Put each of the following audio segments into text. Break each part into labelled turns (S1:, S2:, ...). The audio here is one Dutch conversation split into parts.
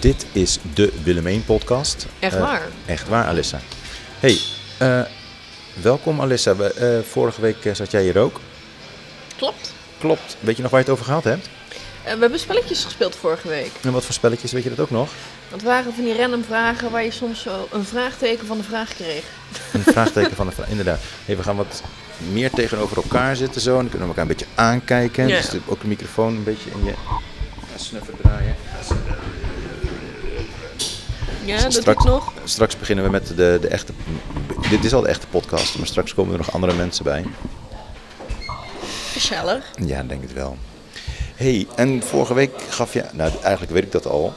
S1: Dit is de Willemijn podcast.
S2: Echt
S1: Eh,
S2: waar?
S1: echt waar, Alissa. Hey, eh, welkom Alissa. We, eh, vorige week eh, zat jij hier ook.
S2: Klopt.
S1: Klopt. Weet je nog waar je het over gehad hebt?
S2: Eh, we hebben spelletjes gespeeld vorige week.
S1: En wat voor spelletjes, weet je dat ook nog?
S2: Dat waren van die random vragen waar je soms zo een vraagteken van de vraag kreeg.
S1: Een vraagteken van de vraag. Inderdaad. Hey, we gaan wat meer tegenover elkaar zitten zo. En dan kunnen we elkaar een beetje aankijken.
S2: Ja.
S1: Dus de- ook de microfoon een beetje in je... Ja, snuffer draaien.
S2: Ja, dat doe ik
S1: Dus straks,
S2: nog.
S1: Straks beginnen we met de, de echte... Dit is al de echte podcast, maar straks komen er nog andere mensen bij.
S2: Gezellig.
S1: Ja, ik denk het wel. hey, en vorige week gaf je... Nou, eigenlijk weet ik dat al.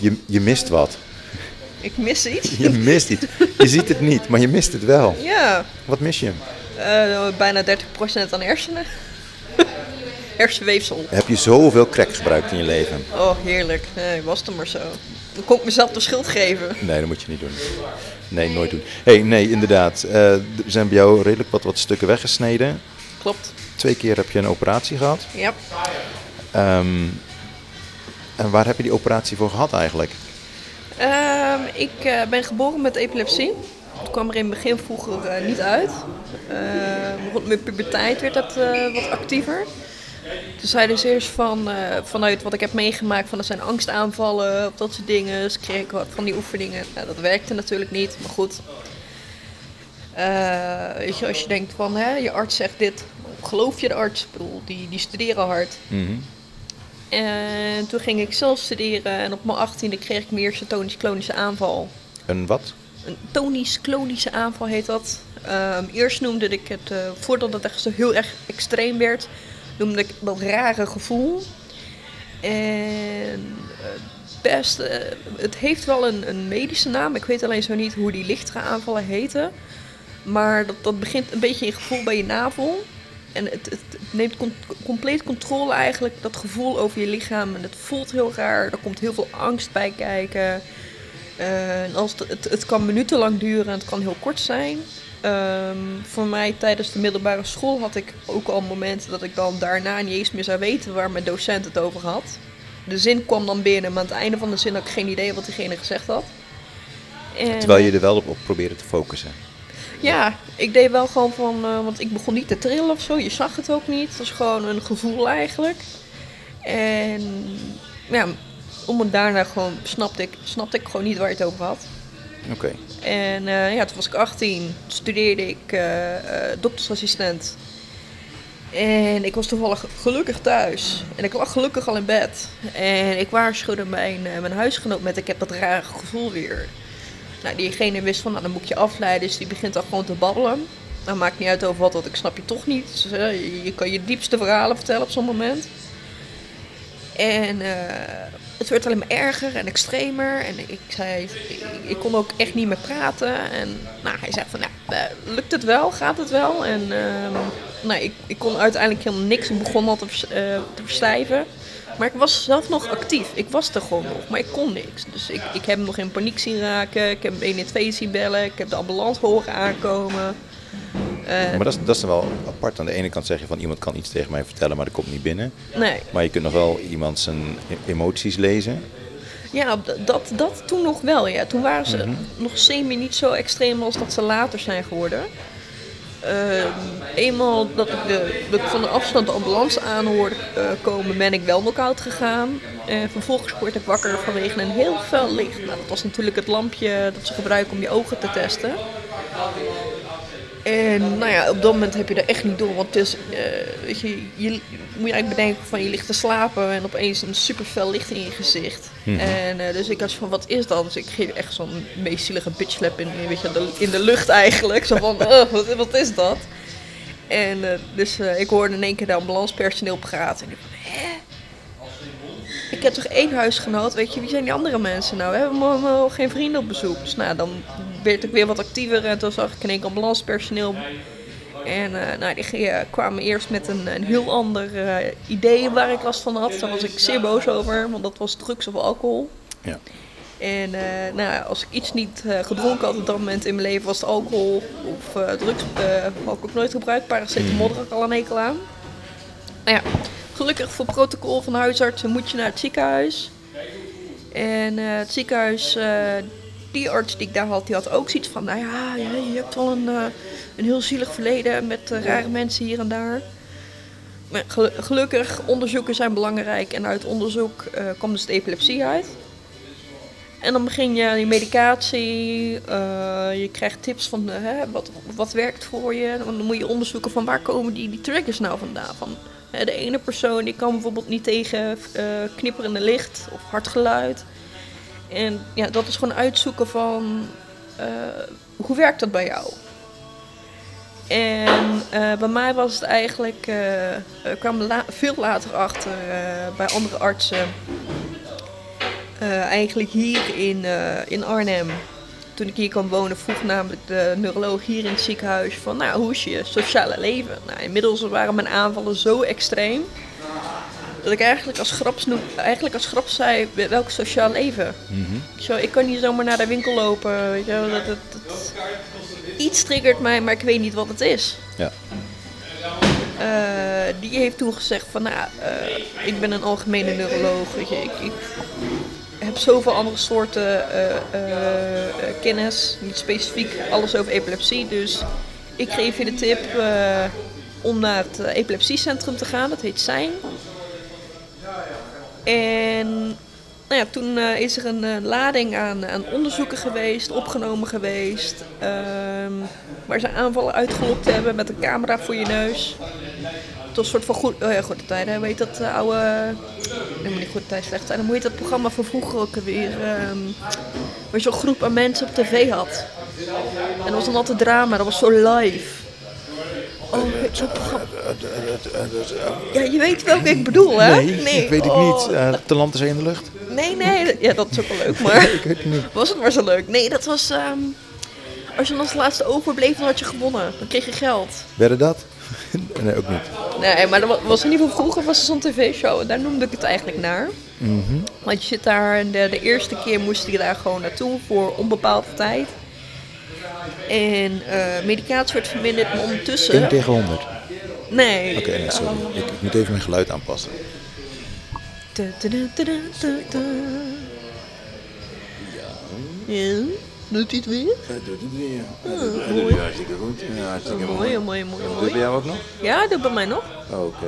S1: Je, je mist wat.
S2: Ik mis iets.
S1: Je mist iets. Je ziet het niet, maar je mist het wel.
S2: Ja,
S1: Wat mis je?
S2: eh, bijna 30% aan hersenen. Hersenweefsel.
S1: Heb je zoveel crack gebruikt in je leven?
S2: Oh, heerlijk. Nee, was het maar zo. Dan kon ik mezelf de schuld geven.
S1: Nee, dat moet je niet doen. Nee, nooit doen. hey, nee, inderdaad. Eh, er zijn bij jou redelijk wat, wat stukken weggesneden.
S2: Klopt.
S1: Twee keer heb je een operatie gehad.
S2: Ja.
S1: Ehm, en waar heb je die operatie voor gehad eigenlijk?
S2: Ehm, ik eh, ben geboren met epilepsie. Het kwam er in het begin vroeger eh, niet uit. Ehm, rond mijn puberteit werd dat eh, wat actiever. Toen zei dus eerst van, eh, vanuit wat ik heb meegemaakt, van dat zijn angstaanvallen, of dat soort dingen. Dus kreeg ik wat van die oefeningen. Nou, dat werkte natuurlijk niet, maar goed. Eh, weet je, als je denkt van, hè, je arts zegt dit, geloof je de arts? Ik bedoel, die, die studeren hard.
S3: Mhm.
S2: En toen ging ik zelf studeren en op mijn 18e kreeg ik meer zo'n tonisch-klonische aanval.
S1: Een wat?
S2: Een tonisch-klonische aanval heet dat. Ehm, eerst noemde ik het, eh, voordat het echt zo heel erg extreem werd, noemde ik dat rare gevoel. En eh, best, eh, het heeft wel een, een medische naam, ik weet alleen zo niet hoe die lichtere aanvallen heten. Maar dat, dat begint een beetje in gevoel bij je navel. En het, het het neemt com- compleet controle eigenlijk, dat gevoel over je lichaam. En het voelt heel raar, er komt heel veel angst bij kijken. Eh, en als het, het, het kan minutenlang duren en het kan heel kort zijn. Ehm, voor mij tijdens de middelbare school had ik ook al momenten dat ik dan daarna niet eens meer zou weten waar mijn docent het over had. De zin kwam dan binnen, maar aan het einde van de zin had ik geen idee wat diegene gezegd had. En-
S1: Terwijl je er wel op, op probeerde te focussen.
S2: ja, ik deed wel gewoon van, eh, want ik begon niet te trillen of zo. Je zag het ook niet. Het was gewoon een gevoel eigenlijk. En ja, om het daarna gewoon snapte ik, snapte ik gewoon niet waar je het over had.
S1: Oké.
S2: En eh, ja, toen was ik 18, studeerde ik eh, eh, doktersassistent. En ik was toevallig gelukkig thuis. En ik lag gelukkig al in bed. En ik waarschuwde mijn, eh, mijn huisgenoot met ik heb dat rare gevoel weer. Nou, diegene wist van, nou dan moet ik je afleiden. Dus die begint al gewoon te babbelen. Nou, maakt niet uit over wat, want ik snap je toch niet. Dus, eh, je- je kan je diepste verhalen vertellen op zo'n moment. En eh, het werd alleen maar erger en extremer. En ik zei, ik, ik kon ook echt niet meer praten. En nou, hij zei van, nou, eh, lukt het wel? Gaat het wel? En ehm, nou, ik, ik kon uiteindelijk helemaal niks. Ik begon al te, vers- eh, te verstijven. Maar ik was zelf nog actief. Ik was er gewoon nog, maar ik kon niks. Dus ik, ik heb hem nog in paniek zien raken. Ik heb hem 112 zien bellen. Ik heb de ambulance horen aankomen. Eh,
S1: Maar dat is, dat is dan wel apart. Aan de ene kant zeg je van iemand kan iets tegen mij vertellen, maar dat komt niet binnen.
S2: nee.
S1: Maar je kunt nog wel iemand zijn e- emoties lezen.
S2: Ja, op d- dat, dat toen nog wel. Ja. Toen waren ze nog semi niet zo extreem als dat ze later zijn geworden. Ehm, eenmaal dat ik, de, dat ik van de afstand de ambulance aanhoorde eh, komen, ben ik wel knock-out gegaan. En vervolgens word ik wakker vanwege een heel fel licht. Nou, dat was natuurlijk het lampje dat ze gebruiken om je ogen te testen. En nou ja, op dat moment heb je er echt niet door. Want het is, eh, weet je, je moet je eigenlijk bedenken van je ligt te slapen en opeens een super fel licht in je gezicht. En eh, dus ik had zo van, wat is dat? Dus ik geef echt zo'n meest zielige bitchlap in, weet je, de- in de lucht eigenlijk. Zo van, "Ugh, wat, wat is dat? En eh, dus eh, ik hoorde in één keer de ambulancepersoneel praten. En ik van, hè? Ik heb toch één huisgenoot, weet je, wie zijn die andere mensen nou? We hebben helemaal geen vrienden op bezoek. Dus nou, dan werd ik weer wat actiever en toen zag ik in één keer ambulancepersoneel. En eh, nou, die gingen- kwamen eerst met een, een heel ander eh, idee waar ik last van had. Daar was ik zeer boos over, want dat was drugs of alcohol.
S1: Ja.
S2: En eh, nou, als ik iets niet eh, gedronken had op dat moment in mijn leven, was het alcohol of eh, drugs. eh had ik ook nooit gebruikt. Paracetamol had ik al een hekel aan. Nou ja, gelukkig voor protocol van de huisartsen moet je naar het ziekenhuis. En eh, het ziekenhuis, eh, die arts die ik daar had, die had ook zoiets van, nou ja, je, je hebt wel een, eh, een heel zielig verleden met eh, rare mensen hier en daar. Maar gelu- gelukkig, onderzoeken zijn belangrijk en uit onderzoek eh kwam dus de epilepsie uit. En dan begin je aan je medicatie, eh, je krijgt tips van eh, hè, wat, wat werkt voor je. Dan moet je onderzoeken van waar komen die, die triggers nou vandaan. Van, hè, de ene persoon die kan bijvoorbeeld niet tegen eh, knipperende licht of hard geluid. En ja, dat is gewoon uitzoeken van eh, hoe werkt dat bij jou? En eh, bij mij was het eigenlijk, eh, ik kwam la- veel later achter eh, bij andere artsen. Eh, eigenlijk hier in, eh, in Arnhem. Toen ik hier kwam wonen, vroeg namelijk de neuroloog hier in het ziekenhuis van, nou, hoe is je sociale leven? Nou, inmiddels waren mijn aanvallen zo extreem, dat ik eigenlijk als grap, snoep- eigenlijk als grap zei, welk sociaal leven?
S4: Hm.
S1: Mhm.
S2: Zo, ik kan niet zomaar naar de winkel lopen, weet je wel, dat, dat, dat- Iets triggert mij, maar ik weet niet wat het is.
S1: Ja.
S2: Eh, die heeft toen gezegd van, nou, eh, ik ben een algemene neuroloog, weet je, ik, ik heb zoveel andere soorten eh, eh, eh, kennis, niet specifiek alles over epilepsie, dus ik geef je de tip eh, om naar het eh, epilepsiecentrum te gaan, dat heet Zijn. En nou ja, toen eh, is er een eh, lading aan, aan onderzoeken geweest, opgenomen geweest, ehm, waar ze aanvallen uitgelokt hebben met een camera voor je neus. Tot een soort van goed, oh ja, goede tijden, hè, hoe heet dat eh, oude, nee maar niet goede tijden, slechte tijden, hoe heet dat programma van vroeger ook weer, ehm, waar je zo'n groep aan mensen op tv had. En dat was dan altijd drama, dat was zo live. Oh, zo'n programma. Ja, je weet welke ik bedoel, hè?
S1: Nee, dat weet ik
S2: oh,
S1: niet. Eh te land is één in de lucht.
S2: Nee, nee, ja, dat is ook wel leuk, maar
S1: Ik weet het niet.
S2: was het maar zo leuk. Nee, dat was, ehm, als je dan als laatste overbleef, dan had je gewonnen. Dan kreeg je geld.
S1: Werden dat? nee, ook niet.
S2: Nee, maar dat wa- was in ieder geval vroeger was er zo'n tv-show en daar noemde ik het eigenlijk naar.
S1: Mhm.
S2: Want je zit daar en de, de eerste keer moest je daar gewoon naartoe voor onbepaalde tijd. En eh, medicatie werd verminderd, maar ondertussen...
S1: 1 tegen 100. Oké,
S2: Nee.
S1: nee, sorry. Ik, ik moet even mijn geluid aanpassen.
S2: Tu, tu, tu, tu, tu, tu, tu. Ja. Doet hij het weer?
S1: Dat doet het weer.
S2: doet mooi. hij
S1: hartstikke goed. Ja, hartstikke
S2: Mooi, mooi, mooi, mooi.
S1: jou ook nog?
S2: Ja, dat bij mij nog.
S1: Oké.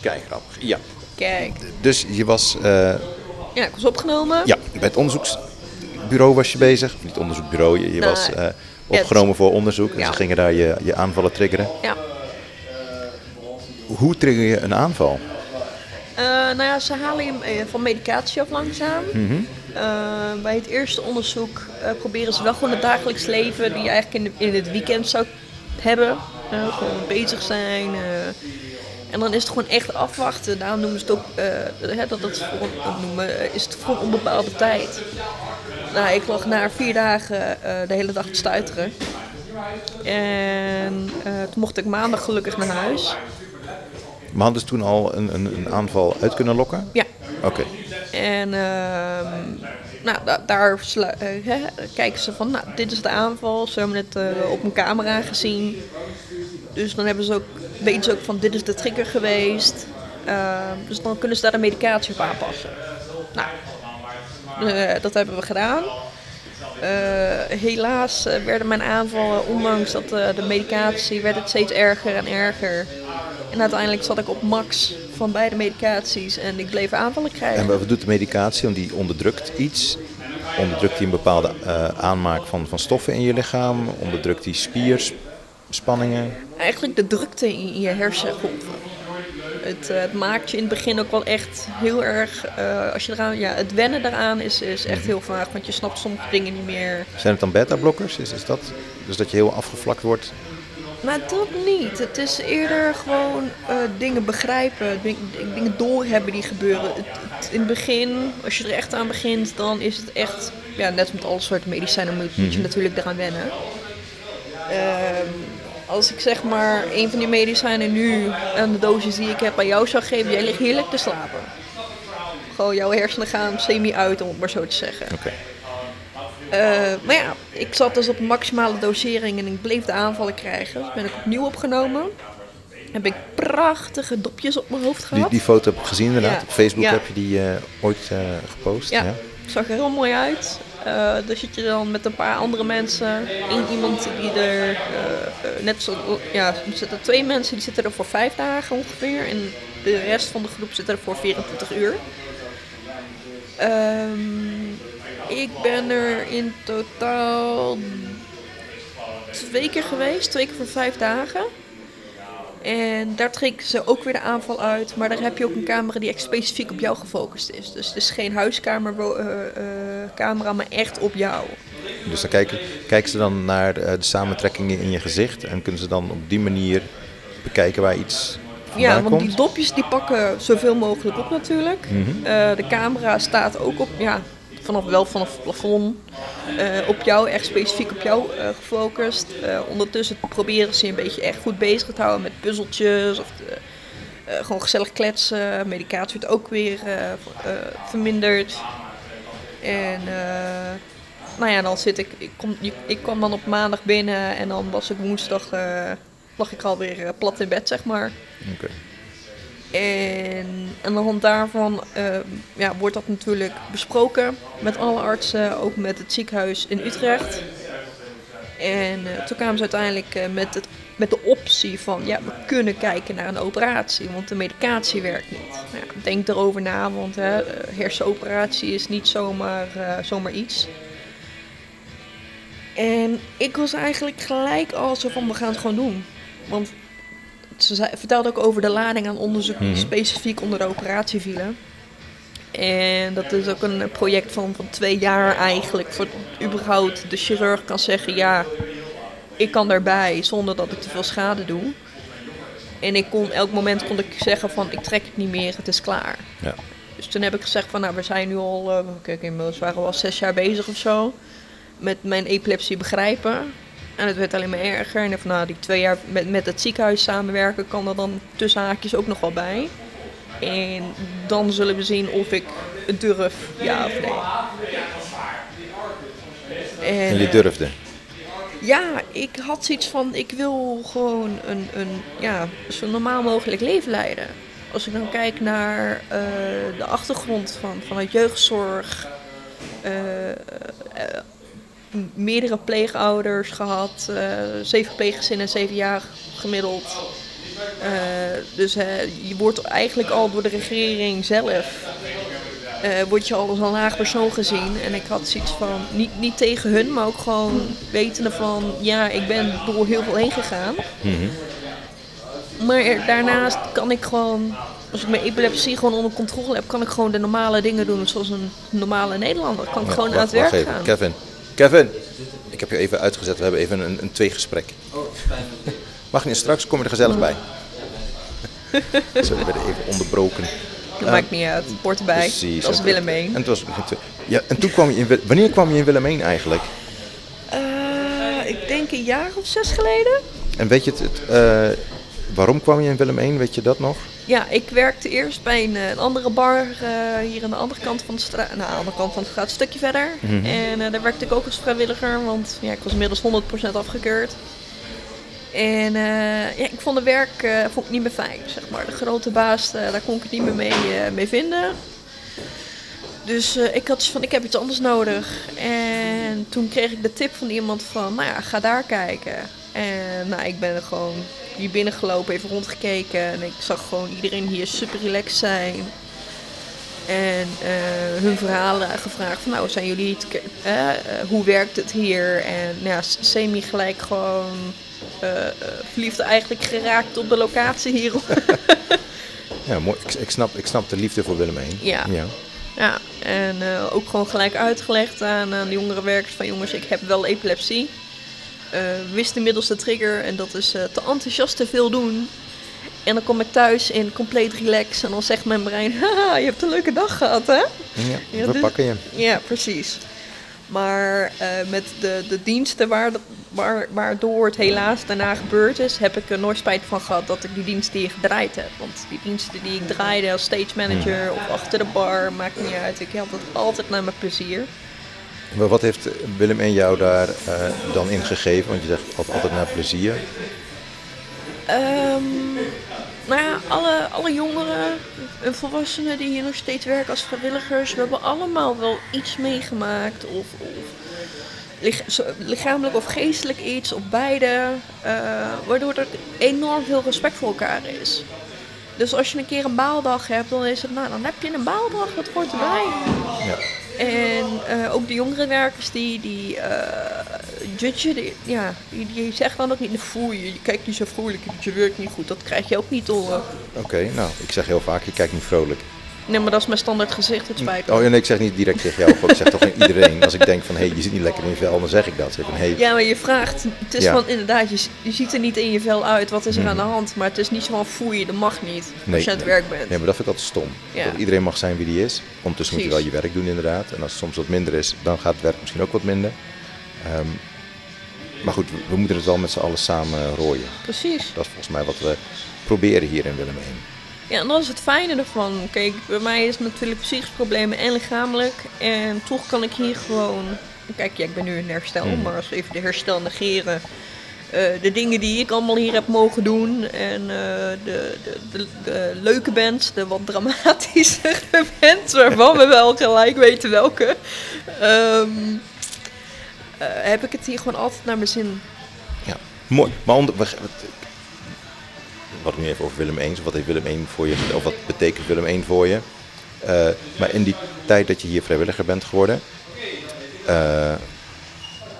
S1: Kijk, grappig. Ja.
S2: Kijk,
S1: Dus je was eh,
S2: ja, ik was opgenomen.
S1: ja, bij het onderzoeksbureau was je bezig. Niet onderzoeksbureau, je, je
S2: Nee.
S1: was eh,
S2: het-
S1: opgenomen voor onderzoek. En
S2: Nou, Ja.
S1: ze gingen daar je, je aanvallen triggeren.
S2: Ja.
S1: Hoe trigger je een aanval?
S2: Eh, nou ja, ze halen je eh, van medicatie af langzaam.
S1: Mhm.
S2: Eh, bij het eerste onderzoek eh, proberen ze wel gewoon het dagelijks leven die je eigenlijk in, de- in het weekend zou hebben. Eh, gewoon bezig zijn. eh. en dan is het gewoon echt afwachten. Daarom noemen ze het ook, eh, hè, dat, dat, voor, dat noemen, eh, is het voor onbepaalde tijd. Nou, ik lag na vier dagen eh, de hele dag te stuiteren. En eh, toen mocht ik maandag gelukkig naar huis.
S1: Maar hadden ze toen al een, een, een aanval uit kunnen lokken?
S2: Ja,
S1: Oké.
S2: En ehm, nou, da- daar slu- eh, hè, kijken ze van, nou, dit is de aanval. Ze hebben het eh, op een camera gezien. Dus dan hebben ze ook, weten ze ook van, dit is de trigger geweest. Ehm, dus dan kunnen ze daar de medicatie op aanpassen. Nou, eh, dat hebben we gedaan. Eh, helaas eh, werden mijn aanvallen, ondanks dat eh, de medicatie, werd het steeds erger en erger. En uiteindelijk zat ik op max van beide medicaties en ik bleef aanvallen krijgen.
S1: En wat doet de medicatie? Want die onderdrukt iets. Onderdrukt die een bepaalde eh, aanmaak van, van stoffen in je lichaam? Onderdrukt die spierspanningen?
S2: eigenlijk de drukte in je hersengroepen. Het, eh, het maakt je in het begin ook wel echt heel erg. eh, als je eraan, ja, het wennen daaraan is, is echt heel vaag, want je snapt soms dingen niet meer.
S1: Zijn het dan beta-blokkers? Is, is dat? Dus dat je heel afgevlakt wordt?
S2: Maar dat niet. Het is eerder gewoon eh, dingen begrijpen, ding- ding- dingen doorhebben die gebeuren. Het, het- in het begin, als je er echt aan begint, dan is het echt, ja, net met alle soorten medicijnen moet, moet je natuurlijk eraan wennen. Ehm, als ik zeg maar een van die medicijnen nu en de dosis die ik heb aan jou zou geven, jij ligt heerlijk te slapen. Gewoon jouw hersenen gaan semi uit, om het maar zo te zeggen.
S1: Oké.
S2: Eh, maar ja, ik zat dus op maximale dosering en ik bleef de aanvallen krijgen. Dus ben ik opnieuw opgenomen. Heb ik prachtige dopjes op mijn hoofd
S1: Die,
S2: gehad.
S1: die foto heb ik gezien inderdaad.
S2: Ja.
S1: Op Facebook
S2: Ja.
S1: heb je die eh, ooit eh, gepost. Ja.
S2: Ja, zag er heel mooi uit. Eh daar zit je dan met een paar andere mensen. Eén iemand die er eh, eh, net zo. Ja, er zitten twee mensen die zitten er voor vijf dagen ongeveer. En de rest van de groep zit er voor 24 uur. Ehm, ik ben er in totaal twee keer geweest, twee keer voor vijf dagen. En daar trekken ze ook weer de aanval uit. Maar daar heb je ook een camera die echt specifiek op jou gefocust is. Dus het is geen huiskamercamera, eh, maar echt op jou.
S1: Dus dan kijken, kijken ze dan naar eh, de samentrekkingen in je gezicht en kunnen ze dan op die manier bekijken waar iets vandaan
S2: Ja, want
S1: komt.
S2: die dopjes die pakken zoveel mogelijk op natuurlijk. Eh, de camera staat ook op, ja, vanaf, wel vanaf het plafond. eh, op jou, echt specifiek op jou eh, gefocust. Eh, ondertussen proberen ze je een beetje echt goed bezig te houden met puzzeltjes. Of eh, eh, gewoon gezellig kletsen. Medicatie wordt ook weer eh, v- eh, verminderd. En eh, nou ja, dan zit ik, ik, kom, ik, ik kwam dan op maandag binnen en dan was ik woensdag, eh, lag ik alweer eh, plat in bed zeg maar.
S1: Oké.
S2: En aan de hand daarvan eh, ja, wordt dat natuurlijk besproken met alle artsen, ook met het ziekenhuis in Utrecht. En eh, toen kwamen ze uiteindelijk eh, met, het, met de optie van, ja, we kunnen kijken naar een operatie, want de medicatie werkt niet. Nou ja, denk erover na, want hè, eh, hersenoperatie is niet zomaar, eh, zomaar iets. En ik was eigenlijk gelijk al zo van, we gaan het gewoon doen. Want ze zei, vertelde ook over de lading aan onderzoek die
S1: Mhm.
S2: specifiek onder de operatie vielen. En dat is ook een project van, van twee jaar eigenlijk. Voor überhaupt de chirurg kan zeggen, ja, ik kan daarbij zonder dat ik te veel schade doe. En ik kon, elk moment kon ik zeggen van, ik trek het niet meer, het is klaar.
S1: Ja.
S2: Dus toen heb ik gezegd van, nou, we zijn nu al, eh kijk, inmiddels waren we al zes jaar bezig of zo. Met mijn epilepsie begrijpen. En het werd alleen maar erger. En van, nou, die twee jaar met, met het ziekenhuis samenwerken kan er dan tussen haakjes ook nog wel bij. En dan zullen we zien of ik het durf, ja of nee.
S1: En
S2: eh,
S1: je durfde.
S2: Ja, ik had zoiets van, ik wil gewoon een, een ja, zo normaal mogelijk leven leiden. Als ik dan kijk naar eh, de achtergrond van, vanuit jeugdzorg, eh, eh, m- meerdere pleegouders gehad, eh, zeven pleeggezinnen, zeven jaar gemiddeld. Eh, dus hè, je wordt eigenlijk al door de regering zelf eh, word je al als een laag persoon gezien. En ik had zoiets van, niet, niet tegen hun, maar ook gewoon wetende van, ja, ik ben door heel veel heen gegaan.
S1: Mhm.
S2: Maar er- daarnaast kan ik gewoon, als ik mijn epilepsie gewoon onder controle heb, kan ik gewoon de normale dingen doen zoals een normale Nederlander. Kan ik
S1: Ja,
S2: gewoon
S1: wacht-
S2: aan het
S1: wacht
S2: werk
S1: even.
S2: gaan.
S1: Kevin, Kevin, ik heb je even uitgezet. We hebben even een, een tweegesprek. Mag niet, straks kom je er gezellig bij. Zo, we werden even onderbroken. Eh,
S2: Dat maakt niet uit, hoort erbij.
S1: Precies.
S2: dat is
S1: En-
S2: Willemijn.
S1: En, het was, ja, en toen kwam je in, Wil- wanneer kwam je in Willemijn eigenlijk?
S2: Eh, ik denk een jaar of zes geleden.
S1: En weet je het, het, eh, waarom kwam je in Willemijn? Weet je dat nog?
S2: Ja, ik werkte eerst bij een, eh, een andere bar eh, hier aan de andere kant van de straat. Nou, aan de andere kant van de straat, een stukje verder. En eh, daar werkte ik ook als vrijwilliger, want ja, ik was inmiddels 100% afgekeurd. En eh, ja, ik vond het werk eh, vond ik niet meer fijn, zeg maar. De grote baas, eh, daar kon ik het niet meer mee, eh, mee vinden. Dus eh, ik had zoiets van, ik heb iets anders nodig. En toen kreeg ik de tip van iemand van, nou ja, ga daar kijken. En nou, ik ben er gewoon hier binnengelopen, even rondgekeken. En ik zag gewoon iedereen hier super relaxed zijn. En eh, hun verhalen gevraagd van, nou, zijn jullie het, ke- eh, eh, hoe werkt het hier? En nou ja, s- semi gelijk gewoon eh, eh, verliefd eigenlijk geraakt op de locatie hier.
S1: Ja, mooi. Ik, ik, snap, ik snap de liefde voor Willemijn.
S2: Ja.
S1: ja.
S2: Ja, en eh, ook gewoon gelijk uitgelegd aan, aan de jongere werkers van jongens, ik heb wel epilepsie. Eh, wist inmiddels de trigger en dat is eh, te enthousiast te veel doen. En dan kom ik thuis in compleet relax en dan zegt mijn brein, haha, je hebt een leuke dag gehad hè?
S1: Ja,
S2: Ja,
S1: we
S2: dit-
S1: pakken je.
S2: Ja, precies. Maar eh, met de, de diensten waar, dat- waar, waardoor het helaas daarna gebeurd is, heb ik er nooit spijt van gehad dat ik die diensten hier gedraaid heb. Want die diensten die ik draaide als stage manager of achter de bar, maakt niet uit. Ik had het altijd naar mijn plezier.
S1: Maar wat heeft Willem en jou daar eh, dan in gegeven? Want je zegt altijd naar plezier.
S2: Ehm, nou ja, alle, alle jongeren en volwassenen die hier nog steeds werken als vrijwilligers, we hebben allemaal wel iets meegemaakt. Of, of lich- zo- lichamelijk of geestelijk iets, of beide. eh, waardoor er enorm veel respect voor elkaar is. Dus als je een keer een baaldag hebt, dan is het, nou dan heb je een baaldag, dat hoort erbij.
S1: Ja.
S2: En eh, ook de jongerenwerkers die, die eh, judgen, die, ja, die, die zeggen dan ook niet, "Nou, voel je, je kijkt niet zo vrolijk, je werkt niet goed. Dat krijg je ook niet door. eh.
S1: Oké, nou, ik zeg heel vaak, je kijkt niet vrolijk.
S2: Nee, maar dat is mijn standaard gezicht, het spijt me.
S1: Oh ja, nee, ik zeg niet direct tegen jou, ik zeg toch aan iedereen. Als ik denk van, hé, hey, je zit niet lekker in je vel, dan zeg ik dat. Zeg van, hey,
S2: Ja, maar je vraagt, het is
S1: Ja. Hmm.
S2: van inderdaad, je, z- je ziet er niet in je vel uit, wat is er aan de hand? Maar het is niet zo van, voel je, dat mag niet, als je aan het werk bent.
S1: Nee, maar dat vind ik altijd stom.
S2: Ja.
S1: Dat iedereen mag zijn wie die is. Ondertussen moet je wel
S2: Precies.
S1: je werk doen inderdaad. En als het soms wat minder is, dan gaat het werk misschien ook wat minder. Ehm, maar goed, we, we moeten het wel met z'n allen samen rooien.
S2: Precies.
S1: Dat is volgens mij wat we proberen hier in Willemijn.
S2: Ja, en dat is het fijne ervan. Kijk, bij mij is het natuurlijk psychisch problemen en lichamelijk. En toch kan ik hier gewoon... Kijk, ja, ik ben nu in herstel,
S1: Mhm.
S2: maar als we even de herstel negeren... eh, de dingen die ik allemaal hier heb mogen doen en eh, de, de, de, de leuke bands, de wat dramatischere bands, waarvan we wel gelijk weten welke, ehm, eh, heb ik het hier gewoon altijd naar mijn zin.
S1: Ja, mooi. Maar onder, we, wat, wat nu even over Willem I, of wat heeft Willem I voor je, of wat betekent Willem I voor je? Eh, maar in die tijd dat je hier vrijwilliger bent geworden, eh,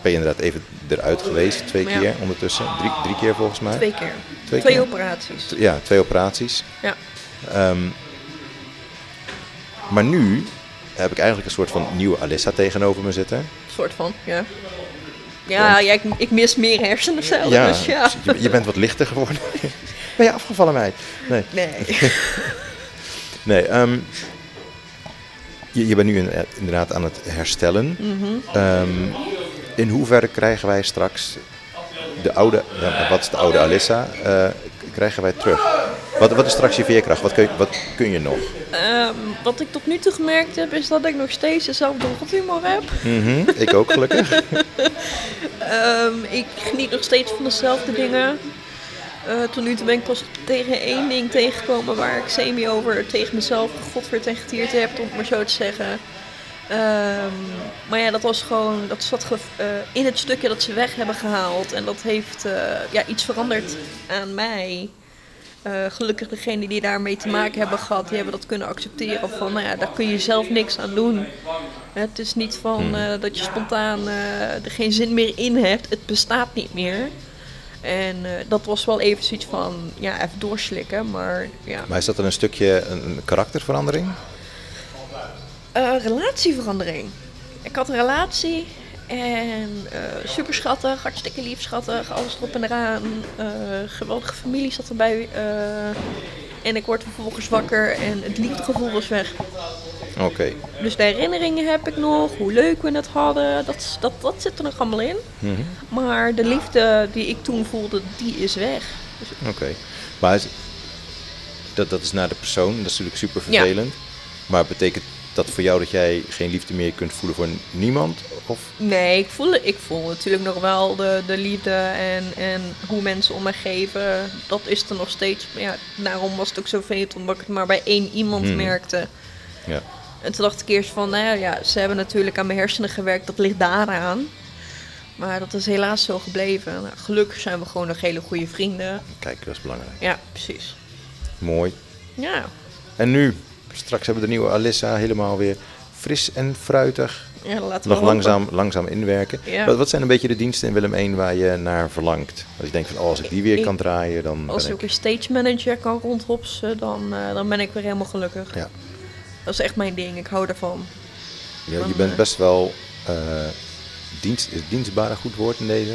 S1: ben je inderdaad even eruit geweest, twee
S2: Ja.
S1: keer ondertussen, drie, drie keer volgens mij.
S2: Twee keer.
S1: Twee
S2: Twee,
S1: keer?
S2: operaties.
S1: T- Ja, twee operaties.
S2: Ja.
S1: Ehm, maar nu heb ik eigenlijk een soort van nieuwe Alissa tegenover me zitten.
S2: soort van, ja. Ja, ja ik, ik mis meer hersenen zelf, dus ja.
S1: Je, je bent wat lichter geworden. ben je afgevallen, meid? Nee.
S2: Nee.
S1: Nee, ehm, je, je bent nu in- eh, inderdaad aan het herstellen. Ehm, in hoeverre krijgen wij straks de oude, ja, wat is de oude Alissa, eh, k- krijgen wij terug? Wat, wat is straks je veerkracht? Wat kun je, wat kun je nog?
S2: Ehm, wat ik tot nu toe gemerkt heb, is dat ik nog steeds dezelfde rothumor heb.
S1: Mhm, ik ook gelukkig.
S2: Ehm, ik geniet nog steeds van dezelfde dingen. Eh, tot nu toe ben ik pas tegen één ding tegengekomen waar ik semi over tegen mezelf godverd en getierd heb, om het maar zo te zeggen. Ehm, maar ja, dat was gewoon, dat zat ge- eh, in het stukje dat ze weg hebben gehaald. En dat heeft eh, ja, iets veranderd aan mij. Eh, gelukkig degenen die daarmee te maken hebben gehad, die hebben dat kunnen accepteren. Van, nou ja, daar kun je zelf niks aan doen. Het is niet van eh, dat je spontaan eh, er geen zin meer in hebt. Het bestaat niet meer. En eh, dat was wel even zoiets van, ja, even doorslikken. Maar ja,
S1: Maar is dat dan een stukje een, een karakterverandering?
S2: Eh, relatieverandering. Ik had een relatie en eh super schattig, hartstikke lief, schattig, alles erop en eraan. Eh, geweldige familie zat erbij. eh, en ik word vervolgens wakker en het liefdegevoel was weg.
S1: Oké.
S2: Dus de herinneringen heb ik nog, hoe leuk we het hadden, dat, dat, dat zit er nog allemaal in.
S1: Mhm.
S2: Maar de liefde die ik toen voelde, die is weg. Dus
S1: Oké. Maar is- dat, dat is naar de persoon, dat is natuurlijk super vervelend. Maar betekent dat voor jou dat jij geen liefde meer kunt voelen voor niemand? Of?
S2: Nee, ik voel, ik voel natuurlijk nog wel de, de liefde en, en hoe mensen om me geven. Dat is er nog steeds. Maar Ja, daarom was het ook zo vreemd, omdat ik het maar bij één iemand
S1: Hmm.
S2: merkte.
S1: Ja.
S2: En toen dacht ik eerst van, nou ja, ja, ze hebben natuurlijk aan mijn hersenen gewerkt, dat ligt daaraan. Maar dat is helaas zo gebleven. Nou, gelukkig zijn we gewoon nog hele goede vrienden.
S1: Kijk, dat is belangrijk.
S2: Ja, precies.
S1: Mooi.
S2: Ja,
S1: En nu, straks hebben we de nieuwe Alissa helemaal weer fris en fruitig.
S2: ja laten we
S1: Nog
S2: hopen.
S1: langzaam, langzaam inwerken.
S2: Ja.
S1: Wat, wat zijn een beetje de diensten in Willem 1 waar je naar verlangt? Als je denkt van, oh, als ik die weer
S2: Ik-
S1: kan draaien, dan ben
S2: Als ik
S1: ik...
S2: een stage manager kan rondhopsen, dan, eh, dan ben ik weer helemaal gelukkig.
S1: Ja.
S2: Dat is echt mijn ding, ik hou daarvan.
S1: Ja, je
S2: Dan,
S1: bent
S2: eh,
S1: best wel eh dienst, is dienstbaar een goed woord in deze.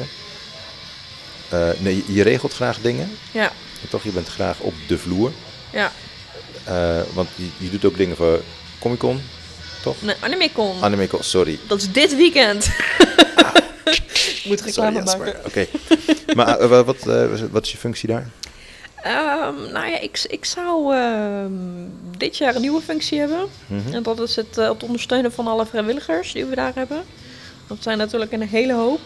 S1: Eh, nee, je- je regelt graag dingen,
S2: Ja,
S1: maar toch je bent graag op de vloer.
S2: ja.
S1: Eh, want je, je doet ook dingen voor Comic Con, toch?
S2: Nee, Animecon.
S1: Anime Con, sorry. Ah.
S2: dat is dit weekend. Ik moet
S1: Sorry,
S2: reclame
S1: Jasper.
S2: maken.
S1: Oké. maar eh, wa- wat, eh, wat is je functie daar?
S2: Ehm, nou ja, ik, ik zou ehm, dit jaar een nieuwe functie hebben.
S1: Mhm.
S2: En dat is het, eh, het ondersteunen van alle vrijwilligers die we daar hebben. Dat zijn natuurlijk een hele hoop.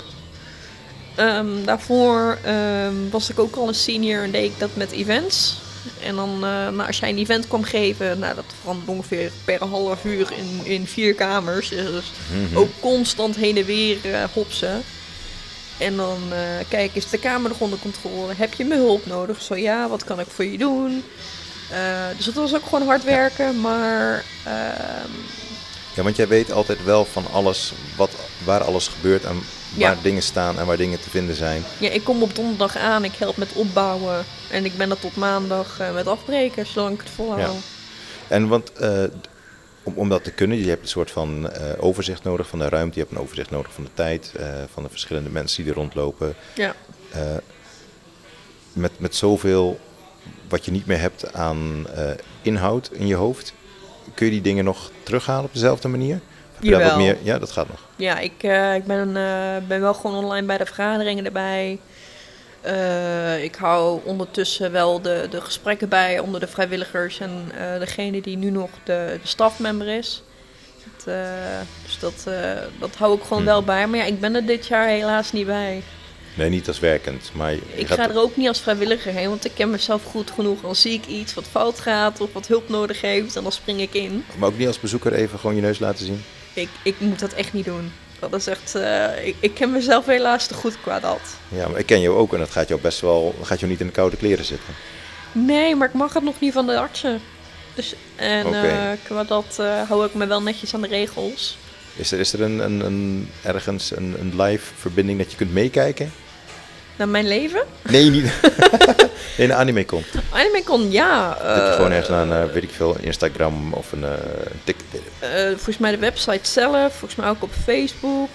S2: Ehm, daarvoor ehm, was ik ook al een senior en deed ik dat met events. En dan, eh, nou, als jij een event kwam geven, nou, dat veranderde ongeveer per half uur in, in vier kamers. Dus
S1: Mhm.
S2: ook constant heen en weer eh, hopsen. En dan, eh, kijk, is de kamer nog onder controle? Heb je mijn hulp nodig? Zo ja, wat kan ik voor je doen? Eh, dus het was ook gewoon hard werken, maar ehm,
S1: Ja, want jij weet altijd wel van alles, wat, waar alles gebeurt en waar
S2: Ja.
S1: dingen staan en waar dingen te vinden zijn.
S2: ja, ik kom op donderdag aan, ik help met opbouwen. En ik ben er tot maandag eh, met afbreken, zolang ik het volhoud.
S1: Ja. En want eh, om, om dat te kunnen, je hebt een soort van eh, overzicht nodig van de ruimte, je hebt een overzicht nodig van de tijd, eh, van de verschillende mensen die er rondlopen.
S2: Ja.
S1: Eh, met, met zoveel wat je niet meer hebt aan eh, inhoud in je hoofd, kun je die dingen nog terughalen op dezelfde manier? Of Heb je daar wat
S2: Jawel.
S1: meer? Ja, dat gaat nog.
S2: Ja, ik, eh, ik ben, eh, ben wel gewoon online bij de vergaderingen erbij. Eh, ik hou ondertussen wel de, de gesprekken bij onder de vrijwilligers en eh, degene die nu nog de, de stafmember is. Dat, eh, dus dat, eh, dat hou ik gewoon
S1: Hm.
S2: wel bij. Maar ja, ik ben er dit jaar helaas niet bij.
S1: Nee, niet als werkend, maar je
S2: Ik
S1: gaat
S2: ga er ook niet als vrijwilliger heen, want ik ken mezelf goed genoeg. Dan zie ik iets wat fout gaat of wat hulp nodig heeft en dan spring ik in.
S1: maar ook niet als bezoeker even gewoon je neus laten zien.
S2: Ik, ik moet dat echt niet doen. Dat is echt, eh, ik, ik ken mezelf helaas te goed qua dat.
S1: Ja, maar ik ken jou ook en dat gaat jou best wel, gaat jou niet in de koude kleren zitten.
S2: Nee, maar ik mag het nog niet van de artsen. Dus, en
S1: Oké.
S2: eh, qua dat eh, hou ik me wel netjes aan de regels.
S1: Is er, is er een, een, een, ergens een, een live verbinding dat je kunt meekijken?
S2: Naar mijn leven?
S1: Nee, niet. nee, een anime komt.
S2: Anime kon ja.
S1: dat je
S2: eh,
S1: gewoon ergens naar, een, eh, weet ik veel, Instagram of een eh, een tik.
S2: eh, volgens mij de website zelf, volgens mij ook op Facebook.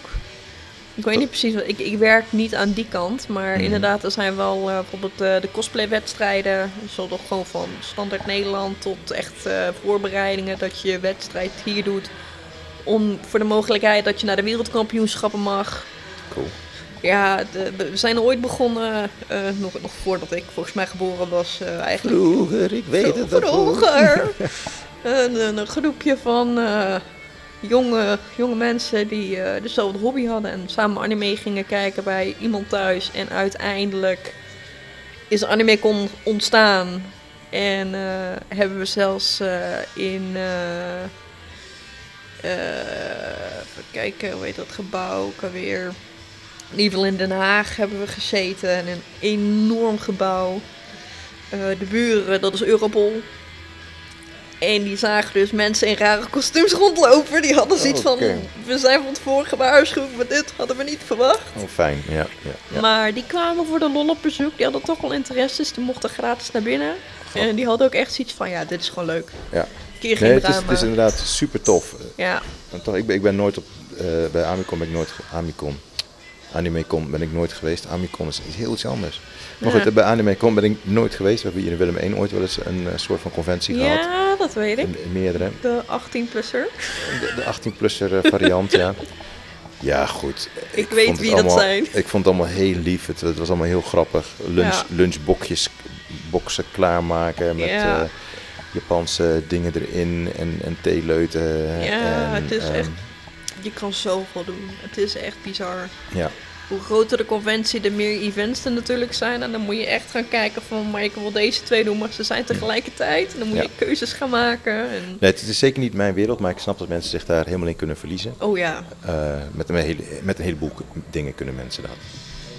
S1: Oh.
S2: Ik weet niet precies, wat- ik, ik werk niet aan die kant, maar
S1: Mhm.
S2: inderdaad, er zijn wel eh, bijvoorbeeld eh, de cosplaywedstrijden. Zo toch gewoon van standaard Nederland tot echt eh, voorbereidingen dat je wedstrijd hier doet. Om, voor de mogelijkheid dat je naar de wereldkampioenschappen mag.
S1: Cool.
S2: Ja, de- we zijn ooit begonnen, eh, nog, nog voordat ik volgens mij geboren was, eh, eigenlijk.
S1: Vroeger, ik weet het nog wel.
S2: Vroeger. een, een, een groepje van eh, jonge, jonge mensen die eh, dezelfde hobby hadden en samen anime gingen kijken bij iemand thuis. En uiteindelijk is anime kon ontstaan. En eh, hebben we zelfs eh, in. eh, eh, even kijken, hoe heet dat gebouw ook alweer? In ieder geval in Den Haag hebben we gezeten. En een enorm gebouw. Eh, de buren, dat is Europol. En die zagen dus mensen in rare kostuums rondlopen. Die hadden zoiets
S1: Oké.
S2: van, we zijn van tevoren gewaarschuwd, maar dit hadden we niet verwacht.
S1: Oh, fijn, ja. ja, ja.
S2: Maar die kwamen voor de lol op bezoek. Die hadden toch wel interesses. Die mochten gratis naar binnen. En die hadden ook echt zoiets van, ja, dit is gewoon leuk.
S1: Ja.
S2: Keer geen
S1: Nee, het is,
S2: drama.
S1: het is inderdaad super tof.
S2: Ja,
S1: Want toch, ik, ben, ik ben nooit op, eh, bij Amicom ben ik nooit, ge- Amicom, Animecom ben ik nooit geweest. Amicom is iets heel iets anders. Maar
S2: Ja.
S1: goed, eh, bij Animecom ben ik nooit geweest. We hebben hier in Willem 1 ooit wel eens een eh, soort van conventie gehad.
S2: ja dat weet ik.
S1: In, in meerdere.
S2: De 18-plusser.
S1: De, de 18-plusser eh, variant, ja. Ja, goed.
S2: Ik weet
S1: vond het
S2: wie dat
S1: allemaal-
S2: zijn.
S1: Ik vond het allemaal heel lief. Het, het was allemaal heel grappig. Lunch,
S2: Ja.
S1: Lunchbokjes, boksen klaarmaken met
S2: Ja.
S1: eh, Japanse dingen erin en, en theeleuten.
S2: Ja,
S1: en,
S2: het is
S1: ehm,
S2: echt- Je kan zoveel doen. Het is echt bizar.
S1: Ja,
S2: Hoe groter de conventie, de meer events er natuurlijk zijn. En dan moet je echt gaan kijken van, maar ik wil deze twee doen, maar ze zijn tegelijkertijd. En dan moet
S1: Ja.
S2: je keuzes gaan maken. En...
S1: nee, het is zeker niet mijn wereld, maar ik snap dat mensen zich daar helemaal in kunnen verliezen.
S2: Oh ja.
S1: Eh, met, een hele, met een heleboel k- dingen kunnen mensen dat.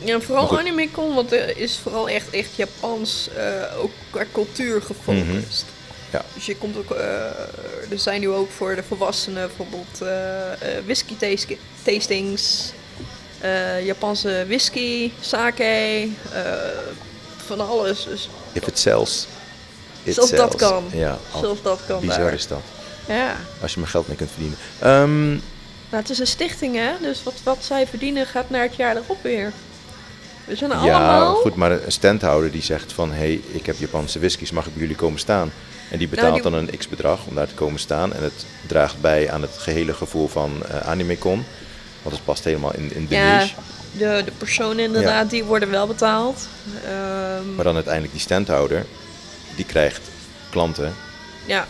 S2: Ja,
S1: Maar
S2: vooral
S1: goed.
S2: AnimeCon, want er is vooral echt, echt Japans, eh, ook qua cultuur gefocust.
S1: Ja.
S2: Dus je komt ook, eh, er zijn nu ook voor de volwassenen bijvoorbeeld eh, eh, whisky tas- tastings, eh, Japanse whisky, sake, eh, van alles. Dus
S1: If it sells, it
S2: Zelfs dat
S1: sells.
S2: kan.
S1: Ja,
S2: zelfs dat kan
S1: bizar
S2: daar.
S1: is dat.
S2: Ja.
S1: Als je maar geld mee kunt verdienen. Ehm,
S2: Nou, het is een stichting hè, dus wat, wat zij verdienen gaat naar het jaar erop weer. We zijn
S1: ja,
S2: allemaal...
S1: goed, maar een standhouder die zegt van... hé, hey, ik heb Japanse whiskies, mag ik bij jullie komen staan? En die betaalt
S2: die-
S1: dan een x-bedrag om daar te komen staan. En het draagt bij aan het gehele gevoel van eh animecon. Want het past helemaal in, in de
S2: Ja,
S1: niche.
S2: de, de personen inderdaad, die worden wel betaald. Ehm,
S1: Maar dan uiteindelijk die standhouder, die krijgt klanten.
S2: ja,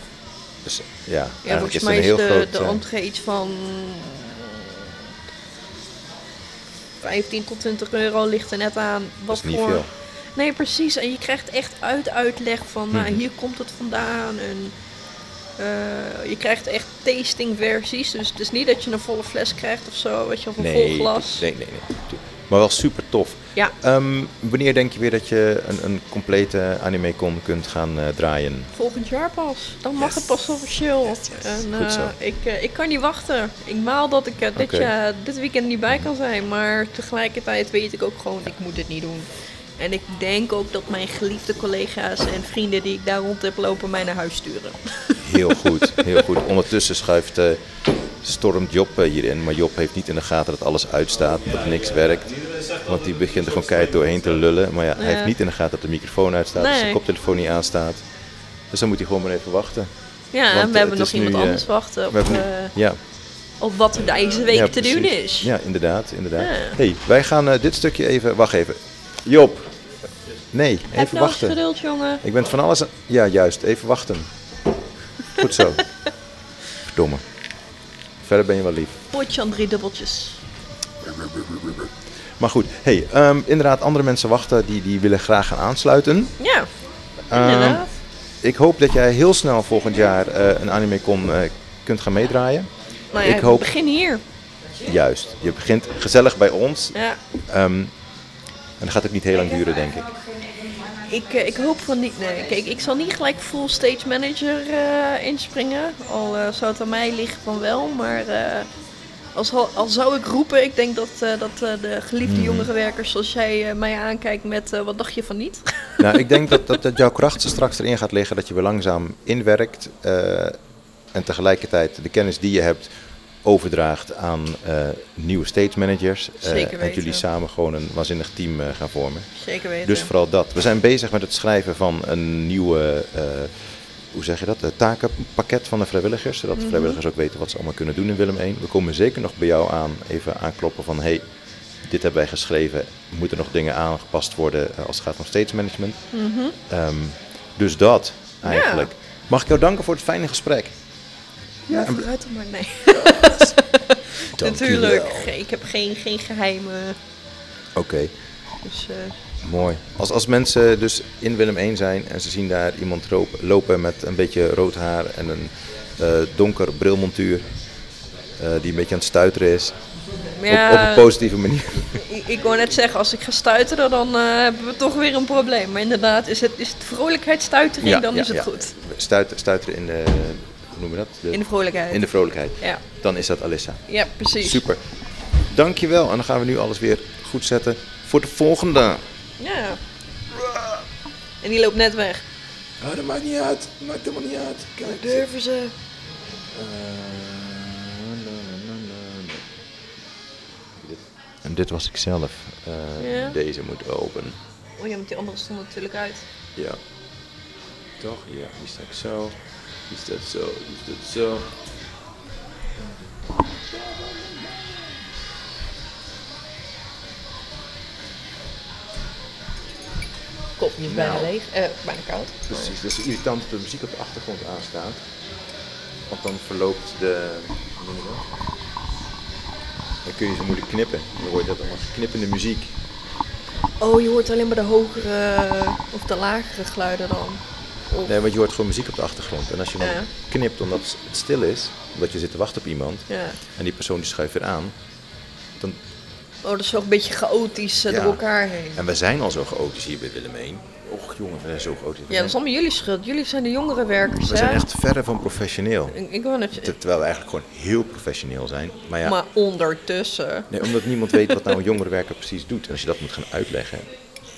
S1: Dus ja,
S2: ja
S1: eigenlijk
S2: volgens
S1: is het een eh,
S2: mij is
S1: heel
S2: de,
S1: groot...
S2: de
S1: eh,
S2: entree iets van 15 tot 20 euro ligt er net aan. Wat
S1: is niet
S2: voor.
S1: veel.
S2: Nee, precies. En je krijgt echt uit uitleg van nou,
S1: Mhm.
S2: hier komt het vandaan. En, eh, je krijgt echt tasting versies. Dus het is niet dat je een volle fles krijgt of zo. Weet je, of een vol
S1: Nee,
S2: glas.
S1: nee, nee, nee. Maar wel super tof.
S2: Ja.
S1: Ehm, wanneer denk je weer dat je een, een complete animecon kunt gaan eh, draaien?
S2: Volgend jaar pas. Dan mag
S1: Yes.
S2: het pas officieel.
S1: Yes, yes.
S2: En,
S1: Goed zo.
S2: eh, ik, eh, ik kan niet wachten. Ik maal dat ik eh, dit,
S1: Oké.
S2: jaar- dit weekend niet bij kan zijn. Maar tegelijkertijd weet ik ook gewoon, ik moet dit niet doen. En ik denk ook dat mijn geliefde collega's en vrienden die ik daar rond heb lopen mij naar huis sturen.
S1: Heel goed, heel goed. Ondertussen schuift eh, stormt Job eh, hierin. Maar Job heeft niet in de gaten dat alles uitstaat, dat niks werkt. Want die begint er gewoon keihard doorheen te lullen. Maar ja, hij
S2: Ja.
S1: heeft niet in de gaten dat de microfoon uitstaat, dat zijn
S2: Nee.
S1: koptelefoon niet aanstaat. Dus dan moet hij gewoon maar even wachten.
S2: Ja,
S1: Want,
S2: en
S1: eh,
S2: we
S1: het
S2: hebben nog
S1: is
S2: iemand
S1: nu, eh,
S2: anders wachten op,
S1: We hebben-
S2: eh,
S1: ja,
S2: op wat er deze week
S1: ja,
S2: te doen
S1: precies.
S2: is.
S1: Ja, inderdaad, inderdaad.
S2: Ja.
S1: hey, wij gaan eh, dit stukje even... Wacht even. Job. Nee,
S2: Heb
S1: even
S2: nou eens
S1: wachten.
S2: geduld, jongen.
S1: Ik ben van alles aan... Ja, juist. Even wachten. Goed zo. Verdomme. Verder ben je wel lief.
S2: Potje aan drie dubbeltjes.
S1: Maar goed, hey, ehm, inderdaad, andere mensen wachten die, die willen graag gaan aansluiten.
S2: Ja,
S1: Ehm,
S2: inderdaad.
S1: ik hoop dat jij heel snel volgend jaar eh, een animecon eh kunt gaan meedraaien.
S2: nou ja,
S1: ik hoop-
S2: begin hier.
S1: Juist, je begint gezellig bij ons.
S2: Ja.
S1: Ehm, en dat gaat ook niet heel lang duren, denk ik.
S2: Ik, eh, ik hoop van niet. Nee, kijk, ik zal niet gelijk full stage manager eh, inspringen. Al eh, zou het aan mij liggen van wel, maar eh, als, al, al zou ik roepen, ik denk dat, eh, dat eh, de geliefde
S1: Mhm.
S2: jongerenwerkers zoals jij eh, mij aankijkt met eh, wat dacht je van niet?
S1: Nou, ik denk dat, dat, dat jouw kracht er straks erin gaat liggen dat je weer langzaam inwerkt. eh, en tegelijkertijd de kennis die je hebt overdraagt aan eh, nieuwe stage managers. eh,
S2: Zeker
S1: en
S2: weten.
S1: dat jullie samen gewoon een waanzinnig team eh, gaan vormen.
S2: Zeker weten.
S1: Dus vooral dat. We zijn bezig met het schrijven van een nieuwe, eh, hoe zeg je dat, eh, takenpakket van de vrijwilligers. Zodat
S2: Mhm.
S1: de vrijwilligers ook weten wat ze allemaal kunnen doen in Willem 1. We komen zeker nog bij jou aan, even aankloppen van, hey, dit hebben wij geschreven. Moeten nog dingen aangepast worden eh, als het gaat om stage management.
S2: Mhm.
S1: Ehm, dus dat, eigenlijk. Mag ik jou danken voor het fijne gesprek?
S2: Ja,
S1: en-
S2: vooruit dan maar. Nee.
S1: Dank
S2: Natuurlijk.
S1: je wel.
S2: Ik heb geen, geen geheimen.
S1: Oké.
S2: Dus, eh,
S1: Mooi. Als, als mensen dus in Willem 1 zijn en ze zien daar iemand roop- lopen met een beetje rood haar en een eh, donker brilmontuur. eh, die een beetje aan het stuiteren is.
S2: maar
S1: Op, op
S2: ja,
S1: een positieve manier.
S2: ik, ik wou net zeggen, als ik ga stuiteren, dan eh, hebben we toch weer een probleem. Maar inderdaad, is het, is het vrolijkheidsstuitering,
S1: Ja,
S2: dan
S1: ja,
S2: is het
S1: ja.
S2: goed.
S1: Stuit, stuiteren in de. Hoe noemen we dat? De-
S2: In de vrolijkheid.
S1: in de vrolijkheid.
S2: Ja,
S1: Dan is dat Alissa.
S2: ja precies.
S1: Super. Dankjewel. En dan gaan we nu alles weer goed zetten voor de volgende.
S2: Ja. En die loopt net weg.
S1: Ah, dat maakt niet uit. Maakt helemaal niet uit.
S2: Durven ze.
S1: Eh. En dit was ik zelf. Eh,
S2: Ja.
S1: Deze moet open.
S2: Oh ja, want die andere stond natuurlijk uit.
S1: Ja. Toch? Ja, die sta ik zo. Die staat zo, die staat zo.
S2: Kop niet bijna
S1: Nou.
S2: leeg. Eh, bijna koud.
S1: Precies, dus irritant dat de muziek op de achtergrond aanstaat. Want dan verloopt de... hoe noem je dat? Dan kun je zo moeilijk knippen. Dan hoor je dat allemaal knippende muziek.
S2: Oh, je hoort alleen maar de hogere of de lagere geluiden dan. Of,
S1: Nee, want je hoort gewoon muziek op de achtergrond. En als je dan
S2: Ja.
S1: knipt omdat het stil is, omdat je zit te wachten op iemand,
S2: ja.
S1: en die persoon die schuift weer aan, dan
S2: Oh, dat is wel een beetje chaotisch eh,
S1: Ja.
S2: door elkaar heen.
S1: En we zijn al zo chaotisch hier bij Willem 1. Och jongen, we zijn zo chaotisch.
S2: Ja, dat is allemaal jullie schuld. Jullie zijn de jongere werkers,
S1: we
S2: hè?
S1: zijn echt verre van professioneel.
S2: Ik, ik wou net
S1: Ter- Terwijl we eigenlijk gewoon heel professioneel zijn. Maar ja,
S2: Maar ondertussen...
S1: nee, omdat niemand weet wat nou een jongerenwerker precies doet. En als je dat moet gaan uitleggen.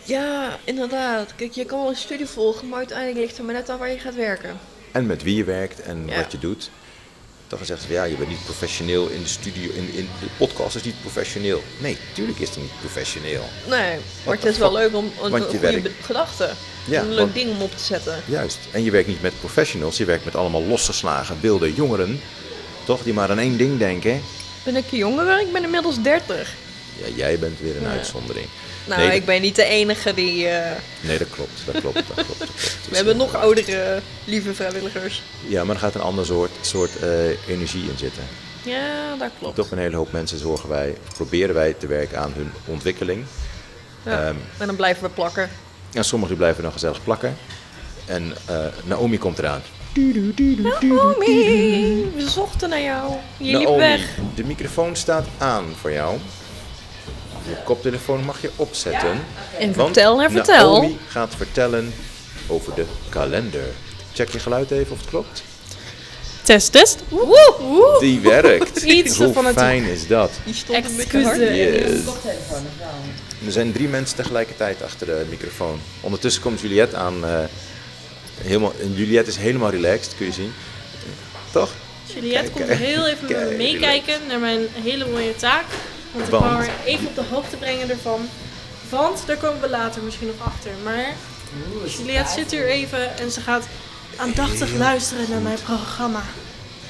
S2: Ja, inderdaad. Kijk, je kan wel een studie volgen, maar uiteindelijk ligt het maar net aan waar je gaat werken.
S1: En met wie je werkt en
S2: Ja.
S1: wat je doet. Dan gezegd ze, ja, je bent niet professioneel in de studio. In, in de podcast is niet professioneel. Nee, tuurlijk is het niet professioneel.
S2: Nee, maar het
S1: the
S2: is wel
S1: fuck?
S2: leuk om een,
S1: Want
S2: een
S1: je
S2: goede
S1: werkt.
S2: be- gedachte.
S1: Ja,
S2: een leuk
S1: want-
S2: ding om op te zetten.
S1: Juist. En je werkt niet met professionals. Je werkt met allemaal losgeslagen, wilde jongeren. Toch? Die maar aan één ding denken.
S2: Ben ik een jongere? Ik ben inmiddels 30.
S1: Ja, jij bent weer een
S2: Ja.
S1: uitzondering.
S2: Nou,
S1: Nee, dat-
S2: ik ben niet de enige die. eh,
S1: Nee, dat klopt. Dat klopt. Dat klopt, dat klopt.
S2: we hebben nog oudere lieve vrijwilligers.
S1: Ja, maar er gaat een ander soort, soort eh, energie in zitten.
S2: Ja, dat klopt.
S1: Toch een hele hoop mensen zorgen wij, proberen wij te werken aan hun ontwikkeling.
S2: Ja.
S1: Ehm,
S2: en dan blijven we plakken.
S1: en sommigen die blijven nog zelfs plakken. En eh, Naomi komt eraan.
S2: Naomi, we zochten naar jou. Je liep
S1: Naomi,
S2: weg.
S1: de microfoon staat aan voor jou. Je koptelefoon mag je opzetten.
S2: En
S1: want
S2: vertel haar, vertel.
S1: Naomi gaat vertellen over de kalender. Check je geluid even of het klopt.
S4: Test, test.
S2: Woe, woe.
S1: Mhm. Die werkt.
S4: Iets
S1: Hoe
S4: van het-
S1: fijn is dat?
S2: Die stond een beetje
S4: Excuse.
S2: hard.
S1: Yes. Er zijn drie mensen tegelijkertijd achter de microfoon. Ondertussen komt Juliette aan. eh, helemaal, en Juliette is helemaal relaxed, kun je zien. Toch?
S4: Juliette komt
S1: Kijk,
S4: heel even met me
S1: kijk.
S4: meekijken naar mijn hele mooie taak. Want ik
S1: Want?
S4: wou haar even op de hoogte brengen ervan. Want daar komen we later misschien nog achter. Maar Juliette zit hier even en ze gaat aandachtig luisteren naar mijn programma.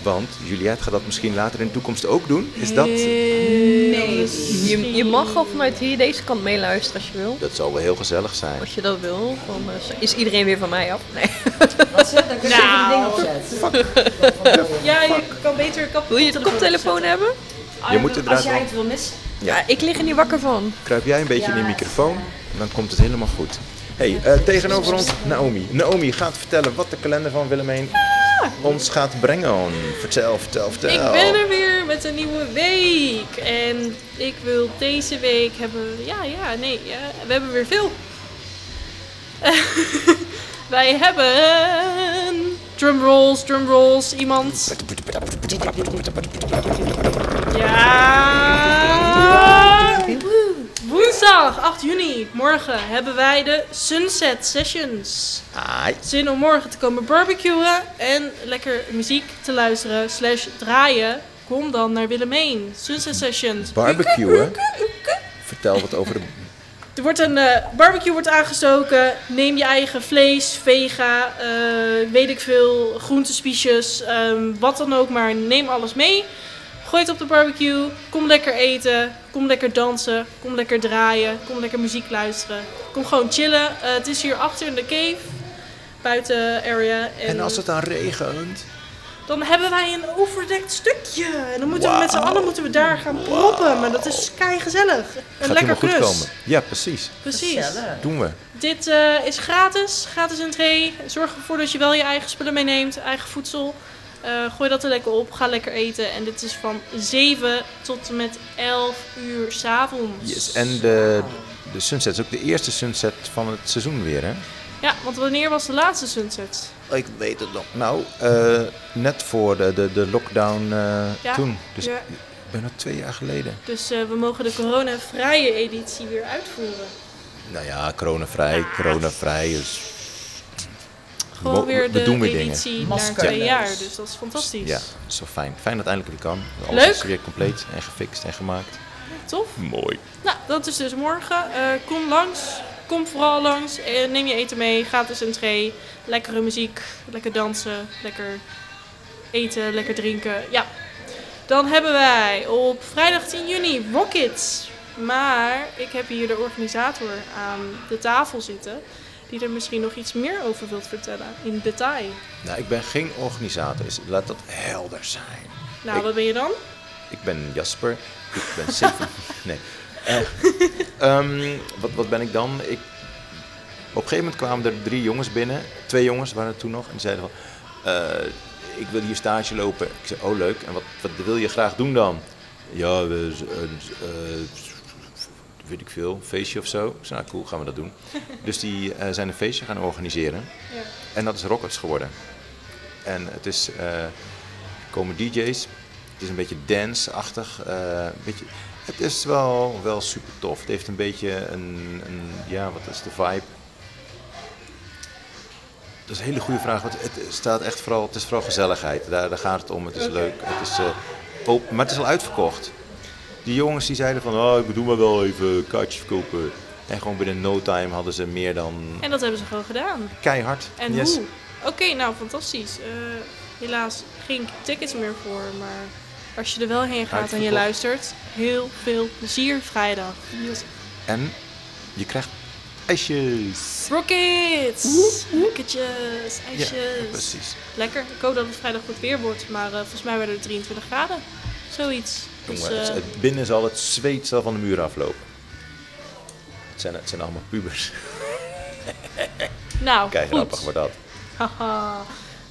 S1: Want Juliette gaat dat misschien later in de toekomst ook doen. Is dat?
S4: Nee.
S2: Je, je mag al vanuit hier deze kant meeluisteren als je wil.
S1: Dat zal wel heel gezellig zijn.
S2: Als je dat wil, dan eh, is iedereen weer van mij af. Nee. Nou.
S5: Dan kun je even die ding opzetten.
S4: Ja, je kan beter kap
S2: Wil je de koptelefoon hebben?
S1: Je moet inderdaad
S5: Als
S1: wel-
S5: jij het wil missen.
S1: Ja.
S2: Ja, ik lig er niet wakker van.
S1: Kruip jij een beetje in die microfoon, dan komt het helemaal goed. hey, eh, tegenover ons Naomi. Naomi gaat vertellen wat de kalender van Willemijn ons gaat brengen. Vertel, vertel, vertel.
S4: Ah! Ik ben er weer met een nieuwe week. En ik wil deze week hebben. Ja, ja, nee, ja, we hebben weer veel. Wij hebben. Drumrolls, drumrolls, iemand. Ja! Woensdag 8 juni, morgen, hebben wij de Sunset Sessions
S1: Hi.
S4: zin om morgen te komen barbecuen en lekker muziek te luisteren slash draaien, kom dan naar Willemijn. Sunset Sessions.
S1: Barbecuen. Vertel wat over de...
S4: Er wordt een eh, barbecue wordt aangestoken. Neem je eigen vlees, vega, eh, weet ik veel, groentespiesjes, ehm, wat dan ook. Maar neem alles mee. Gooi het op de barbecue. Kom lekker eten. Kom lekker dansen. Kom lekker draaien. Kom lekker muziek luisteren. Kom gewoon chillen. Eh, het is hier achter in de cave. Buiten area.
S1: En als het dan regent...
S4: Dan hebben wij een overdekt stukje. En dan moeten we
S1: Wauw.
S4: met z'n allen moeten we daar gaan proppen. Maar dat is kei gezellig. En
S1: Gaat
S4: lekker
S1: helemaal
S4: knus.
S1: goed komen. Ja, precies.
S4: Precies.
S5: Gezellig.
S1: Doen we.
S4: Dit eh, is gratis. Gratis entree. Zorg ervoor dat je wel je eigen spullen meeneemt. Eigen voedsel. Eh, gooi dat er lekker op. Ga lekker eten. En dit is van 7 tot en met 11 uur s'avonds.
S1: Yes. En de, de sunset is ook de eerste sunset van het seizoen weer, hè?
S4: Ja, want wanneer was de laatste sunset?
S1: Ik weet het nog. Nou, eh, net voor de, de, de lockdown eh,
S4: Ja,
S1: toen. Dus
S4: ja.
S1: bijna twee jaar geleden.
S4: Dus eh, we mogen de corona-vrije editie weer uitvoeren.
S1: Nou ja, coronavrij, coronavrij is...
S4: Gewoon
S1: Mo-
S4: weer
S1: we
S4: de
S1: doen weer dingen.
S4: editie naar
S5: Masker.
S4: twee jaar. Dus dat is fantastisch.
S1: Ja, zo fijn. Fijn dat het eindelijk weer kan. Alles
S4: Leuk.
S1: is weer compleet en gefixt en gemaakt.
S4: Tof.
S1: Mooi.
S4: Nou, dat is dus morgen. Eh, kom langs. Kom vooral langs. Eh, neem je eten mee. Gratis entree. Lekkere muziek. Lekker dansen. Lekker eten. Lekker drinken. Ja. Dan hebben wij op vrijdag 10 juni Rockets. Maar ik heb hier de organisator aan de tafel zitten. Die er misschien nog iets meer over wilt vertellen. In detail.
S1: Nou, ik ben geen organisator, dus laat dat helder zijn.
S4: Nou,
S1: Ik-
S4: wat ben je dan?
S1: Ik ben Jasper. Ik ben Sylvie. nee. Eh, ehm, wat, wat ben ik dan? Ik, op een gegeven moment kwamen er drie jongens binnen. Twee jongens waren er toen nog. En die zeiden van, eh, ik wil hier stage lopen. Ik zei, oh leuk. En wat, wat wil je graag doen dan? Ja, we, eh, eh, weet ik veel, feestje of zo. Ik zei, nou cool, gaan we dat doen. Dus die eh, zijn een feestje gaan organiseren.
S4: Ja.
S1: En dat is Rockets geworden. En het is, eh, er komen DJ's. Het is een beetje dance-achtig. eh, een beetje, het is wel, wel super tof. Het heeft een beetje een, een ja, wat is de vibe? Dat is een hele goede vraag. Want het staat echt vooral, het is vooral gezelligheid. Daar, daar gaat het om. Het is leuk. Het is, eh, open, maar het is al uitverkocht. Die jongens die zeiden van, oh, ik doe maar wel even kaartjes verkopen. En gewoon binnen no time hadden ze meer dan
S4: En dat hebben ze gewoon gedaan.
S1: keihard.
S4: En
S1: Yes.
S4: hoe? Oké, nou fantastisch. Eh, helaas geen tickets meer voor, maar als je er wel heen gaat en je
S1: Uitverkocht.
S4: luistert, heel veel plezier vrijdag.
S1: En je krijgt ijsjes.
S4: Rockets! Rocketjes, ijsjes.
S1: Precies.
S4: Lekker, ik hoop dat het vrijdag goed weer wordt, maar eh, volgens mij werden het 23 graden. Zoiets. Dus,
S1: Jongen, het-
S4: eh,
S1: het- binnen zal het zweet zal van de muur aflopen. Het zijn, het zijn allemaal pubers.
S4: nou,
S1: Kijk,
S4: goed.
S1: grappig wordt dat.
S4: Haha.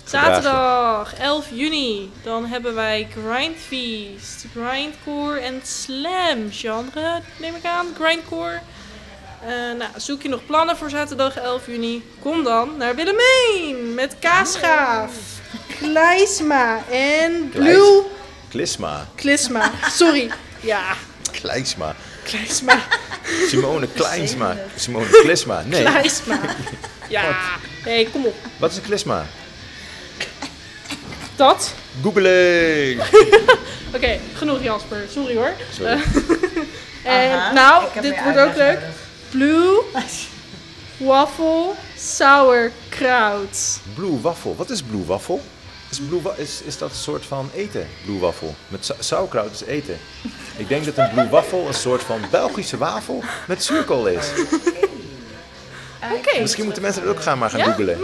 S1: Gedraag je.
S4: Zaterdag 11 juni, dan hebben wij Grindfeest, Grindcore en Slam genre, neem ik aan, Grindcore. Eh, nou, zoek je nog plannen voor zaterdag 11 juni? Kom dan naar Willemijn met Kaasgaaf, Kleisma en
S1: Kleis-
S4: Blue
S1: Klisma.
S4: Klisma. Sorry, ja,
S1: Klijsma.
S4: Kleisma,
S1: Simone Kleinsma. Simone Klisma. Nee,
S4: Kleisma. Ja, nee, kom op.
S1: wat is een klisma?
S4: Dat.
S1: Googelen!
S4: Oké, genoeg Jasper, sorry hoor.
S1: Sorry.
S4: En
S5: Aha, ik
S4: nou,
S5: heb
S4: dit
S5: meer
S4: wordt ook
S5: uitleg
S4: leuk. Blue Waffle Sauerkraut.
S1: Blue waffel. Wat is blue waffel? Is, blue wa- is, is dat een soort van eten? Blue waffel. Met sau- sauerkraut is eten. Ik denk dat een blue waffel een soort van Belgische wafel met zuurkool is.
S4: Oké,
S1: Misschien moeten mensen dat ook gaan maar gaan
S4: Ja? Hmm.
S1: googelen.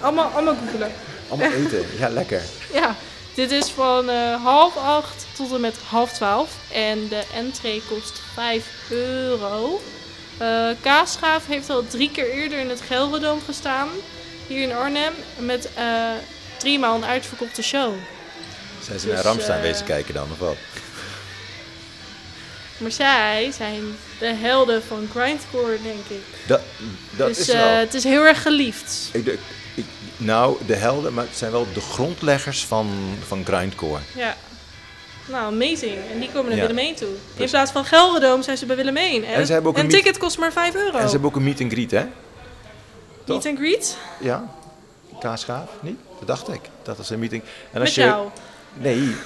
S4: allemaal, allemaal googelen.
S1: Allemaal eten. Ja, lekker.
S4: Ja, dit is van eh, half acht tot en met half twaalf. En de entree kost 5 euro. Eh Kaasgaaf heeft al drie keer eerder in het Gelredome gestaan. Hier in Arnhem. Met eh drie maal een uitverkochte show.
S1: Zijn ze
S4: Dus,
S1: naar Ramstein
S4: eh,
S1: wezen kijken dan of wat?
S4: Maar zij zijn de helden van Grindcore, denk ik.
S1: Dat, dat
S4: dus
S1: is
S4: eh,
S1: wel.
S4: het is heel erg geliefd.
S1: Ik, denk- ik, nou, de helden, maar het zijn wel de grondleggers van, van grindcore.
S4: Ja. Nou, amazing. En die komen naar
S1: Ja. Dus-
S4: Willemijn toe. In plaats van Gelredome zijn ze bij Willemijn. En,
S1: En ze hebben ook
S4: een
S1: een meet-
S4: ticket kost maar 5 euro.
S1: En ze hebben ook een meet and greet, hè?
S4: Meet and greet
S1: Ja. Kaasgaaf, niet? Dat dacht ik. Dat is een meeting. En
S4: met jou.
S1: Nee.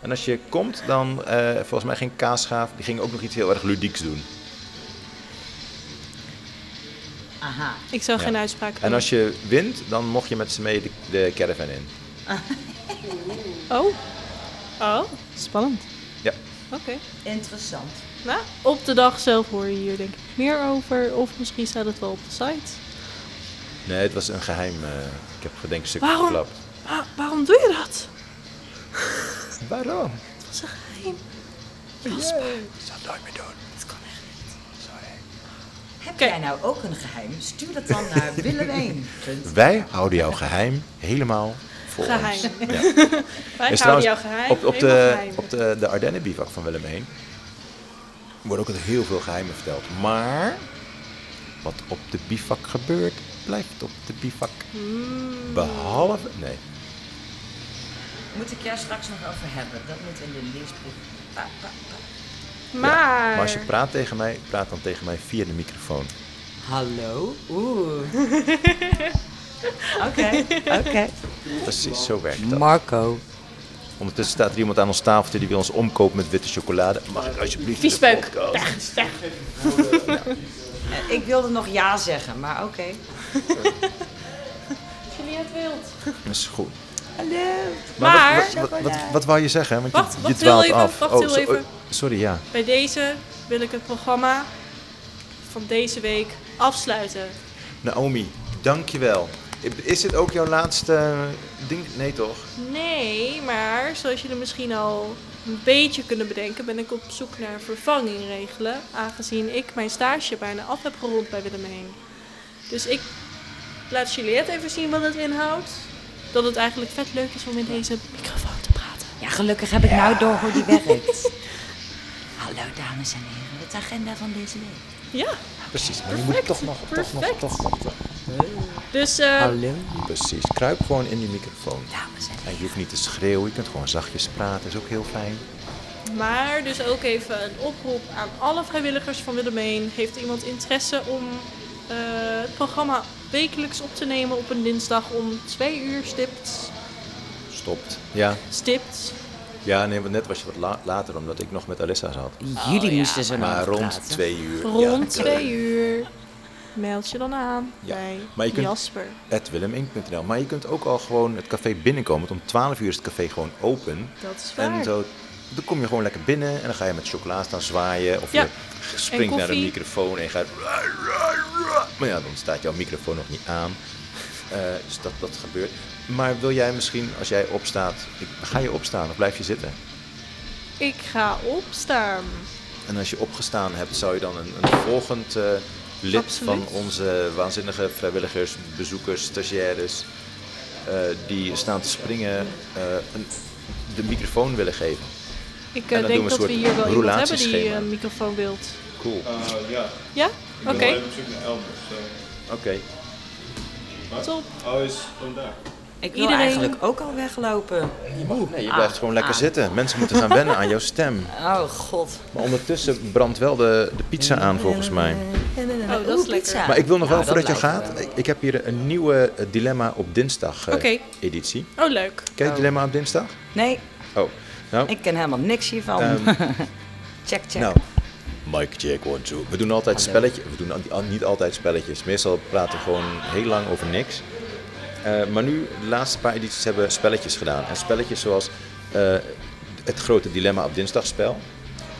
S1: En als je komt, dan eh, volgens mij ging Kaasgaaf, die ging ook nog iets heel erg ludieks doen.
S5: Aha.
S4: Ik zal
S1: Ja.
S4: geen uitspraak
S1: En
S4: doen.
S1: als je wint, dan mocht je met ze mee de, de caravan in.
S4: Oh. Oh. Spannend.
S1: Ja.
S4: Oké.
S5: Interessant.
S4: Nou, op de dag zelf hoor je hier denk ik meer over. Of misschien staat het wel op de site.
S1: Nee, het was een geheim. eh, ik heb gedenkstuk
S4: Waarom?
S1: geklapt.
S4: Wa- Ah, waarom doe je dat?
S1: Waarom?
S4: Het was een geheim.
S1: Ik zou het nooit meer doen.
S4: Het kan echt niet.
S1: Sorry.
S5: Heb
S4: Oké.
S5: jij nou ook een geheim? Stuur dat dan naar Willemijn.
S1: Wij houden jouw geheim helemaal voor
S4: Geheim.
S1: ons. Ja.
S4: Wij
S1: Is
S4: houden
S1: trouwens
S4: jouw geheim.
S1: Op, op,
S4: helemaal
S1: de,
S4: geheim.
S1: op de, de Ardennen bivak van Willem heen worden ook heel veel geheimen verteld. Maar wat op de bivak gebeurt, blijft op de bivak.
S4: Hmm.
S1: Behalve. Nee.
S5: Moet ik jou straks nog over hebben? Dat moet in de leesbrief. Pa, pa, pa.
S4: Maar...
S1: Maar als je praat tegen mij, praat dan tegen mij via de microfoon.
S5: Hallo? Oeh. Oké, oké.
S1: Precies, zo werkt dat.
S5: Marco.
S1: Ondertussen staat er iemand aan ons tafeltje die wil ons omkopen met witte chocolade. Mag ik alsjeblieft de
S4: Viespeuk.
S1: podcast?
S4: Weg, weg.
S5: Eh, Ik wilde nog ja zeggen, maar oké.
S4: Als jullie het wilt.
S1: Dat is goed.
S5: Hallo.
S1: Maar
S4: Maar-
S1: wat, wat, wat, wat, wat wou je zeggen? Want
S4: Wacht,
S1: je, je
S4: wacht heel
S1: dwaalt
S4: even,
S1: af.
S4: wacht
S1: oh,
S4: heel
S1: zo-
S4: even.
S1: oh, sorry, ja.
S4: Bij deze wil ik het programma van deze week afsluiten.
S1: Naomi, dankjewel. Is dit ook jouw laatste eh, ding? Nee toch?
S4: Nee, maar zoals jullie misschien al een beetje kunnen bedenken, ben ik op zoek naar vervanging regelen. Aangezien ik mijn stage bijna af heb gerond bij Willemijn. Dus ik laat Juliette even zien wat het inhoudt. Dat het eigenlijk vet leuk is om in deze microfoon te praten.
S5: Ja, gelukkig heb ik nou door hoe die werkt. Hallo dames en heren, het agenda van deze week.
S4: Ja,
S1: Precies, maar
S4: perfect. perfect. Dus eh,
S1: Precies, kruip gewoon in die microfoon.
S5: Dames en heren.
S1: En je hoeft niet te schreeuwen, je kunt gewoon zachtjes praten, is ook heel fijn.
S4: Maar dus ook even een oproep aan alle vrijwilligers van Willemijn. Heeft iemand interesse om eh, het programma wekelijks op te nemen op een dinsdag om twee uur stipt?
S1: Stopt. Ja,
S4: Stipt.
S1: ja nee, want net was je wat la- later, omdat ik nog met Alissa zat.
S5: Jullie moesten zo
S1: Maar
S5: lang
S1: rond
S5: praten.
S1: twee uur.
S4: Oh, Rond twee uur. Meld je dan aan
S1: Ja,
S4: bij
S1: maar je kunt-
S4: Jasper.
S1: Willem1.nl. Maar je kunt ook al gewoon het café binnenkomen, want om 12 uur is het café gewoon open.
S4: Dat is waar.
S1: En zo, dan kom je gewoon lekker binnen en dan ga je met chocola staan zwaaien. Of
S4: Ja.
S1: je springt
S4: En
S1: naar de
S4: koffie.
S1: microfoon en gaat... Maar ja, dan staat jouw microfoon nog niet aan. Eh, dus dat, dat gebeurt. Maar wil jij misschien, als jij opstaat... Ik, ga je opstaan of blijf je zitten?
S4: Ik ga opstaan.
S1: En als je opgestaan hebt, zou je dan een, een volgend eh, lid
S4: Absoluut.
S1: van onze waanzinnige vrijwilligers, bezoekers, stagiaires, eh, die staan te springen, eh, een- de microfoon willen geven.
S4: Ik
S1: dan doen we
S4: eh,
S1: een
S4: denk dat
S1: soort
S4: we hier wel iemand hebben die
S1: roulatieschema.
S4: eh, een microfoon wilt.
S1: Cool.
S6: Eh, ja,
S4: Ja?
S6: ik
S4: Oké,
S6: ben wel even op zoek naar Elmer. zo.
S1: Oké.
S6: Wat?
S4: top.
S6: Oh, is vandaag.
S5: Ik wil
S4: Iedereen-
S5: eigenlijk ook al weglopen.
S1: Nee, je blijft
S5: Ah,
S1: gewoon lekker
S5: ah.
S1: zitten. Mensen moeten gaan wennen aan jouw stem.
S5: Oh god.
S1: Maar ondertussen brandt wel de, de pizza aan volgens mij.
S4: Oh, dat is lekker.
S1: Maar ik wil nog wel,
S5: Nou, dat
S1: voordat je
S5: lijkt
S1: gaat, ik, ik heb hier een nieuwe eh, Dilemma op dinsdag eh,
S4: Oké.
S1: editie.
S4: Oh, leuk.
S1: Ken je
S5: Oh.
S1: Dilemma op dinsdag?
S5: Nee,
S1: Oh, nou.
S5: ik ken helemaal niks hiervan.
S1: ehm,
S5: check, check.
S1: Nou, Mike, check, one, two. We doen altijd
S5: Hallo.
S1: spelletjes. We doen al- al- niet altijd spelletjes. Meestal praten we gewoon heel lang over niks. Eh, maar nu, de laatste paar edities hebben we spelletjes gedaan. En spelletjes zoals eh, het grote dilemma op dinsdagspel.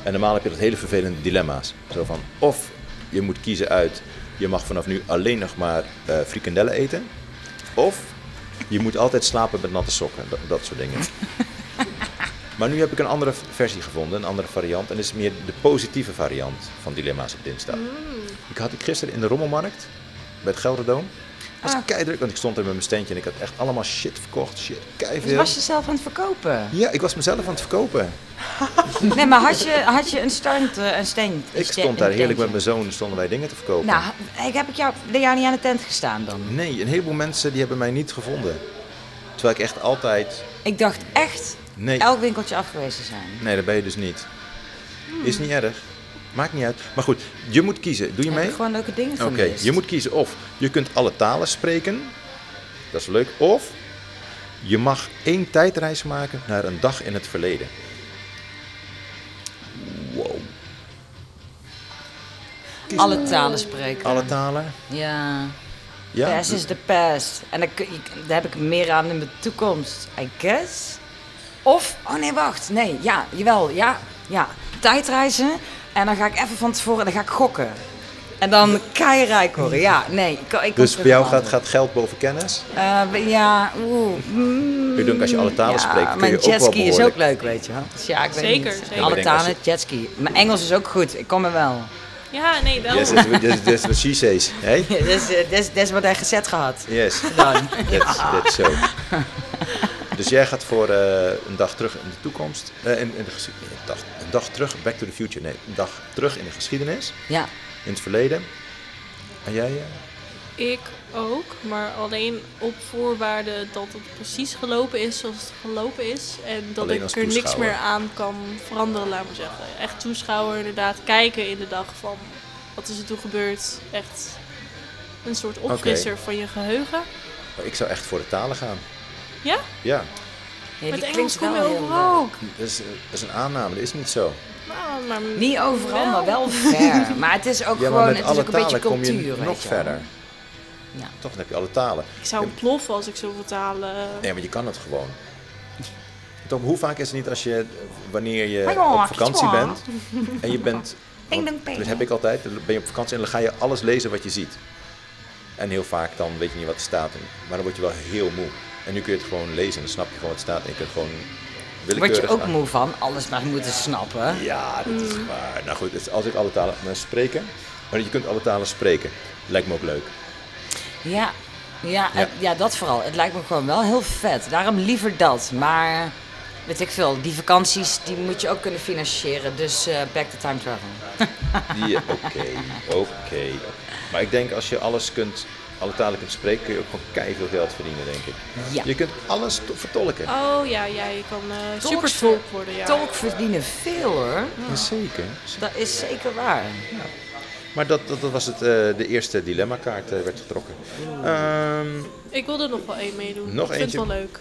S1: En normaal heb je dat hele vervelende dilemma's. Zo van, of je moet kiezen uit, je mag vanaf nu alleen nog maar eh, frikandellen eten. Of je moet altijd slapen met natte sokken. Dat, dat soort dingen. Maar nu heb ik een andere v- versie gevonden, een andere variant. En dit is meer de positieve variant van Dilemma's op dinsdag.
S5: Mm.
S1: Ik had ik gisteren in de Rommelmarkt, bij het Gelderdoom. Het
S5: Ah.
S1: was keidruk, want ik stond er met mijn standje en ik had echt allemaal shit verkocht. Shit,
S5: Dus
S1: keiveel.
S5: was je zelf aan het verkopen?
S1: Ja, ik was mezelf aan het verkopen.
S5: Nee, maar had je, had je een stand, eh, een stand?
S1: Ik stond daar heerlijk met mijn zoon, stonden wij dingen te verkopen.
S5: Nou, ik heb ik jou, ben jou niet aan de tent gestaan dan?
S1: Nee, een heleboel mensen die hebben mij niet gevonden. Terwijl ik echt altijd...
S5: Ik dacht echt
S1: Nee,
S5: elk winkeltje afgewezen zijn.
S1: nee dat ben je dus niet. Hmm. Is niet erg. Maakt niet uit. Maar goed, je moet kiezen. Doe je
S5: Heb
S1: mee?
S5: ik gewoon leuke dingen
S1: Oké,
S5: gemist.
S1: je moet kiezen of je kunt alle talen spreken, dat is leuk, of je mag één tijdreis maken naar een dag in het verleden. Wow. Kies
S5: alle
S1: maar.
S5: talen spreken.
S1: alle talen?
S5: Ja.
S1: Ja.
S5: Past is the past. En dan kun je- daar heb ik meer aan in de toekomst, I guess. Of, oh nee, wacht. Nee, ja, jawel, ja, ja. Tijdreizen. En dan ga ik even van tevoren, dan ga ik gokken. En dan keirijk worden. Ja, nee. Ik, ik kom
S1: Dus
S5: terug
S1: bij jou
S5: op
S1: gaat,
S5: andere.
S1: gaat geld boven kennis?
S5: Eh, ja, oeh. mm,
S1: Ik denk als je alle talen
S5: ja,
S1: spreekt, kun
S5: mijn
S1: je ook wel
S5: jetski is
S1: behoorlijk-
S5: ook leuk, weet je wel. Dus ja, ik weet
S4: Zeker,
S5: niet.
S4: zeker.
S1: Ik
S5: Alle
S1: denk als
S5: talen,
S1: je-
S5: jetski. Mijn Engels is ook goed. Ik kom er wel.
S4: Ja, nee, wel.
S1: Yes, that's, that's, that's what she says. Hey?
S5: Dat is, eh, dat is- dat is wat hij gezet gehad.
S1: Yes,
S5: Dan.
S1: that's, that's so. Dus jij gaat voor eh, een dag terug in de toekomst. eh, in, in de geschiedenis. Een dag, een dag terug, back to the future. Nee, een dag terug in de geschiedenis.
S5: Ja.
S1: in het verleden. En jij? eh?
S4: Ik ook, maar alleen op voorwaarde dat het precies gelopen is zoals het gelopen is. En dat
S1: Alleen als
S4: ik er niks
S1: toeschouwer.
S4: meer aan kan veranderen, laat maar zeggen. Echt toeschouwer, inderdaad. Kijken in de dag van wat is er toen gebeurd. Echt een soort opfrisser van je geheugen.
S1: Oh, Ik zou echt voor de talen gaan.
S4: Ja?
S1: Ja,
S5: Ja, die
S4: Met Engels
S5: klinkt
S4: kom je
S5: wel heel
S4: overal. ook.
S1: dat is, eh, dat is een aanname, dat is niet zo.
S4: Nou, maar
S5: Niet overal,
S4: Wel.
S5: maar wel ver. Maar het is ook
S1: ja, maar
S5: gewoon,
S1: met
S5: het is
S1: alle
S5: ook een beetje
S1: talen kom
S5: cultuur.
S1: je
S5: weet
S1: nog
S5: je wel.
S1: verder.
S5: Ja.
S1: Toch dan heb je alle talen.
S4: ik zou ontploffen als ik zoveel talen...
S1: Nee, maar je kan het gewoon. Tom, hoe vaak is het niet als je, eh, wanneer
S5: Maar
S1: je Eh,
S5: joh,
S1: op vakantie
S5: het is
S1: bent en je bent, want
S5: denk bij
S1: dat
S5: je.
S1: heb ik altijd, dan ben je op vakantie en dan ga je alles lezen wat je ziet. En heel vaak dan weet je niet wat er staat, en- maar dan word je wel heel moe. En nu kun je het gewoon lezen en dan snap je gewoon wat er staat en je kunt gewoon
S5: Word
S1: willekeurig
S5: je ook
S1: aan-
S5: moe van, alles maar moeten snappen.
S1: Ja, dat is
S5: Mm.
S1: waar. Nou goed, dus als ik alle talen maar spreken. Maar je kunt alle talen spreken. Lijkt me ook leuk.
S5: Ja, ja,
S1: Ja.
S5: ja. ja, dat vooral. Het lijkt me gewoon wel heel vet. Daarom liever dat. Maar, weet ik veel, die vakanties die moet je ook kunnen financieren. Dus eh, back to time travel.
S1: Ja, eh, Oké, oké. Maar ik denk als je alles kunt, alle talen kunt spreken, kun je ook gewoon keihard geld verdienen, denk ik.
S5: Ja.
S1: Je kunt alles to- vertolken.
S4: Oh ja, ja, je kan eh
S5: Tolk-
S4: super tolk worden, ja.
S5: Tolk verdienen veel hoor.
S1: Jazeker.
S5: Dat is zeker waar.
S1: Maar dat, dat, dat was het, eh, de eerste dilemma-kaart eh, werd getrokken. Ehm,
S4: Ik wil er nog wel één meedoen.
S1: Nog
S4: ik vind het
S1: eentje.
S4: wel leuk.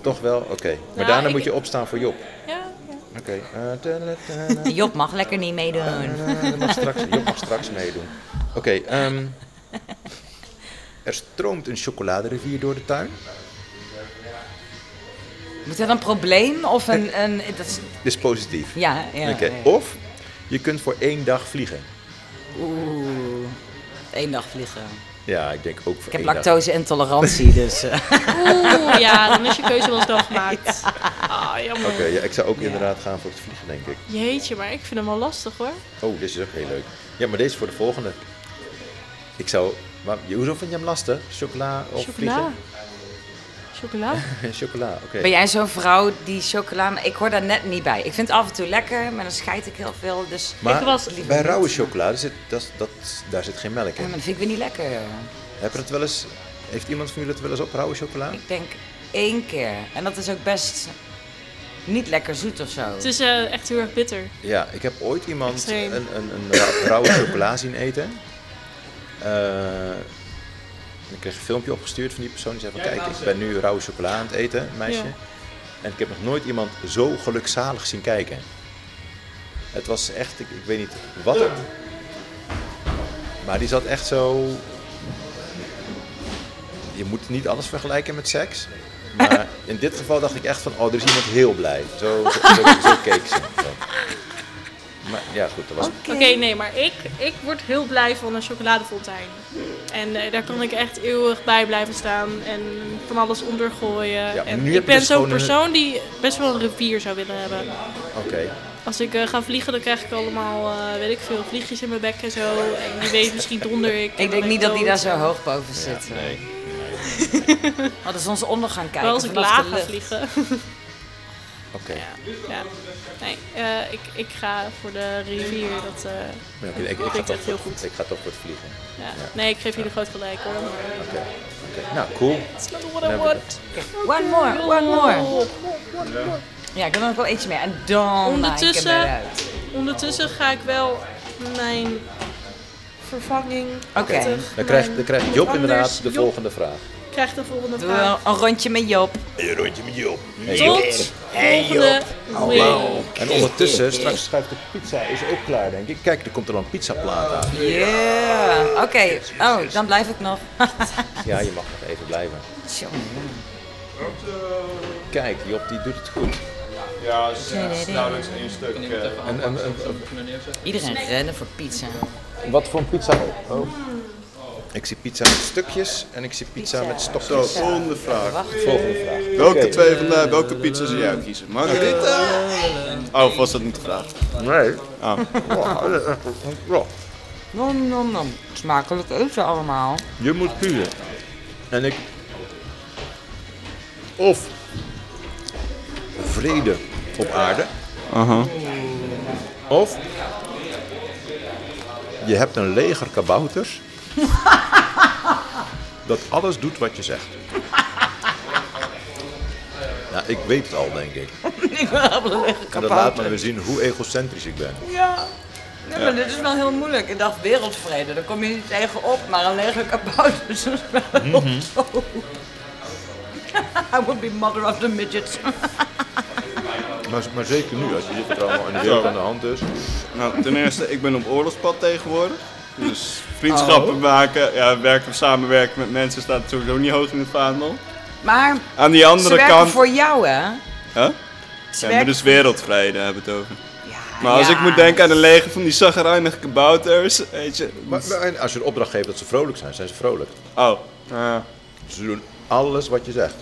S1: toch wel? Oké. Maar
S4: Nou,
S1: daarna
S4: ik-
S1: moet je opstaan voor Job.
S4: Ja, ja.
S1: Oké. eh, tadadadada.
S5: Job mag lekker niet meedoen.
S1: Eh, dat mag straks, Job mag straks meedoen. Oké, ehm, er stroomt een chocoladerivier door de tuin.
S5: Moet dat een probleem of een... een dat is,
S1: Dit is positief.
S5: ja, ja.
S1: Oké,
S5: ja.
S1: Of je kunt voor één dag vliegen.
S5: Oeh, één dag vliegen.
S1: Ja, ik denk ook voor
S5: Ik heb
S1: één dag.
S5: lactose-intolerantie, dus... eh,
S4: Oeh, ja, dan is je keuze wel eens dan gemaakt. Ah, jammer.
S1: Oké, ja, ik zou ook inderdaad gaan voor het vliegen, denk ik.
S4: Jeetje, maar ik vind hem wel lastig hoor.
S1: Oh, dit is ook heel leuk. Ja, maar deze is voor de volgende. Ik zou... Maar, hoezo vind je hem lastig? Chocola of
S4: Chocola. Chocola?
S1: vliegen? Chocola, oké.
S5: Ben jij zo'n vrouw die chocola... Ik hoor daar net niet bij. Ik vind het af en toe lekker, maar dan scheid ik heel veel. Dus
S1: Maar
S4: Ik was-
S1: bij rauwe chocola, daar zit, dat, dat, daar zit geen melk
S5: ja, maar
S1: in.
S5: dat vind ik weer niet lekker.
S1: Heb je dat wel eens, heeft iemand van jullie dat wel eens op, rauwe chocola?
S5: Ik denk één keer. En dat is ook best niet lekker zoet of zo.
S4: Het is eh, echt heel erg bitter.
S1: Ja, ik heb ooit iemand
S4: Extreem.
S1: een, een, een ra- rauwe chocola zien eten. Eh, en ik kreeg een filmpje opgestuurd van die persoon. Die zei van, kijk, ik ben nu rauwe chocola aan het eten, meisje.
S4: Ja.
S1: En ik heb nog nooit iemand zo gelukzalig zien kijken. Het was echt, ik, ik weet niet wat het... Maar die zat echt zo... Je moet niet alles vergelijken met seks. Maar in dit geval dacht ik echt van, oh, er is iemand heel blij. Zo, zo, zo- zo keek ze. Zo. Maar ja, goed, dat was...
S4: Oké, nee, maar ik, ik word heel blij van een chocoladefontein. En eh, daar kan ik echt eeuwig bij blijven staan en van alles ondergooien.
S1: maar nu
S4: en
S1: heb
S4: ik
S1: je
S4: ben
S1: dus
S4: zo'n
S1: gewoon een-
S4: persoon die best wel een rivier zou willen hebben.
S1: Oké.
S4: Als ik eh, ga vliegen, dan krijg ik allemaal, eh, weet ik veel, vliegjes in mijn bek en zo. En wie weet, misschien donder ik. en
S5: Ik
S4: dan
S5: denk
S4: ben
S5: niet dat die daar
S4: dood.
S5: zo hoog boven zit.
S1: Nee.
S5: Maar dat is onze ondergang kijken.
S4: Wel als ik
S5: vanaf
S4: laag
S5: de
S4: ga
S5: lucht.
S4: vliegen.
S1: Oké.
S4: Ja. Nee, eh, ik, ik ga voor de rivier. Dat, eh,
S1: Ja, oké, ik, ik, ga
S4: Klinkt
S1: toch
S4: echt heel
S1: voor,
S4: goed.
S1: ik ga toch voor het vliegen.
S4: ja. Nee, ik geef jullie groot gelijk hoor.
S1: Oké. oké. Nou, cool.
S4: It's not what I
S1: Nou,
S4: want.
S5: One more, one more. Oh Ja, ik wil er nog wel eentje meer. En dan
S4: Ondertussen-
S5: maak ik hem eruit.
S4: Ondertussen ga ik wel mijn vervanging.
S5: Oké.
S1: Dan krijgt, dan krijgt Job inderdaad de volgende vraag.
S4: Krijgt de volgende
S5: Doen we wel
S4: vraag.
S5: een rondje met Job.
S1: Een rondje met Job.
S4: Tot volgende week.
S1: Oh. En ondertussen, straks schuift de pizza is ook klaar, denk ik. Kijk, er komt er al een pizzaplaat aan.
S5: Yeah. Oké. Oh, dan blijf ik nog.
S1: Ja, je mag nog even blijven.
S5: Tjonge,
S1: Kijk, Job die doet het goed.
S6: Ja, dus, ja, het is nauwelijks één stuk. eh,
S1: En, en, en-
S5: Iedereen rennen voor pizza.
S1: wat voor een pizza? Oh. Ik zie pizza met stukjes en ik zie pizza, met
S6: Zo,
S1: stokjes.
S6: volgende vraag.
S1: Volgende vraag.
S6: Welke
S1: Oké.
S6: twee van de, welke pizza zou jij kiezen? Margarita? Oh, of was dat niet de vraag?
S1: Nee.
S6: Ah.
S1: Ja.
S5: Nom nom nom. Smakelijk eten allemaal.
S1: Je moet kiezen. En ik. Of vrede op aarde.
S6: Aha.
S1: Of je hebt een leger kabouters. dat alles doet wat je zegt. Nou, ik weet het al, denk ik.
S5: ik wil helemaal lekker
S1: Maar dat laat maar weer zien hoe egocentrisch ik ben.
S5: Ja. Nee, maar dit is wel heel moeilijk. Ik dacht wereldvrede, daar kom je niet tegen op, maar een lege kabouter is wel zo. I would be mother of the midgets.
S1: Maar, maar zeker nu, als je dit allemaal in de wereld aan de hand is.
S6: Nou, ten eerste, ik ben op oorlogspad tegenwoordig. Dus
S1: Oh.
S6: vriendschappen maken, ja, werken, samenwerken met mensen staat sowieso niet hoog in het vaandel.
S5: Maar
S6: Aan die
S5: ze
S6: andere
S5: werken
S6: kant.
S5: voor jou, hè? Ze
S6: Huh? Ja, maar
S5: werken-
S6: dus wereldvrede hebben we het over.
S5: Ja,
S6: Maar als
S5: ja.
S6: ik moet denken aan een leger van die zagrijnige kabouters, weet je.
S1: Maar, maar- en als je een opdracht geeft dat ze vrolijk zijn, zijn ze vrolijk.
S6: Oh. ja.
S1: Ze doen alles wat je zegt.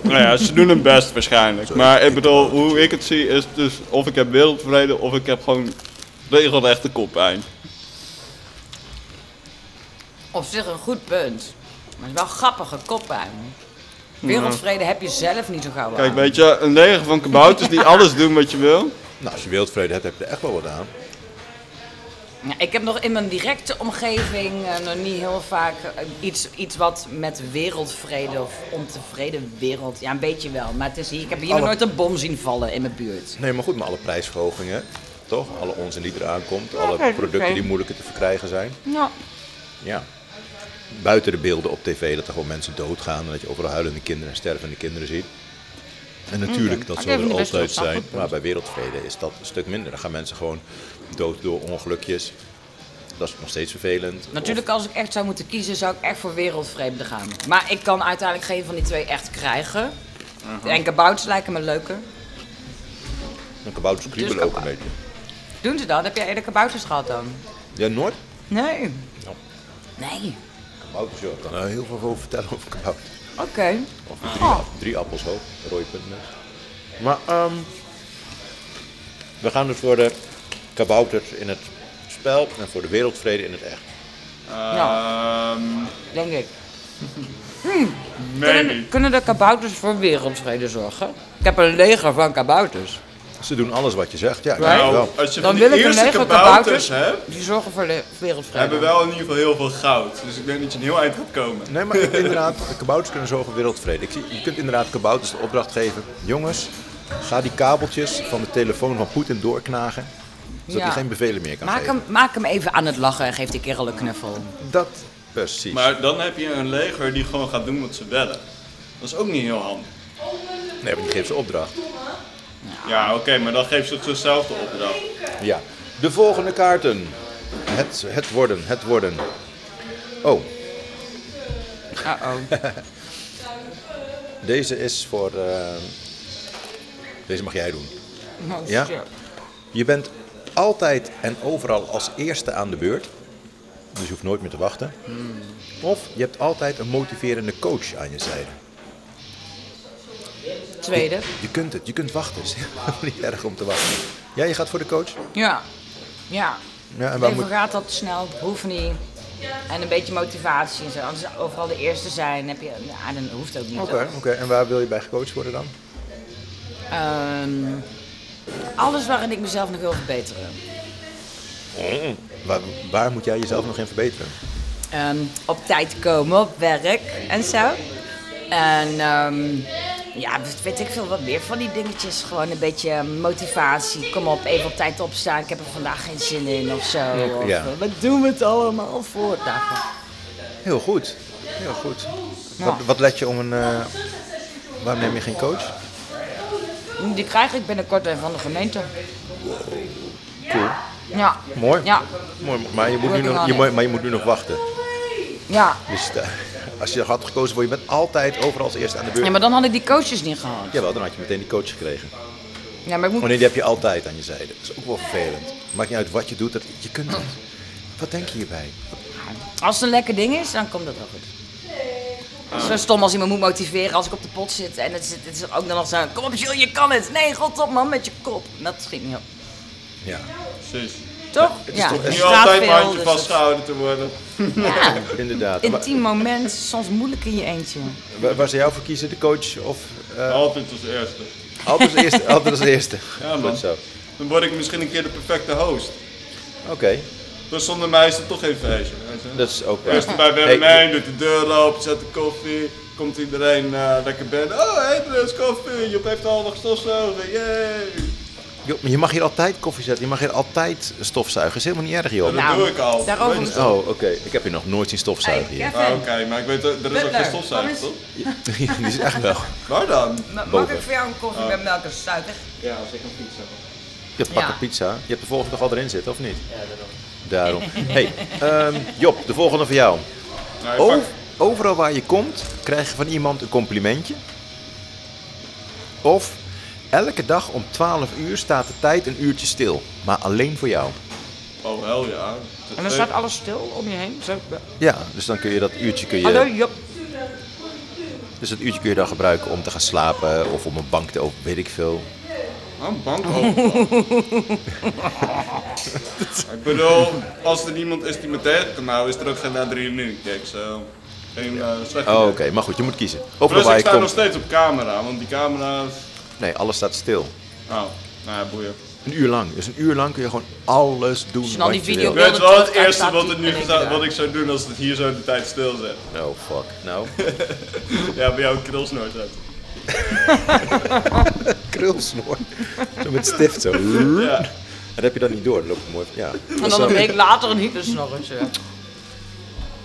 S6: nou ja, ze doen hun best waarschijnlijk. Maar ik bedoel, hoe ik het zie is dus of ik heb wereldvrede of ik heb gewoon regelrechte koppijn.
S5: Op zich een goed punt. Maar het is wel grappige koppijn. Wereldvrede heb je zelf niet zo gauw
S6: Kijk,
S5: aan.
S6: weet je, een leger van kabouters die alles doen wat je wil.
S1: Nou, als je wereldvrede hebt, heb je er echt wel wat aan.
S5: Ja, ik heb nog in mijn directe omgeving eh, nog niet heel vaak eh, iets, iets wat met wereldvrede of ontevreden wereld. Ja, een beetje wel. Maar het is hier, ik heb hier nog
S1: Alle-
S5: nooit een bom zien vallen in mijn buurt.
S1: Nee, maar goed, maar alle prijsverhogingen, toch? Alle onzin die eraan komt, alle producten die moeilijker te verkrijgen zijn.
S5: Ja.
S1: Ja. Buiten de beelden op tv dat er gewoon mensen doodgaan en dat je overal huilende kinderen en stervende kinderen ziet. En natuurlijk, dat
S5: Oké,
S1: zullen
S5: vind
S1: er
S5: ik best wel
S1: altijd
S5: een
S1: zijn,
S5: goed punt.
S1: maar bij wereldvrede is dat een stuk minder. Dan gaan mensen gewoon dood door ongelukjes. Dat is nog steeds vervelend.
S5: Natuurlijk, als ik echt zou moeten kiezen, zou ik echt voor wereldvrede gaan. Maar ik kan uiteindelijk geen van die twee echt krijgen.
S6: Mhm.
S5: En kabouters lijken me leuker.
S1: Of een kabouter
S5: Dus-
S1: kriebelen ook een beetje.
S5: Doen ze dat? Heb jij eerder kabouters gehad dan?
S1: Ja, nooit?
S5: Nee. Nee.
S1: Mouters, joh. Ik kan er heel veel over vertellen over kabouters.
S5: Oké.
S1: Of drie,
S5: Oh.
S1: drie appels hoog, rode puntmes. Maar ehm, we gaan dus voor de kabouters in het spel en voor de wereldvrede in het echt.
S6: Ehm, Hmm.
S5: Denk ik.
S6: maybe.
S5: Kunnen de kabouters voor wereldvrede zorgen? Ik heb een leger van kabouters.
S1: Ze doen alles wat je zegt, ja, ik
S5: Right.
S1: denk het
S6: Nou,
S1: wel.
S6: als je
S5: Dan
S6: van die
S5: wil ik een
S6: eerste
S5: leger
S6: kabouters
S5: kabouters
S6: hebt,
S5: die zorgen voor le-
S6: hebben
S5: wereldvrede.
S6: wel in ieder geval heel veel goud. Dus ik denk dat je een heel eind gaat komen.
S1: Nee, maar ik- inderdaad, kabouters kunnen zorgen voor wereldvrede. Ik zie, je kunt inderdaad kabouters de opdracht geven. Jongens, ga die kabeltjes van de telefoon van Poetin doorknagen. Zodat
S5: Ja.
S1: hij geen bevelen meer kan
S5: Maak
S1: geven.
S5: hem, maak hem even aan het lachen en geef die kerel een knuffel.
S1: Dat precies.
S6: Maar dan heb je een leger die gewoon gaat doen wat ze willen. Dat is ook niet heel handig.
S1: Nee, maar die geeft ze opdracht.
S6: Ja, oké, maar dan geeft ze het zichzelf de opdracht.
S1: Ja. De volgende kaarten. Het, het worden, het worden. Oh,
S5: Uh-oh.
S1: deze is voor... eh, Deze mag jij doen.
S5: Oh,
S1: Ja?
S5: shit.
S1: Je bent altijd en overal als eerste aan de beurt. Dus je hoeft nooit meer te wachten.
S5: Hmm.
S1: Of je hebt altijd een motiverende coach aan je zijde.
S5: Tweede.
S1: Je kunt het, je kunt wachten. Het is helemaal niet erg om te wachten. Ja, je gaat voor de coach?
S5: Ja. Ja.
S1: Ja, en waar
S5: Even
S1: moet...
S5: gaat dat snel, het hoeft niet. En een beetje motivatie en zo. Anders overal de eerste zijn, heb je... Ja, dan hoeft ook niet.
S1: Oké, oké. en waar wil je bij gecoacht worden dan?
S5: Ehm, alles waarin ik mezelf nog wil verbeteren.
S1: Mm. Waar, waar moet jij jezelf nog in verbeteren?
S5: Ehm, op tijd komen op werk en zo. En ehm, ja, wat weet ik veel wat meer van die dingetjes. Gewoon een beetje motivatie. Kom op, even op tijd opstaan. Ik heb er vandaag geen zin in of zo. Of,
S1: ja.
S5: eh, Wat doen we het allemaal voor? Nou, Daarvoor.
S1: Heel goed. Nou. Heel goed.
S5: Ja.
S1: Wat, wat let je om een... eh, Waarom neem je geen coach?
S5: Die krijg ik binnenkort een van de gemeente.
S1: Cool.
S5: Ja.
S1: Mooi.
S5: Ja.
S1: Mooi, maar je moet nu
S5: Working
S1: nog,
S5: on
S1: je
S5: it.
S1: moet- maar je moet nu nog wachten.
S5: Ja.
S1: Dus eh, als je had gekozen voor je bent altijd overal als eerste aan de beurt.
S5: Ja, maar dan had ik die coaches niet gehad.
S1: Jawel, dan had je meteen die coach gekregen.
S5: Ja, maar ik moet...
S1: Oh nee, die heb je altijd aan je zijde. Dat is ook wel vervelend. Maakt niet uit wat je doet, dat, je kunt het. Wat denk je hierbij?
S5: Als het een lekker ding is, dan komt dat wel goed. Het is Zo stom als iemand moet motiveren als ik op de pot zit en het is, het is ook dan nog zo, kom op Jules, je kan het. Nee, godop man, met je kop. Dat schiet niet op.
S1: Ja.
S6: Precies.
S5: Toch? Het
S1: toch niet
S6: Nu altijd maar handje vastgehouden te worden.
S1: Inderdaad. Wa-
S5: Intiem moment, soms moeilijk in je eentje.
S1: wa- Waar, zou jou voor kiezen, de coach of... eh,
S6: Altijd als eerste.
S1: altijd als eerste. Altijd als eerste.
S6: Ja, man.
S1: Goed zo.
S6: Dan word ik misschien een keer de perfecte host.
S1: Oké,
S6: Dus zonder mij is het toch geen feestje. weet je.
S1: dat is ook waar.
S6: Eerst bij Wim
S1: Hey,
S6: doet de deur open, zet de koffie. Komt iedereen eh, lekker binnen. Oh, hey, er is koffie. Job heeft al nog stofzuigen. Yay.
S1: joh, Je mag hier altijd koffie zetten, je mag hier altijd stofzuigen. is helemaal niet erg,
S6: Dat
S1: joh.
S5: Nou,
S6: doe ik al.
S5: daarover-
S6: Weet je toch?
S1: Oh, oké. Ik heb hier nog nooit zien stofzuigen hier.
S6: Ah, Oké, maar ik weet, dat- er is ook
S5: Butler,
S6: geen stofzuiger,
S5: kom
S6: toch?
S1: Die is echt wel.
S6: Oh, Waar dan?
S5: Mag
S1: Boven.
S5: ik voor jou een koffie met melk en suiker?
S6: Ah. Ja, als ik een fiets heb.
S1: Je pakt
S5: Ja.
S1: een pizza. Je hebt de volgende toch al erin zitten, of niet? Ja, daarom. Daarom. hey, ehm, Job, de volgende voor jou.
S6: Nou, ik
S1: O-
S6: pak-
S1: overal waar je komt, krijg je van iemand een complimentje. Of elke dag om 12 uur staat de tijd een uurtje stil, maar alleen voor jou.
S6: Oh, hel ja.
S5: En dan staat alles stil om je heen. Zo.
S1: Ja, dus dan kun je dat uurtje kun je,
S5: Hallo Job.
S1: dus dat uurtje kun je dan gebruiken om te gaan slapen of om een bank te openen, weet ik veel.
S6: Oh, bank Ik bedoel, als er niemand is die me tegen kan houden, is er ook geen adrenaline Kijk zo. Geen eh slechte
S1: Oh, Oké,
S6: idee.
S1: maar goed, je moet kiezen. Overal
S6: Plus,
S1: waar
S6: ik
S1: je
S6: sta nog
S1: komt.
S6: steeds op camera, want die camera's...
S1: Nee, alles staat stil.
S6: Oh, nou ja, boeien.
S1: Een uur lang. Dus een uur lang kun je gewoon alles doen.
S5: je dan
S1: wat
S5: die
S1: je
S5: video
S1: wil.
S6: Dat is wel het
S5: terug,
S6: eerste
S5: daar
S6: wat,
S5: staat
S6: het
S5: die
S6: nu
S5: en ik
S6: geza-
S5: daar.
S6: wat ik zou doen als het hier zo de tijd stil zit.
S1: Oh fuck, nou.
S6: Ja, bij jou krils nooit uit.
S1: Krulsnoor. Zo met stift zo.
S6: Ja.
S1: Dat heb je dan niet door, dat loopt mooi. Ja.
S5: En dan een week later een hypnosnorretje.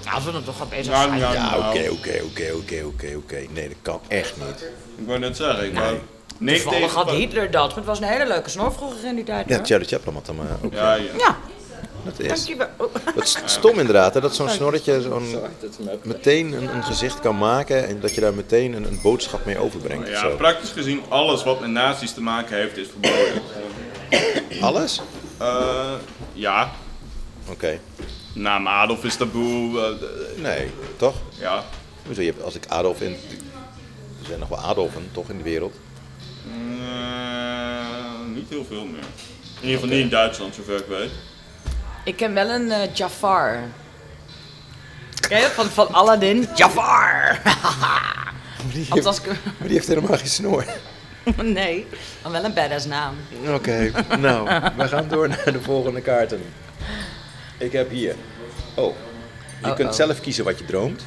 S5: Ja, als we dan toch gaan bezig
S6: Nou,
S5: zijn.
S6: nou,
S1: Ja,
S6: nou.
S1: oké, oké, oké, oké, oké, oké. Nee, dat kan echt niet.
S6: Ik wou net zeggen, ik wou... Nee,
S5: Toevallig had Hitler dat, maar het was een hele leuke snor vroeger in die tijd.
S1: Ja,
S5: hoor.
S1: Charlie Chaplin had hem eh, ook.
S6: Ja, ja.
S5: ja.
S1: Dat is.
S5: dankjewel. Oh.
S1: Dat is stom inderdaad, hè, dat zo'n snorretje zo'n, meteen een, een gezicht kan maken en dat je daar meteen een, een boodschap mee overbrengt. of
S6: Oh Ja,
S1: zo.
S6: praktisch gezien alles wat met nazi's te maken heeft is verboden.
S1: Alles?
S6: Eh, ja,
S1: Oké.
S6: Nou, maar Adolf is taboe. eh, eh,
S1: Nee, toch?
S6: ja.
S1: Hoezo, je hebt- Als ik Adolf in. Er zijn nog wel Adolfen toch in de wereld?
S6: Eh, niet heel veel meer. In ieder geval niet in Duitsland, zover ik weet.
S5: Ik ken wel een eh, Jafar. Ken je dat van, van Aladdin? Jafar! Althans,
S1: Maar die heeft helemaal geen snor.
S5: nee, maar wel een badass naam.
S1: Oké, nou, we gaan door naar de volgende kaarten. Ik heb hier. Oh, je
S5: Oh,
S1: kunt
S5: oh.
S1: zelf kiezen wat je droomt.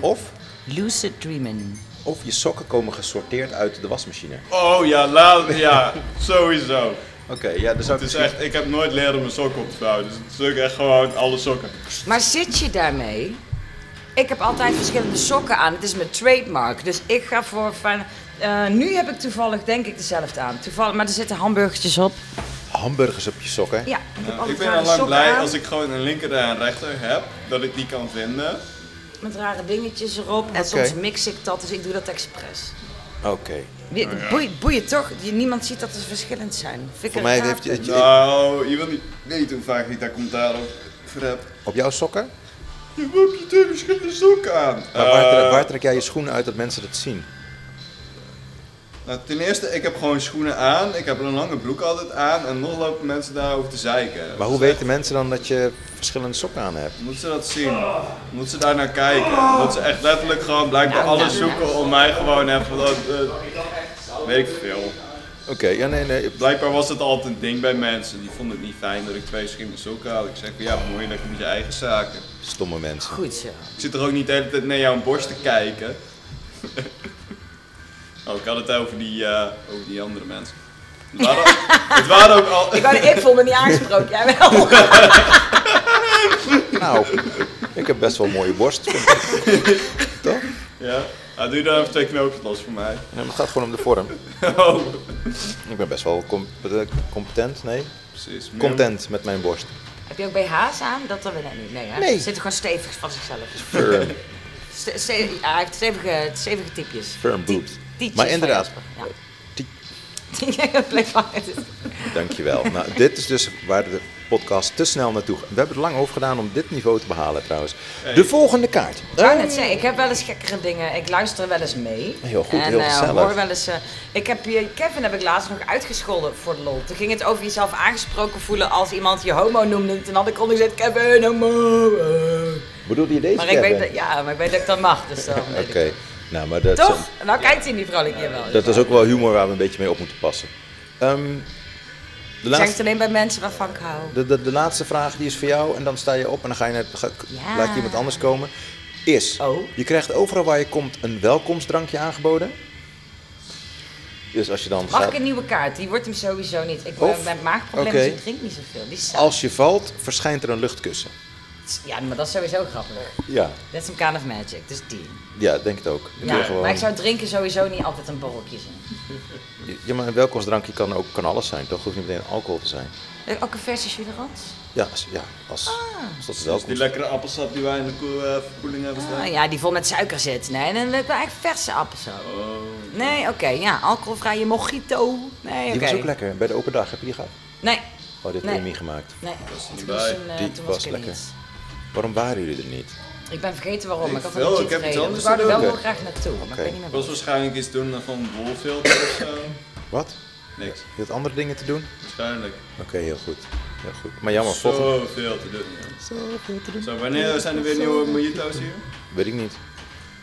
S1: Of,
S5: Lucid Dreamin.
S1: of je sokken komen gesorteerd uit de wasmachine.
S6: Oh ja, laat, ja, sowieso.
S1: Oké, ja, dan zou
S6: Het
S1: ik
S6: is
S1: misschien-
S6: echt, ik heb nooit leren mijn sokken op te vouwen. Dus het is ook echt gewoon alle sokken.
S5: Maar zit je daarmee? Ik heb altijd verschillende sokken aan. Het is mijn trademark. Dus ik ga voor van. eh, nu heb ik toevallig, denk ik, dezelfde aan. Toevallig, maar er zitten hamburgertjes op.
S1: hamburgers op je sokken.
S5: Ja, ik heb
S6: Nou,
S5: altijd
S6: ik ben
S5: rare
S6: al lang
S5: sokken
S6: blij
S5: aan,
S6: als ik gewoon een linker en een rechter heb, dat ik die kan vinden.
S5: Met rare dingetjes erop. En
S1: Oké.
S5: soms mix ik dat, dus ik doe dat expres.
S1: Oké.
S5: Wie-
S6: Oh, Nou
S5: Boeien, boeien toch? Je- Niemand ziet dat ze verschillend zijn. Vind ik
S1: Voor
S5: een
S1: mij
S5: raar
S1: heeft
S5: punt.
S1: je, je-
S6: Nou, je wil niet weten hoe vaak ik daar commentaar over heb.
S1: op jouw sokken?
S6: Je heb je twee verschillende sokken aan.
S1: Maar waar, tre-
S6: Eh,
S1: waar trek jij je schoenen uit dat mensen dat zien?
S6: nou, ten eerste, ik heb gewoon schoenen aan. Ik heb een lange broek altijd aan. En nog lopen mensen daarover te zeiken.
S1: Maar hoe weten mensen dan dat je verschillende sokken aan hebt?
S6: Moeten ze dat zien? Moeten ze daar naar kijken? Moeten ze echt letterlijk gewoon blijkbaar alles zoeken om mij gewoon even... Dat, eh, weet ik veel.
S1: Oké, ja, nee, nee.
S6: Blijkbaar was het altijd een ding bij mensen. Die vonden het niet fijn dat ik twee verschillende sokken had. Ik zeg van ja, mooi lekker met je eigen zaken.
S1: Stomme mensen.
S5: Goed zo.
S6: Ik zit er ook niet de hele tijd naar jouw borst te kijken. oh, ik had het over die, eh, over die andere mensen. Het waren, het waren ook al...
S5: Ik, wou- ik voel me niet aangesproken, jij wel.
S1: Nou, ik heb best wel een mooie borst. vind ik. Toch?
S6: Ja? Ah, doe dan even twee knoopjes los voor mij.
S1: Nee, maar het gaat gewoon om de vorm.
S6: Oh.
S1: Ik ben best wel com- eh, competent, nee?
S6: Precies.
S1: Content met mijn borst.
S5: heb je ook BH's aan? Dat dan weer net niet. Nee, hè?
S1: Nee.
S5: Zit er gewoon stevig van zichzelf.
S1: Firm,
S5: Ste- ste- ja, hij heeft stevige, stevige tipjes.
S1: firm boobs.
S5: Tietjes
S1: Maar
S5: van
S1: inderdaad,
S5: Jasper, ja.
S1: Tiet-
S5: Ja, blijf hangen.
S1: Dankjewel. Nou, dit is dus waar de podcast te snel naartoe gaat. We hebben er lang over gedaan om dit niveau te behalen trouwens. De volgende kaart.
S5: Ik wou net zeggen, ik heb wel eens gekkere dingen. Ik luister wel eens mee.
S1: Heel goed,
S5: en,
S1: heel
S5: eh,
S1: gezellig.
S5: hoor wel eens. eh, ik heb hier, Kevin heb ik laatst nog uitgescholden voor de lol. Toen ging het over jezelf aangesproken voelen als iemand je homo noemde. En Toen had ik ondergezet, Kevin, homo. eh.
S1: Bedoelde je deze
S5: Maar ik,
S1: Kevin?
S5: weet dat, ja, maar ik weet dat ik dat mag. Dus dan weet
S1: Oké,
S5: ik.
S1: nou maar dat,
S5: Toch? En nou kijkt hij niet vrolijk hier wel.
S1: dat is ook wel humor waar we een beetje mee op moeten passen. Ehm, de,
S5: Ik zeg het
S1: laatste,
S5: alleen bij mensen waarvan ik hou.
S1: de, de, de laatste vraag die is voor jou en dan sta je op en dan ga je naar, ga,
S5: Ja.
S1: laat je iemand anders komen. Is,
S5: Oh.
S1: je krijgt overal waar je komt een welkomstdrankje aangeboden. Dus als je dan
S5: Mag
S1: gaat...
S5: ik een nieuwe kaart? Die wordt hem sowieso niet. Ik
S1: Of-
S5: ben met maagproblemen,
S1: oké.
S5: dus ik drink niet zoveel. Die is-
S1: Als je valt, verschijnt er een luchtkussen.
S5: Ja, maar dat is sowieso grappig.
S1: Ja,
S5: That's some kind of magic, dus die.
S1: ja denk het ook. Ik
S5: Ja,
S1: wil gewoon-
S5: maar ik zou drinken sowieso niet altijd een borrel kiezen.
S1: Ja, maar een welkomstdrankje kan ook kan alles zijn, toch? Hoeft niet meteen alcohol te zijn.
S5: Eh, Ook een verse chulerans?
S1: Ja, als, ja, als,
S5: Ah.
S1: als dat is welkom.
S6: Die lekkere appelsap die wij in de koel- eh, verkoeling hebben staan.
S5: Ah, ja, die vol met suiker zit. Nee, dan wil ik wel echt verse appelsap.
S6: Oh.
S5: Nee, oké, ja, alcoholvrije mojito. Nee, oké.
S1: Die was ook lekker. Bij de open dag heb je die gehad?
S5: Nee,
S1: Oh, dit
S5: Nee.
S1: heeft Amy gemaakt.
S5: nee.
S6: niet
S5: Toen
S6: bij.
S5: was, een, eh,
S1: Die
S5: toen
S1: was
S5: was ik er
S1: lekker.
S5: niet.
S1: Waarom waren jullie er niet?
S5: Ik ben vergeten waarom,
S6: Ik
S5: ik had
S6: wel,
S5: een
S6: ik heb iets
S5: reden.
S6: anders
S5: Ik wou er
S6: te
S5: wel
S6: doen.
S5: heel graag naartoe, maar
S1: Oké.
S5: ik weet niet meer
S6: Het was
S5: waar.
S6: waarschijnlijk iets doen van wolfilter of zo.
S1: Wat?
S6: Niks,
S1: Je had andere dingen te doen?
S6: waarschijnlijk.
S1: Oké, heel goed. Heel goed. Maar jammer, volgende...
S6: Zoveel te doen. ja. Zo, wanneer zijn er weer nieuwe mojito's hier?
S1: Weet ik niet.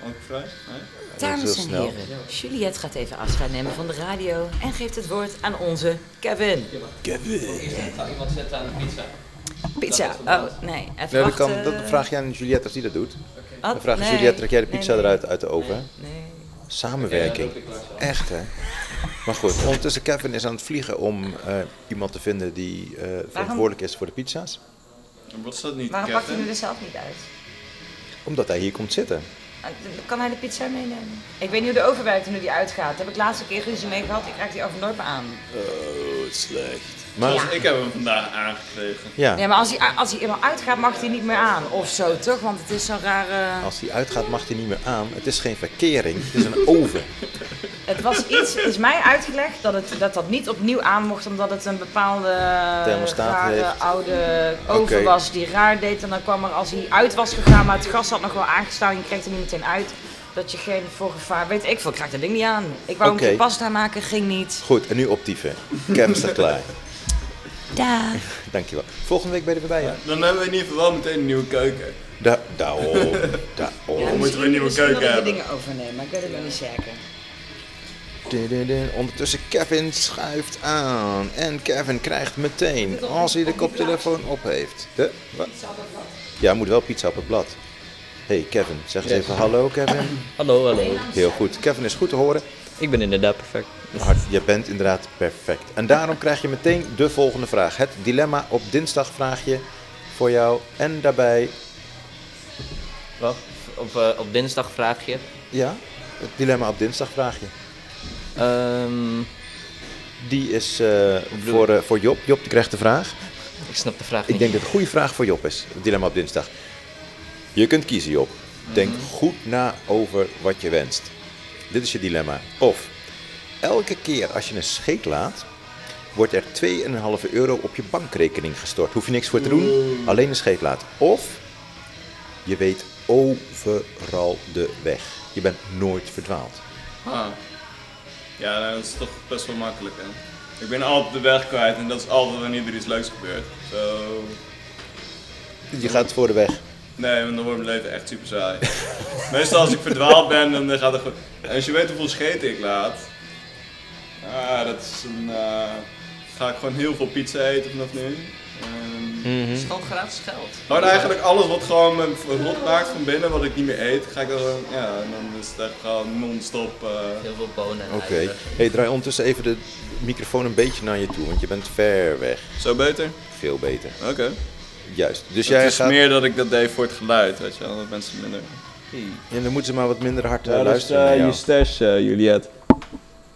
S6: Elke vrij? Nee?
S1: heel
S5: Dames en
S1: snel.
S5: heren, Juliette gaat even afscheid nemen van de radio en geeft het woord aan onze Kevin.
S7: Iemand zet aan de pizza.
S5: Pizza. Oh, nee, even
S1: Nee, dat,
S5: wachten.
S1: kan, dat vraag jij aan Juliette als die dat doet.
S5: Wat?
S1: Dan vraag je
S5: Nee.
S1: Juliette, trek jij de
S5: Nee,
S1: pizza
S5: nee.
S1: eruit uit de oven?
S5: Nee.
S1: Samenwerking. Echt, hè? Maar goed, ondertussen Kevin is aan het vliegen om eh, iemand te vinden die eh, verantwoordelijk is voor de pizza's.
S6: En Wat is dat niet,
S5: Waarom pakt hij
S6: Kevin?
S5: hem er zelf niet uit?
S1: Omdat hij hier komt zitten.
S5: Eh, Kan hij de pizza meenemen? Ik weet niet hoe de oven werkt en hoe die uitgaat. Daar heb ik laatste keer ruzie mee gehad. Ik raak die oven nooit meer aan.
S1: Oh, slecht. Maar,
S5: Ja.
S1: ja.
S6: Ik heb hem vandaag aangekregen.
S5: Nee, maar als hij, als hij eenmaal uitgaat, mag hij niet meer aan. Of zo, toch? Want het is zo'n rare...
S1: als hij uitgaat mag hij niet meer aan. Het is geen verkering, het is een oven.
S5: Het was iets, is mij uitgelegd dat het, dat, dat niet opnieuw aan mocht, omdat het een bepaalde
S1: Thermostaat
S5: rare
S1: heeft.
S5: oude oven
S1: Oké.
S5: was die raar deed. En dan kwam er, als hij uit was gegaan, maar het gas had nog wel aangestaan, je kreeg er niet meteen uit. Dat je geen voor gevaar, weet ik veel, ik raak dat ding niet aan. Ik wou
S1: Oké.
S5: een keer pasta maken, ging niet.
S1: Goed, en nu optieven. Kevin staat klaar.
S5: Daar.
S1: Dankjewel. Volgende week ben je er bij, ja?
S6: Dan hebben we in ieder geval wel meteen een nieuwe keuken.
S1: Da daarom, daarom.
S6: moeten we een nieuwe
S5: Dus
S6: keuken
S5: dat ik de
S6: hebben.
S5: dingen overnemen, maar ik weet het wel niet zeker.
S1: Dududun. Ondertussen Kevin schuift aan. En Kevin krijgt meteen, als hij de koptelefoon op heeft. De? Wat? Ja, moet wel pizza op het blad. hey Kevin, zeg eens even hallo
S7: Ehm,
S1: Kevin.
S7: Hallo, hallo.
S1: Heel goed. Kevin is goed te horen.
S7: Ik ben inderdaad perfect.
S1: Hart, je bent inderdaad perfect. En daarom krijg je meteen de volgende vraag. Het dilemma op dinsdag vraag je voor jou. En daarbij,
S7: Wacht, op, eh, op dinsdag vraag je.
S1: ja, het dilemma op dinsdag vraag je.
S7: Ehm,
S1: Die is eh, voor, eh, voor Job. Job die krijgt de vraag.
S7: ik snap de vraag
S1: Ik
S7: niet.
S1: denk dat het een goede vraag voor Job is. Het dilemma op dinsdag. Je kunt kiezen, Job. Denk
S7: Mhm.
S1: goed na over wat je wenst. Dit is je dilemma. Of elke keer als je een scheet laat, wordt er 2,5 euro op je bankrekening gestort. Hoef je niks voor te doen, alleen een scheet laat. Of je weet overal de weg. Je bent nooit verdwaald.
S6: Ah. Ja, nou, dat is toch best wel makkelijk, hè. Ik ben altijd de weg kwijt en dat is altijd wanneer er iets leuks gebeurt. Zo.
S1: Je gaat voor de weg.
S6: Nee, want dan wordt mijn leven echt super saai. Meestal als ik verdwaald ben, dan gaat het goed. En als je weet hoeveel scheten ik laat, ah, dat is een. eh, ga ik gewoon heel veel pizza eten vanaf nu. Ehm,
S1: Mhm.
S7: Het is gewoon gratis geld.
S6: Gewoon Nou, eigenlijk alles wat gewoon me rot maakt van binnen, wat ik niet meer eet, ga ik dan gewoon, ja, en dan is het echt gewoon non-stop. eh,
S7: Heel veel bonen en
S1: Oké.
S7: eieren.
S1: Hey, draai ondertussen even de microfoon een beetje naar je toe, want je bent ver weg.
S6: Zo beter?
S1: Veel beter.
S6: Oké.
S1: Juist. Dus
S6: het
S1: jij
S6: is
S1: gaat...
S6: meer dat ik dat deed voor het geluid, weet je wel, dat mensen minder...
S1: En dan moeten ze maar wat minder hard eh, luisteren naar jou.
S6: stash, Juliet.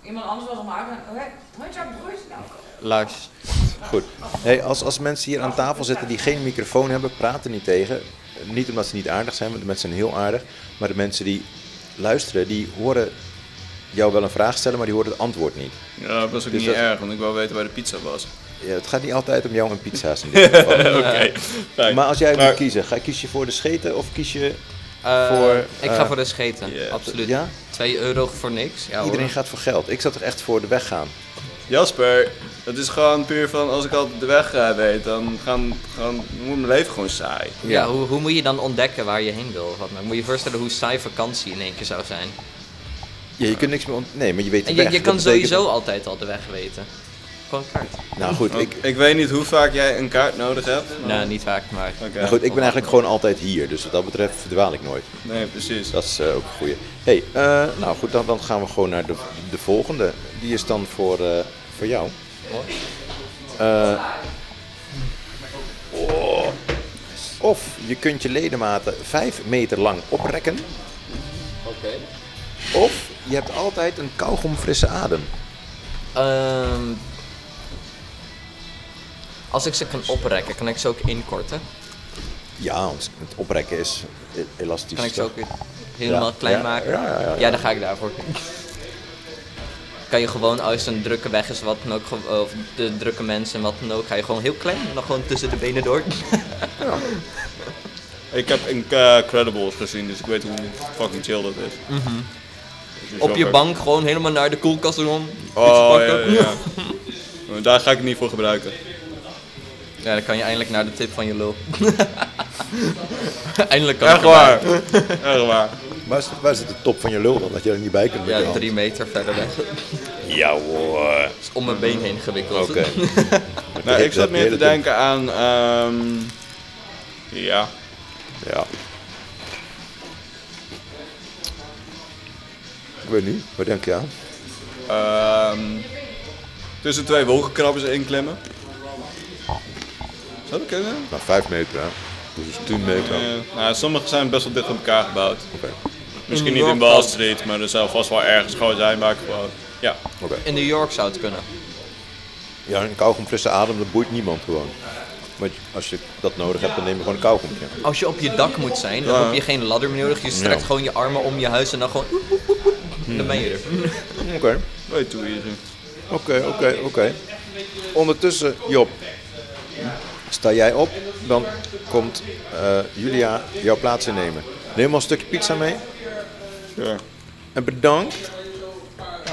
S5: Iemand anders was om haar aan. Oh, Hoi, Jack Bruce. Nou,
S7: Lars.
S1: Goed. Hey, als, als mensen hier aan tafel zitten die geen microfoon hebben, praten niet tegen. Eh, Niet omdat ze niet aardig zijn, want de mensen zijn heel aardig. Maar de mensen die luisteren, die horen jou wel een vraag stellen, maar die horen het antwoord niet.
S6: Ja, dat was ook
S1: Dus
S6: niet
S1: dat-
S6: erg, want ik wou weten waar de pizza was.
S1: Ja, het gaat niet altijd om jou en pizza's in dit geval.
S6: Oké, fijn.
S1: Maar als jij moet
S6: Maar-
S1: kiezen, ga, kies je voor de scheten of kies je...
S7: Eh,
S1: Voor,
S7: ik
S1: eh,
S7: ga voor de scheten,
S6: ja.
S7: absoluut.
S1: Ja?
S7: 2 euro voor niks. Ja, hoor.
S1: Iedereen gaat voor geld. Ik zou toch echt voor de weg gaan.
S6: Jasper, het is gewoon puur van als ik altijd de weg eh, weet, dan gaan, gaan, wordt mijn leven gewoon saai.
S7: Ja, hoe, hoe moet je dan ontdekken waar je heen wil? of Wat, nou? moet je je voorstellen hoe saai vakantie in één keer zou zijn.
S1: Ja, je kunt niks meer... ont- Nee, maar je weet de
S7: En je,
S1: weg.
S7: je
S1: Dat
S7: kan
S1: betekent-
S7: sowieso altijd al de weg weten. Gewoon een kaart.
S1: Nou goed, ik,
S6: Ik, ik weet niet hoe vaak jij een kaart nodig hebt.
S7: Nou, niet vaak, maar...
S6: Oké.
S1: Nou goed, ik ben eigenlijk gewoon altijd hier, dus wat dat betreft verdwaal ik nooit.
S6: Nee, precies.
S1: Dat is eh, ook een goeie. hey, eh, nou goed, dan, dan gaan we gewoon naar de, de volgende. Die is dan voor, eh, voor jou. Eh, oh. Of je kunt je ledematen 5 meter lang oprekken.
S7: Oké.
S1: Of je hebt altijd een kauwgomfrisse adem.
S7: Ehm, als ik ze kan oprekken, kan ik ze ook inkorten?
S1: Ja, want het oprekken is e- elastisch.
S7: Kan ik ze
S1: toch?
S7: ook weer helemaal
S1: Ja,
S7: klein
S1: ja,
S7: maken?
S1: ja, ja, ja,
S7: dan ga ik daarvoor. kan je gewoon als een drukke weg is, wat dan ook, ge- of de drukke mensen en wat dan ook, ga je gewoon heel klein en dan gewoon tussen de benen door.
S6: Ik heb Incredibles gezien, dus ik weet hoe fucking chill dat is. Dus is
S7: Mhm. Op je
S6: wel
S7: bank gewoon helemaal naar de koelkast om.
S6: leuk.
S7: iets
S6: Oh, ja,
S7: pakken.
S6: ja, ja. Maar Daar ga ik het niet voor gebruiken.
S7: Ja, dan kan je eindelijk naar de tip van je lul. eindelijk kan
S6: Echt
S7: ik erbij.
S6: waar. Echt waar.
S1: Waar, is- waar zit de top van je lul dan, dat je er niet bij kunt met je
S7: Ja,
S1: hand?
S7: drie meter verder weg.
S1: Ja hoor.
S7: Is om mijn been heen gewikkeld.
S1: Oké.
S6: Nou, ik zat meer
S1: meer
S6: te denken aan... ehm, ja.
S1: Ja. Ik weet niet, wat denk je aan?
S6: ehm, tussen twee wolkenkrabbers inklemmen. Zou dat kunnen?
S1: Nou, 5 meter, hè? Dus 10 meter.
S6: Eh, nou, sommige zijn best wel dicht op elkaar gebouwd.
S1: Oké.
S6: Misschien
S7: In
S6: niet in
S7: Rockland.
S6: Wall Street, maar er zou vast wel ergens gewoon zijn waar ik gewoon... Ja.
S1: Oké.
S7: In New York zou het kunnen.
S1: Ja, een kauwgom frisse adem, dat boeit niemand gewoon. Want als je dat nodig hebt, dan neem je gewoon een kauwgompje.
S7: Als je op je dak moet zijn, dan
S6: Ja.
S7: heb je geen ladder meer nodig. Je strekt
S1: Ja. Hmm.
S7: gewoon je armen om je huis en dan gewoon... oep, oep, oep, oep, Dan ben je er.
S1: Oké,
S6: Weet hoe je ze.
S1: oké, oké, oké. Ondertussen, Job, sta jij op, dan komt eh, Julia jouw plaats innemen. Neem maar een stukje pizza mee.
S6: Ja.
S1: En bedankt.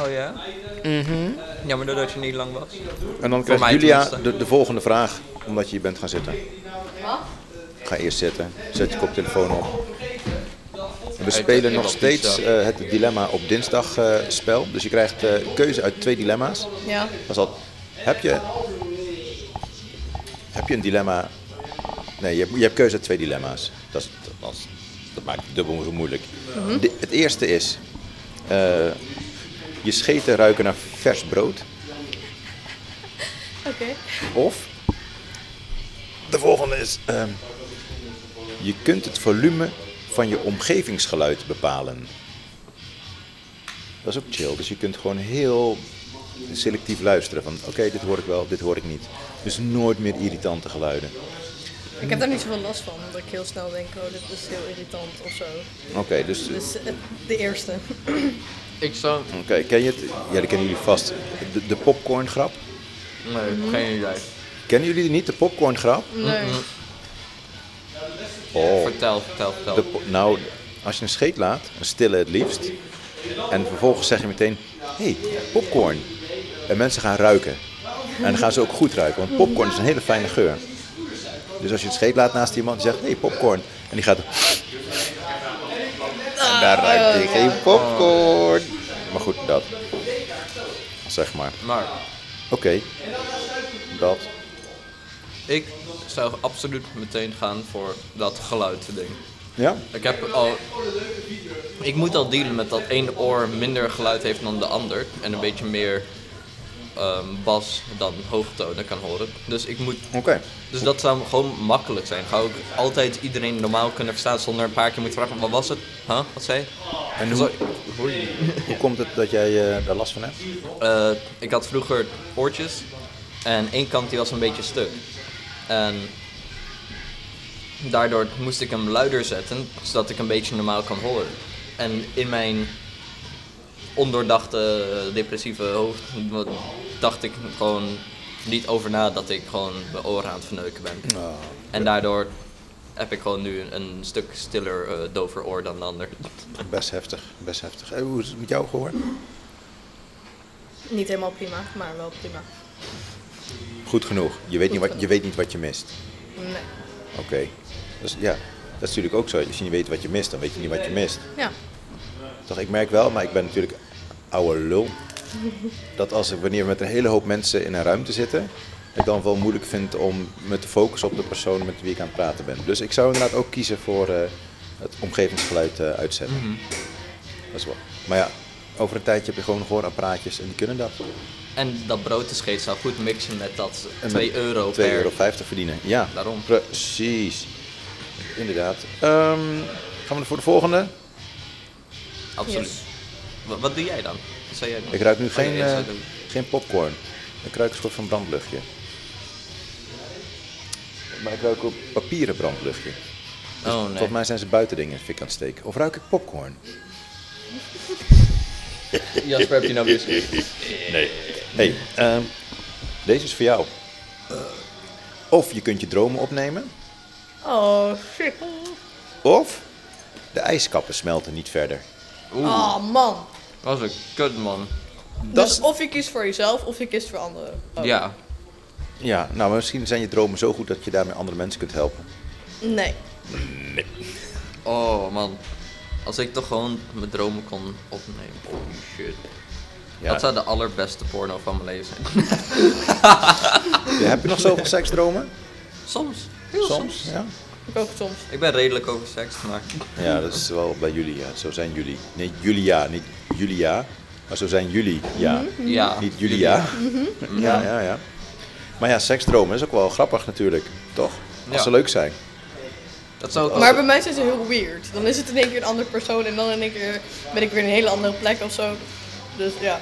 S7: Oh ja? Mhm. Jammer doordat je niet lang was.
S1: En dan krijgt
S7: mij
S1: Julia
S7: tenminste.
S1: de, de volgende vraag, omdat je hier bent gaan zitten. Ga eerst zitten. Zet je koptelefoon op. En We spelen
S7: heb
S1: nog
S7: al
S1: steeds
S7: pizza.
S1: eh, het dilemma op dinsdag eh, spel. Dus je krijgt eh, keuze uit twee dilemma's.
S2: Ja.
S1: Dat is al- heb je, heb je een dilemma? Nee, je hebt, je hebt keuze uit twee dilemma's. Dat, is, dat, is- dat maakt het dubbel zo moeilijk. De- het eerste is, eh, je scheten ruiken naar vers brood.
S4: Oké.
S1: Of, de volgende is, ehm, je kunt het volume van je omgevingsgeluid bepalen. Dat is ook chill, dus je kunt gewoon heel selectief luisteren. Van oké, dit hoor ik wel, dit hoor ik niet. Dus nooit meer irritante geluiden.
S3: Ik heb daar niet zoveel last van, omdat ik heel snel denk, oh dit is heel irritant of zo.
S1: Oké, dus
S3: Dus eh, de eerste.
S8: Ik zou...
S1: oké, ken je het? Ja, dat kennen jullie vast. De, de popcorn grap.
S8: Nee, geen idee.
S1: Kennen jullie die niet, de popcorn grap?
S3: Nee.
S7: Mhm.
S1: Oh.
S7: Vertel, vertel, vertel.
S1: De po- nou, als je een scheet laat, een stille het liefst. En vervolgens zeg je meteen, hé, hey, popcorn. En mensen gaan ruiken. En dan gaan ze ook goed ruiken, want popcorn is een hele fijne geur. Dus als je het scheet laat naast iemand, die zegt, hé, hey, popcorn. En die gaat... En
S7: Ah.
S1: daar ruikt hij geen popcorn. Maar goed, dat. Zeg maar.
S7: Maar
S1: Oké. Dat.
S7: ik zou absoluut meteen gaan voor dat geluid ding.
S1: Ja?
S7: Ik heb al... Ik moet al dealen met dat één oor minder geluid heeft dan de ander. En een beetje meer ehm, bas dan hoogtonen kan horen. Dus ik moet...
S1: Oké.
S7: Dus dat zou gewoon makkelijk zijn. Ga ook altijd iedereen normaal kunnen verstaan zonder een paar keer moeten vragen. Wat was het? Huh? Wat zei je?
S1: En hoe,
S7: Sorry. Hoi.
S1: hoe komt het dat jij eh, daar last van hebt?
S7: Eh, ik had vroeger oortjes en één kant die was een beetje stuk. En daardoor moest ik hem luider zetten, zodat ik een beetje normaal kan horen. En in mijn ondoordachte, depressieve hoofd dacht ik gewoon niet over na dat ik gewoon mijn oren aan het verneuken ben.
S1: Ah,
S7: En daardoor heb ik gewoon nu een, een stuk stiller, eh, dover oor dan de ander.
S1: Best heftig, best heftig. Eh, hoe is het met jou gehoord?
S3: Niet helemaal prima, maar wel prima.
S1: Goed genoeg. Je weet, niet, wat, je weet niet wat je mist.
S3: Nee.
S1: Oké. Dus ja, dat is natuurlijk ook zo. Als je niet weet wat je mist, dan weet je niet wat je mist.
S3: Ja.
S1: Toch, ik merk wel, maar ik ben natuurlijk oude lul. Dat als ik, wanneer we met een hele hoop mensen in een ruimte zitten, ik dan wel moeilijk vind om me te focussen op de persoon met wie ik aan het praten ben. Dus ik zou inderdaad ook kiezen voor eh, het omgevingsgeluid eh, uitzetten. Dat is wel. Maar ja, over een tijdje heb je gewoon gehoorapparaatjes en die kunnen dat.
S7: En dat brood te scheet zou goed mixen met dat
S1: En met
S7: 2 euro
S1: 2,50
S7: per...
S1: euro verdienen. Ja,
S7: Daarom.
S1: Precies. Inderdaad. Ehm, gaan we voor de volgende?
S7: Absoluut. Wa- Wat, doe jij dan? Wat zou jij doen?
S1: Ik ruik nu
S7: Oh, ja,
S1: geen,
S7: jij zou
S1: eh,
S7: doen.
S1: geen popcorn. Ik ruik een soort van brandluchtje. Maar ik ruik ook papieren brandluchtje. Dus
S7: oh nee.
S1: Volgens mij zijn ze buiten dingen in de fik aan het steken. Of ruik ik popcorn?
S7: Jasper, heb je nou weer...
S1: hey, ehm, deze is voor jou. Of je kunt je dromen opnemen.
S3: Oh, shit.
S1: Of de ijskappen smelten niet verder.
S3: Oh, man.
S7: was een kut man.
S1: Dat
S3: dus
S1: is-
S3: of je kiest voor jezelf, of je kiest voor anderen. Oh.
S7: Ja.
S1: Ja, nou maar misschien zijn je dromen zo goed dat je daarmee andere mensen kunt helpen.
S3: Nee.
S7: Oh man. Als ik toch gewoon mijn dromen kon opnemen. Oh shit.
S1: Ja.
S7: Dat zou de allerbeste porno van mijn leven zijn.
S1: Ja, heb je nog zoveel seksdromen?
S7: soms. Heel soms.
S1: Ja.
S3: Ik ook soms.
S7: Ik ben redelijk over seks, maar...
S1: ja, dat is wel bij jullie, ja. Zo zijn jullie. Nee, Julia, niet Julia. Maar zo zijn jullie,
S3: Mhm,
S1: ja.
S7: Ja.
S1: Niet Julia. Ja, ja, ja. Maar ja, seksdromen is ook wel grappig natuurlijk, toch? Als
S7: Ja.
S1: ze leuk zijn.
S7: Dat zou ook...
S3: Oh. Maar bij mij zijn ze heel weird. Dan is het in één keer een andere persoon en dan in één keer ben ik weer in een hele andere plek of zo. Dus ja.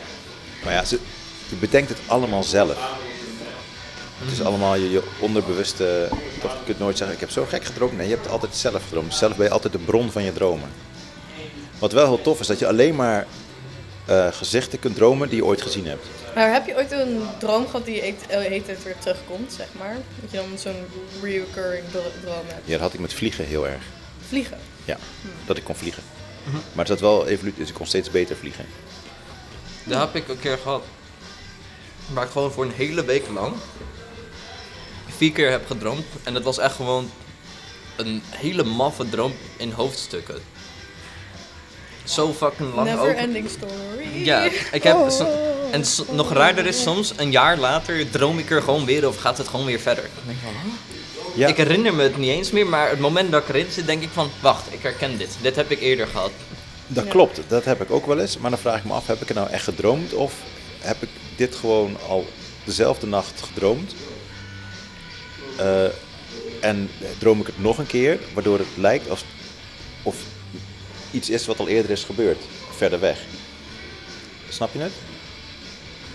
S1: Maar ja, ze, je bedenkt het allemaal zelf. Het is allemaal je, je onderbewuste... Toch, je kunt nooit zeggen, ik heb zo gek gedroomd. Nee, je hebt altijd zelf gedroomd. Zelf ben je altijd de bron van je dromen. Wat wel heel tof is, dat je alleen maar eh, gezichten kunt dromen die je ooit gezien hebt.
S3: Maar heb je ooit een droom gehad die je de hele tijd weer terugkomt, zeg maar? Dat je dan zo'n recurring dro- droom hebt.
S1: Ja, dat had ik met vliegen heel erg.
S3: Vliegen.
S1: Ja, dat ik kon vliegen. Maar het had wel evolutie, dus ik kon steeds beter vliegen.
S7: Dat heb ik een keer gehad. Waar ik gewoon voor een hele week lang vier keer heb gedroomd. En het was echt gewoon een hele maffe droom in hoofdstukken. Zo fucking lang
S3: Never
S7: ook.
S3: ending story. Oh.
S7: Ja, ik heb. so- en so- nog raarder is soms, een jaar later droom ik er gewoon weer of gaat het gewoon weer verder. Dan denk ik van, huh?
S1: Ja.
S7: Ik herinner me het niet eens meer, maar het moment dat ik erin zit, denk ik van, wacht, ik herken dit. Dit heb ik eerder gehad.
S1: Dat
S3: Ja.
S1: klopt, dat heb ik ook wel eens. Maar dan vraag ik me af, heb ik het nou echt gedroomd? Of heb ik dit gewoon al dezelfde nacht gedroomd? Eh, en droom ik het nog een keer, waardoor het lijkt of, of iets is wat al eerder is gebeurd, verder weg. Snap je het?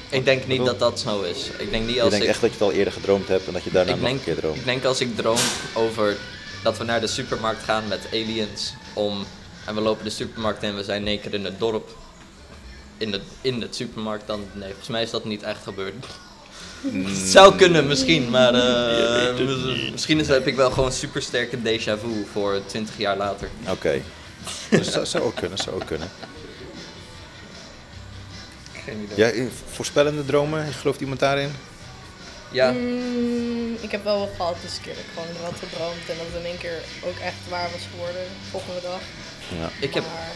S7: Ik denk niet
S1: bedoel-
S7: dat dat zo is. Ik denk niet
S1: je
S7: als
S1: denkt
S7: ik...
S1: echt dat je het al eerder gedroomd hebt en dat je daarna
S7: ik
S1: nog
S7: denk,
S1: een keer droomt.
S7: ik denk als ik droom over dat we naar de supermarkt gaan met aliens om... En we lopen de supermarkt in en we zijn in één keer in het dorp. In de, in de supermarkt dan... Nee, volgens mij is dat niet echt gebeurd.
S1: Mm.
S7: Het zou kunnen misschien, maar eh, misschien is, heb ik wel gewoon supersterke déjà vu voor 20 jaar later.
S1: Oké. Dus dat zou ook kunnen, zou ook kunnen.
S7: Geen idee.
S1: Ja, eh, voorspellende dromen, gelooft iemand daarin?
S7: Ja,
S3: Mm, ik heb wel wat gehad dus een keer dat ik gewoon wat gedroomd en dat het in één keer ook echt waar was geworden de volgende dag.
S1: Ja.
S7: ik heb...
S3: Maar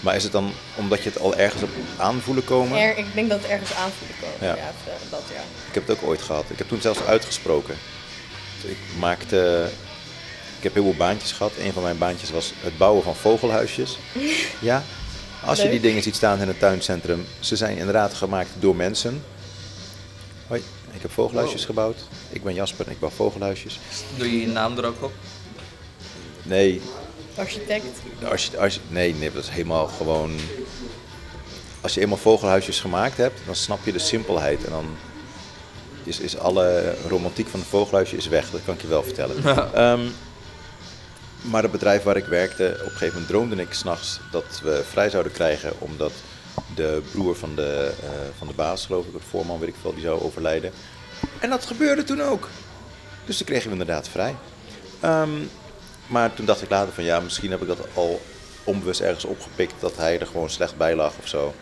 S1: Maar is het dan omdat je het al ergens op aanvoelen komen?
S3: er, ik denk dat het ergens aan voelde komen.
S1: Ja.
S3: Ja, het- dat ja.
S1: Ik heb het ook ooit gehad. Ik heb toen zelfs uitgesproken. Ik maakte. Ik heb heel veel baantjes gehad. Een van mijn baantjes was het bouwen van vogelhuisjes. Ja. Als je
S3: Leuk.
S1: die dingen ziet staan in het tuincentrum, ze zijn inderdaad gemaakt door mensen. Hoi, ik heb vogelhuisjes gebouwd. Ik ben Jasper en ik bouw vogelhuisjes.
S7: Doe je je naam er ook op?
S1: Nee,
S3: Architect.
S1: als je, als je- nee, nee, dat is helemaal gewoon. Als je eenmaal vogelhuisjes gemaakt hebt, dan snap je de simpelheid. En dan is, is alle romantiek van een vogelhuisje is weg, dat kan ik je wel vertellen. Ehm, maar het bedrijf waar ik werkte, op een gegeven moment droomde ik s'nachts dat we vrij zouden krijgen. Omdat de broer van de, eh, van de baas, geloof ik, de voorman, weet ik veel, die zou overlijden. En dat gebeurde toen ook. Dus toen kregen we inderdaad vrij. Ehm, maar toen dacht ik later van ja, misschien heb ik dat al onbewust ergens opgepikt dat hij er gewoon slecht bij lag of zo.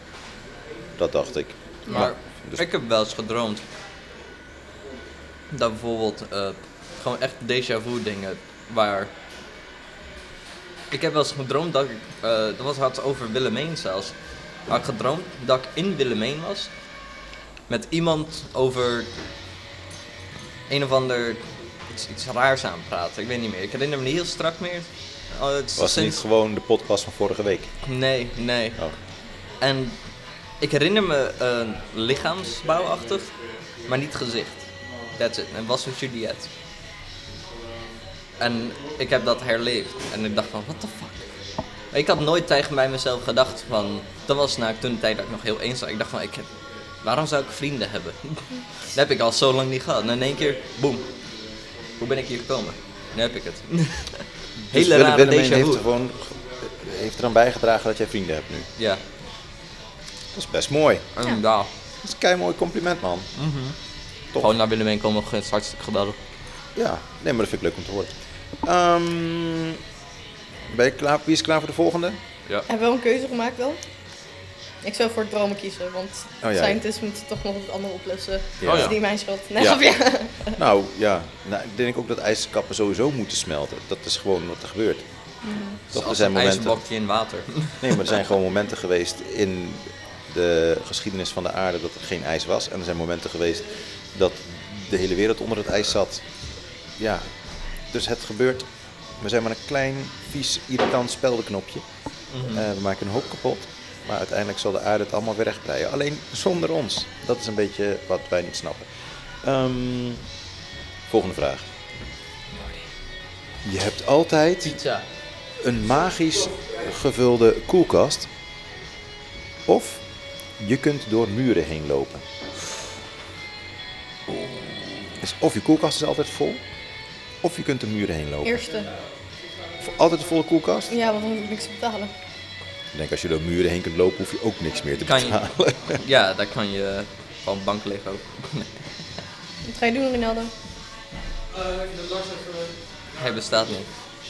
S1: Dat dacht ik.
S7: Maar
S1: dus-
S7: ik heb wel eens gedroomd dat bijvoorbeeld eh, gewoon echt déjà vu dingen waar ik heb wel eens gedroomd dat ik eh, dat was had over Willemijn zelfs. Had ik gedroomd dat ik in Willemijn was met iemand over een of ander iets, iets raars aan het praten. Ik weet niet meer. Ik herinner me niet heel strak meer. Oh, het is
S1: Was het niet gewoon de podcast van vorige week?
S7: Nee, nee.
S1: Oh.
S7: En ik herinner me een lichaamsbouwachtig, maar niet gezicht. That's it. En was een Juliet. En ik heb dat herleefd. En ik dacht van, what the fuck? Ik had nooit tegen bij mezelf gedacht van... Dat was nou toen de tijd dat ik nog heel eens was. Ik dacht van, ik heb, waarom zou ik vrienden hebben? dat heb ik al zo lang niet gehad. En in één keer, boem. Hoe ben ik hier gekomen? Nu heb ik het.
S1: Dus
S7: Hele
S1: Willem-
S7: rare
S1: Willemijn
S7: déjà
S1: heeft
S7: vu.
S1: er gewoon heeft eraan bijgedragen dat jij vrienden hebt nu.
S7: Ja.
S1: Dat is best mooi.
S7: En ja.
S1: Dat is een kei mooi compliment man. Top.
S7: Mhm. Gewoon naar Willemijn komen, het is hartstikke geweldig.
S1: Ja, nee, maar dat vind ik leuk om te horen. Ehm, ben je klaar? Wie is klaar voor de volgende?
S7: Oh,
S3: Hebben we een keuze gemaakt dan? Ik zou voor het dromen kiezen, want
S1: Oh, ja, ja.
S3: scientists moeten toch nog het andere oplossen.
S1: Ja.
S3: Dat is niet mijn schuld. Nee,
S1: Ja.
S3: of ja.
S1: Nou ja, nou, ik denk ook dat ijskappen sowieso moeten smelten. Dat is gewoon wat er gebeurt.
S3: Mhm.
S1: Toch, er
S7: Als
S1: zijn
S7: een
S1: momenten.
S7: ijsblokje in water.
S1: Nee, maar er zijn gewoon momenten geweest in de geschiedenis van de aarde dat er geen ijs was. En er zijn momenten geweest dat de hele wereld onder het ijs zat. Ja, dus het gebeurt. We zijn maar een klein, vies, irritant speldenknopje. Eh, we maken een hoop kapot. Maar uiteindelijk zal de aarde het allemaal weer rechtbreien. Alleen zonder ons. Dat is een beetje wat wij niet snappen. Ehm, volgende vraag. Je hebt altijd
S7: Pizza.
S1: een magisch gevulde koelkast. Of je kunt door muren heen lopen. Dus of je koelkast is altijd vol, of je kunt door muren heen lopen.
S3: Eerste.
S1: Of Altijd een volle koelkast?
S3: Ja, want dan moet ik niks betalen.
S1: Ik denk, als je door muren heen kunt lopen, hoef je ook niks meer te
S7: Kan je-
S1: betalen.
S7: Ja, daar kan je gewoon bank liggen ook.
S3: Wat ga je doen, Rinaldo?
S7: Hij bestaat niet,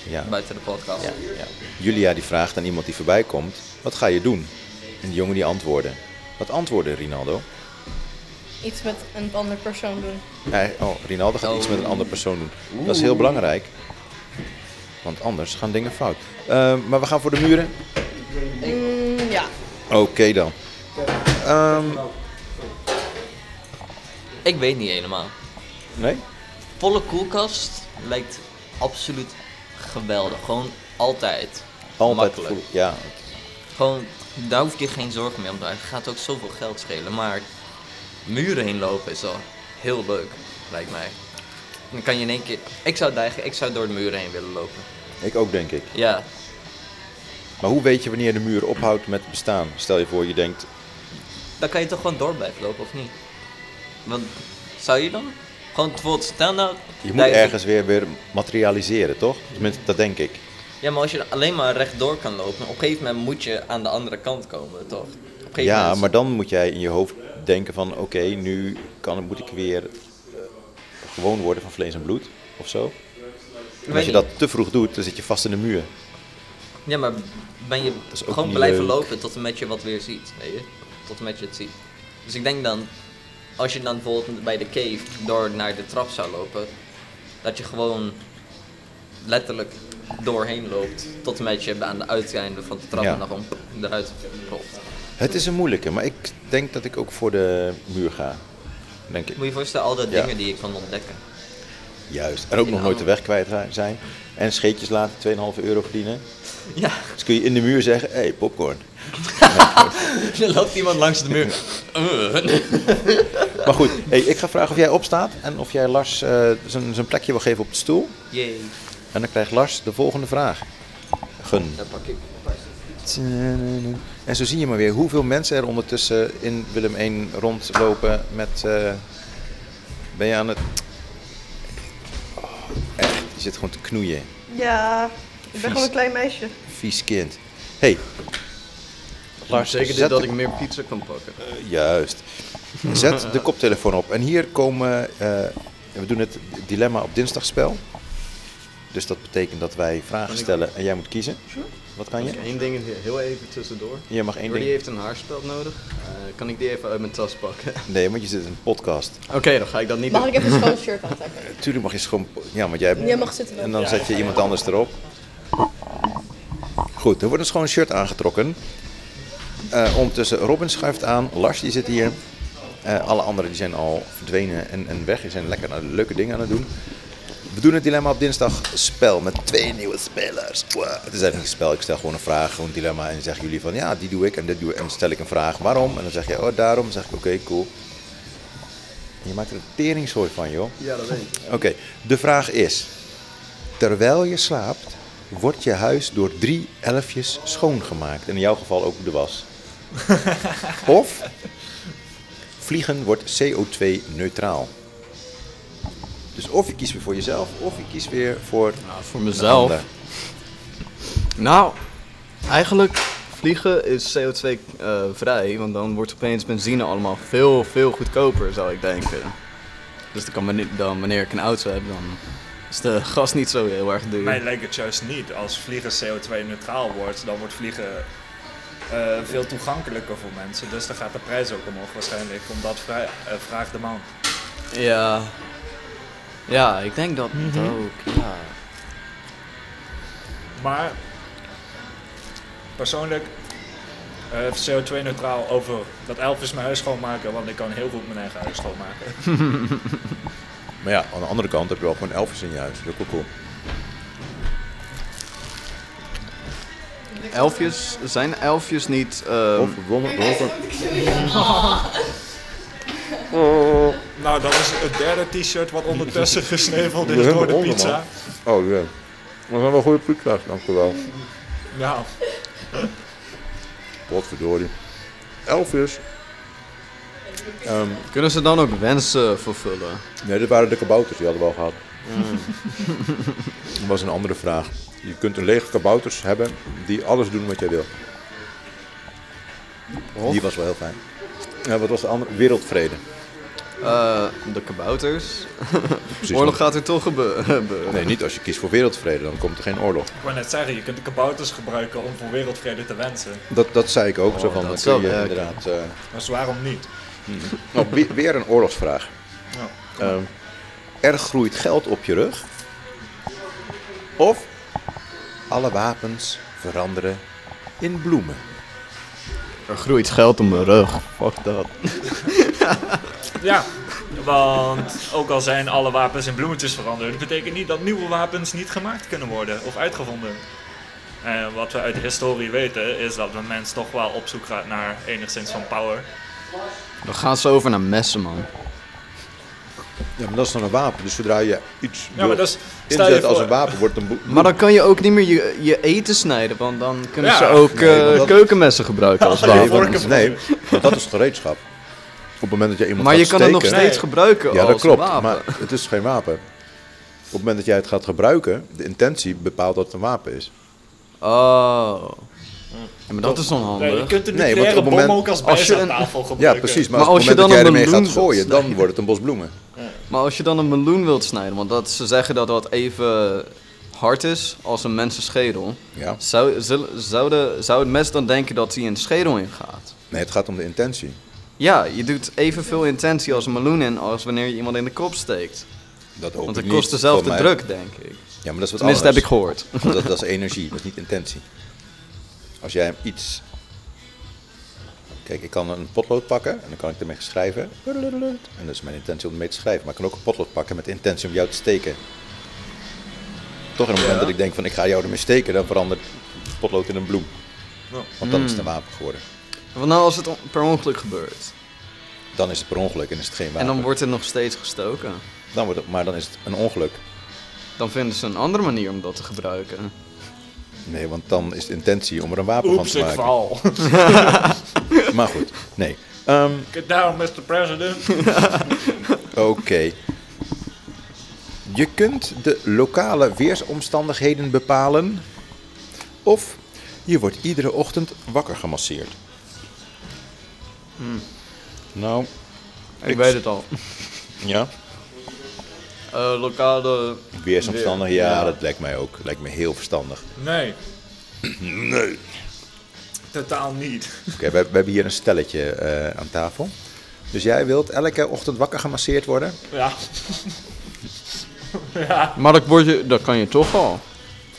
S1: Ja.
S7: buiten de podcast.
S1: Ja, ja. Julia die vraagt aan iemand die voorbij komt, wat ga je doen? En de jongen die antwoordde, wat antwoordde Rinaldo?
S3: Iets met een ander persoon doen.
S1: Hij- oh, Rinaldo gaat iets met een andere persoon doen. Dat is heel belangrijk, want anders gaan dingen fout. Eh, maar we gaan voor de muren.
S3: Mm, ja.
S1: Oké dan. Ehm,
S7: Ik weet niet helemaal.
S1: nee?
S7: Volle koelkast lijkt absoluut geweldig. Gewoon altijd.
S1: Altijd
S7: Makkelijk.
S1: voel- Ja,
S7: Gewoon, daar hoef je geen zorgen mee om te maken. Het gaat ook zoveel geld schelen. Maar muren heen lopen is al heel leuk, lijkt mij. Dan kan je in één keer... Ik zou, daar, ik zou door de muren heen willen lopen.
S1: ik ook denk ik.
S7: Ja,
S1: Maar hoe weet je wanneer de muur ophoudt met bestaan? Stel je voor, je denkt,
S7: dan kan je toch gewoon door blijven lopen, of niet? Want, zou je dan? Gewoon bijvoorbeeld, stel nou...
S1: je moet
S7: dat
S1: ergens weer, weer materialiseren, toch? Tenminste, dat denk ik.
S7: Ja, maar als je alleen maar rechtdoor kan lopen, op een gegeven moment moet je aan de andere kant komen, toch? Op een gegeven
S1: Ja,
S7: moment-
S1: maar dan moet jij in je hoofd denken van oké, nu kan, moet ik weer eh, gewoon worden van vlees en bloed of zo. En als je dat te vroeg doet, dan zit je vast in de muur.
S7: Ja, maar ben je
S1: is ook
S7: gewoon
S1: niet
S7: blijven
S1: leuk.
S7: lopen tot en met je wat weer ziet, weet je? Tot en met je het ziet. Dus ik denk dan, als je dan bijvoorbeeld bij de cave door naar de trap zou lopen, dat je gewoon letterlijk doorheen loopt tot en met je aan de uiteinde van de trap
S1: Ja.
S7: en dan gewoon eruit klopt.
S1: Het is een moeilijke, maar ik denk dat ik ook voor de muur ga. Denk ik.
S7: Moet je je voorstellen, al dat
S1: Ja.
S7: dingen die je kan ontdekken.
S1: Juist. En ook nog nooit de weg kwijt ra- zijn. En scheetjes laten 2,5 euro verdienen.
S7: Ja,
S1: Dus kun je in de muur zeggen, hé, hey, popcorn.
S7: er loopt iemand langs de muur. Eh.
S1: Maar goed, hey, ik ga vragen of jij opstaat en of jij Lars eh, zijn zijn plekje wil geven op de stoel.
S7: Jee,
S1: En dan krijgt Lars de volgende vraag. Gun.
S7: daar pak ik.
S1: eh, En zo zie je maar weer hoeveel mensen er ondertussen in Willem 1 rondlopen met... eh, ben je aan het... Oh, echt, je zit gewoon te knoeien.
S3: Ja, ik ben
S1: gewoon een
S3: klein meisje.
S1: Vies kind. hey, Lars,
S8: Zeker dit
S1: zet
S8: dat
S1: de- Eh,
S8: ik meer pizza kan pakken.
S1: Juist. Zet de koptelefoon op. En hier komen... eh, we doen het dilemma op dinsdagspel. Dus dat betekent dat wij vragen stellen en jij moet kiezen. Wat kan je?
S8: Eén ding heel even tussendoor.
S1: Je mag één
S8: Jordi
S1: ding...
S8: heeft een haarspeld nodig. Eh, kan ik die even uit mijn tas pakken?
S1: Nee, want je zit in een podcast.
S8: Oké, dan ga ik dat niet
S3: Mag
S8: doen.
S3: ik even een schoon shirt aantrekken?
S1: Tuurlijk mag je gewoon... Ja, want jij... hebt-
S3: Jij mag zitten.
S1: En dan zet je iemand anders erop. Goed, er wordt een schoon shirt aangetrokken. Eh, ondertussen, Robin schuift aan. Lars die zit hier. Eh, alle anderen die zijn al verdwenen en, en weg. Die zijn lekker aan- leuke dingen aan het doen. We doen het dilemma op dinsdag spel met twee nieuwe spelers. Wow. Het is eigenlijk een spel. Ik stel gewoon een vraag, gewoon een dilemma. En dan zeggen jullie van ja, die doe ik en dit doe ik. En dan stel ik een vraag waarom. En dan zeg je oh daarom. Dan zeg ik oké, cool. En je maakt er een teringzooi van joh.
S8: Ja, dat weet ik.
S1: Oké, de vraag is: terwijl je slaapt, wordt je huis door drie elfjes schoongemaakt. En in jouw geval ook de was. of vliegen wordt CO2-neutraal. Dus of je kiest weer voor jezelf, of je kiest weer voor
S8: Nou, voor
S1: een
S8: mezelf.
S1: ander.
S8: Nou, eigenlijk vliegen is CO2-vrij, eh, want dan wordt opeens benzine allemaal veel, veel goedkoper, zou ik denken. Dus dan, kan wanneer, dan wanneer ik een auto heb, dan is de gas niet zo heel erg duur.
S9: Mij lijkt het juist niet. Als vliegen CO2-neutraal wordt, dan wordt vliegen eh, veel toegankelijker voor mensen. Dus dan gaat de prijs ook omhoog waarschijnlijk. Omdat vrij, eh, vraag de man.
S8: Ja. Ja, ik denk dat ook, ja.
S9: Maar persoonlijk eh, CO2-neutraal over dat Elvis mijn huis schoonmaken. Want ik kan heel goed mijn eigen huis schoonmaken.
S1: Maar ja, aan de andere kant heb je wel gewoon elfjes in je huis. Dat is ook wel cool.
S8: Elfjes, zijn elfjes niet... ehm,
S1: Of Robin, Robin,
S3: Ah.
S8: Oh.
S9: Nou, dat is het derde t-shirt wat ondertussen gesneveld
S1: We
S9: is
S1: hebben
S9: door de
S1: honger,
S9: pizza.
S1: man. Oh ja. We zijn wel goede pizza's, dankjewel.
S9: Ja,
S1: Potverdorie. Elfjes. Ehm,
S8: Kunnen ze dan ook wensen vervullen?
S1: Nee, dit waren de kabouters, die hadden we al gehad.
S8: Mm.
S1: Dat was een andere vraag. Je kunt een lege kabouters hebben die alles doen wat jij wil.
S8: Rob?
S1: Die was wel heel fijn. Ja, wat was de andere? Wereldvrede.
S8: Eh, de kabouters.
S1: Precies.
S8: Oorlog gaat er toch gebeuren.
S1: Nee, niet als je kiest voor wereldvrede, dan komt er geen oorlog.
S9: Ik wou net zeggen, je kunt de kabouters gebruiken om voor wereldvrede te wensen.
S1: Dat, dat zei ik ook, zo
S8: Oh,
S1: van,
S8: dat
S1: dan
S8: zou
S1: kun je
S8: werken.
S1: inderdaad... eh,
S9: Dus waarom niet?
S8: Hmm.
S1: nou, weer, weer een oorlogsvraag. Ehm, er groeit geld op je rug. Of alle wapens veranderen in bloemen.
S8: Er groeit geld om mijn rug. Fuck dat.
S9: Ja, want ook al zijn alle wapens in bloemetjes veranderd, dat betekent niet dat nieuwe wapens niet gemaakt kunnen worden of uitgevonden. En wat we uit de historie weten, is dat de mens toch wel op zoek gaat naar enigszins van power.
S8: Dan gaan ze over naar messen, man.
S1: Ja, maar dat is dan een wapen. Dus zodra je iets
S9: Ja, maar
S1: wil
S9: dus, stel je
S1: inzet als
S9: voor,
S1: een wapen, wordt het een bloem.
S8: Maar dan kan je ook niet meer je, je eten snijden, want dan kunnen
S9: Ja.
S8: ze ook
S1: Nee, want
S8: eh,
S1: dat-
S8: keukenmessen gebruiken als
S1: Nee,
S8: wapen.
S1: want, nee, want dat is het gereedschap. Op het moment dat je iemand
S8: Maar
S1: gaat
S8: je kan het nog
S1: steken-
S8: steeds gebruiken
S1: Ja,
S8: als
S1: dat klopt,
S8: wapen.
S1: maar het is geen wapen. Op het moment dat jij het gaat gebruiken, de intentie bepaalt dat het een wapen is.
S8: Oh. Ja, maar dat is onhandig.
S9: nee, je kunt de
S1: Nee, want
S9: nucleaire
S1: op het
S9: bom
S1: moment-
S9: ook als
S8: als je een-
S9: bijzettafel
S1: Ja,
S9: gebruiken.
S1: precies. Maar,
S8: Maar
S1: op het
S8: als je
S1: moment dat jij
S8: dan een
S1: ermee gaat
S8: meloen wilt
S1: gooien, dan
S8: snijden.
S1: wordt het een bos bloemen.
S8: Maar als je dan een meloen wilt snijden, want dat, ze zeggen dat dat even hard is als een mensenschedel.
S1: Ja.
S8: Zou, zul- zouden, zou het mes dan denken dat hij een schedel ingaat?
S1: Nee, het gaat om de intentie.
S8: Ja, je doet evenveel intentie als een meloen in als wanneer je iemand in de kop steekt.
S1: Dat hoop ik
S8: Want het
S1: niet,
S8: kost dezelfde
S1: volgens mij.
S8: druk, denk ik.
S1: Ja, maar dat is wat
S8: Tenminste,
S1: anders.
S8: heb ik gehoord.
S1: Want dat, dat is energie, dat is niet intentie. Als jij hem iets... Kijk, ik kan een potlood pakken en dan kan ik ermee schrijven. En dat is mijn intentie om ermee te schrijven. Maar ik kan ook een potlood pakken met de intentie om jou te steken. Toch in het moment dat ik denk van ik ga jou ermee steken, dan verandert het potlood in een bloem. Want dan is
S8: Hmm.
S1: het een wapen geworden.
S8: Want nou, als het on- per ongeluk gebeurt.
S1: Dan is het per ongeluk en is het geen wapen.
S8: En dan wordt het nog steeds gestoken.
S1: dan wordt het, maar dan is het een ongeluk.
S8: Dan vinden ze een andere manier om dat te gebruiken.
S1: Nee, want dan is de intentie om er een wapen
S9: Oeps,
S1: van
S9: ik
S1: te maken.
S9: val.
S1: Maar goed, nee. Ehm,
S9: Get down, Mr. President.
S1: Oké. Je kunt de lokale weersomstandigheden bepalen. Of je wordt iedere ochtend wakker gemasseerd. Nou,
S8: Hmm. Ik, weet het al.
S1: ja.
S8: Eh, lokale...
S1: Weersomstandigheden, ja,
S8: Ja.
S1: dat lijkt mij ook. Lijkt me heel verstandig.
S9: Nee,
S1: Nee.
S9: totaal niet.
S1: Oké, we, we hebben hier een stelletje eh, aan tafel. Dus jij wilt elke ochtend wakker gemasseerd worden?
S9: Ja,
S8: Maar dat, word je, dat kan je toch al.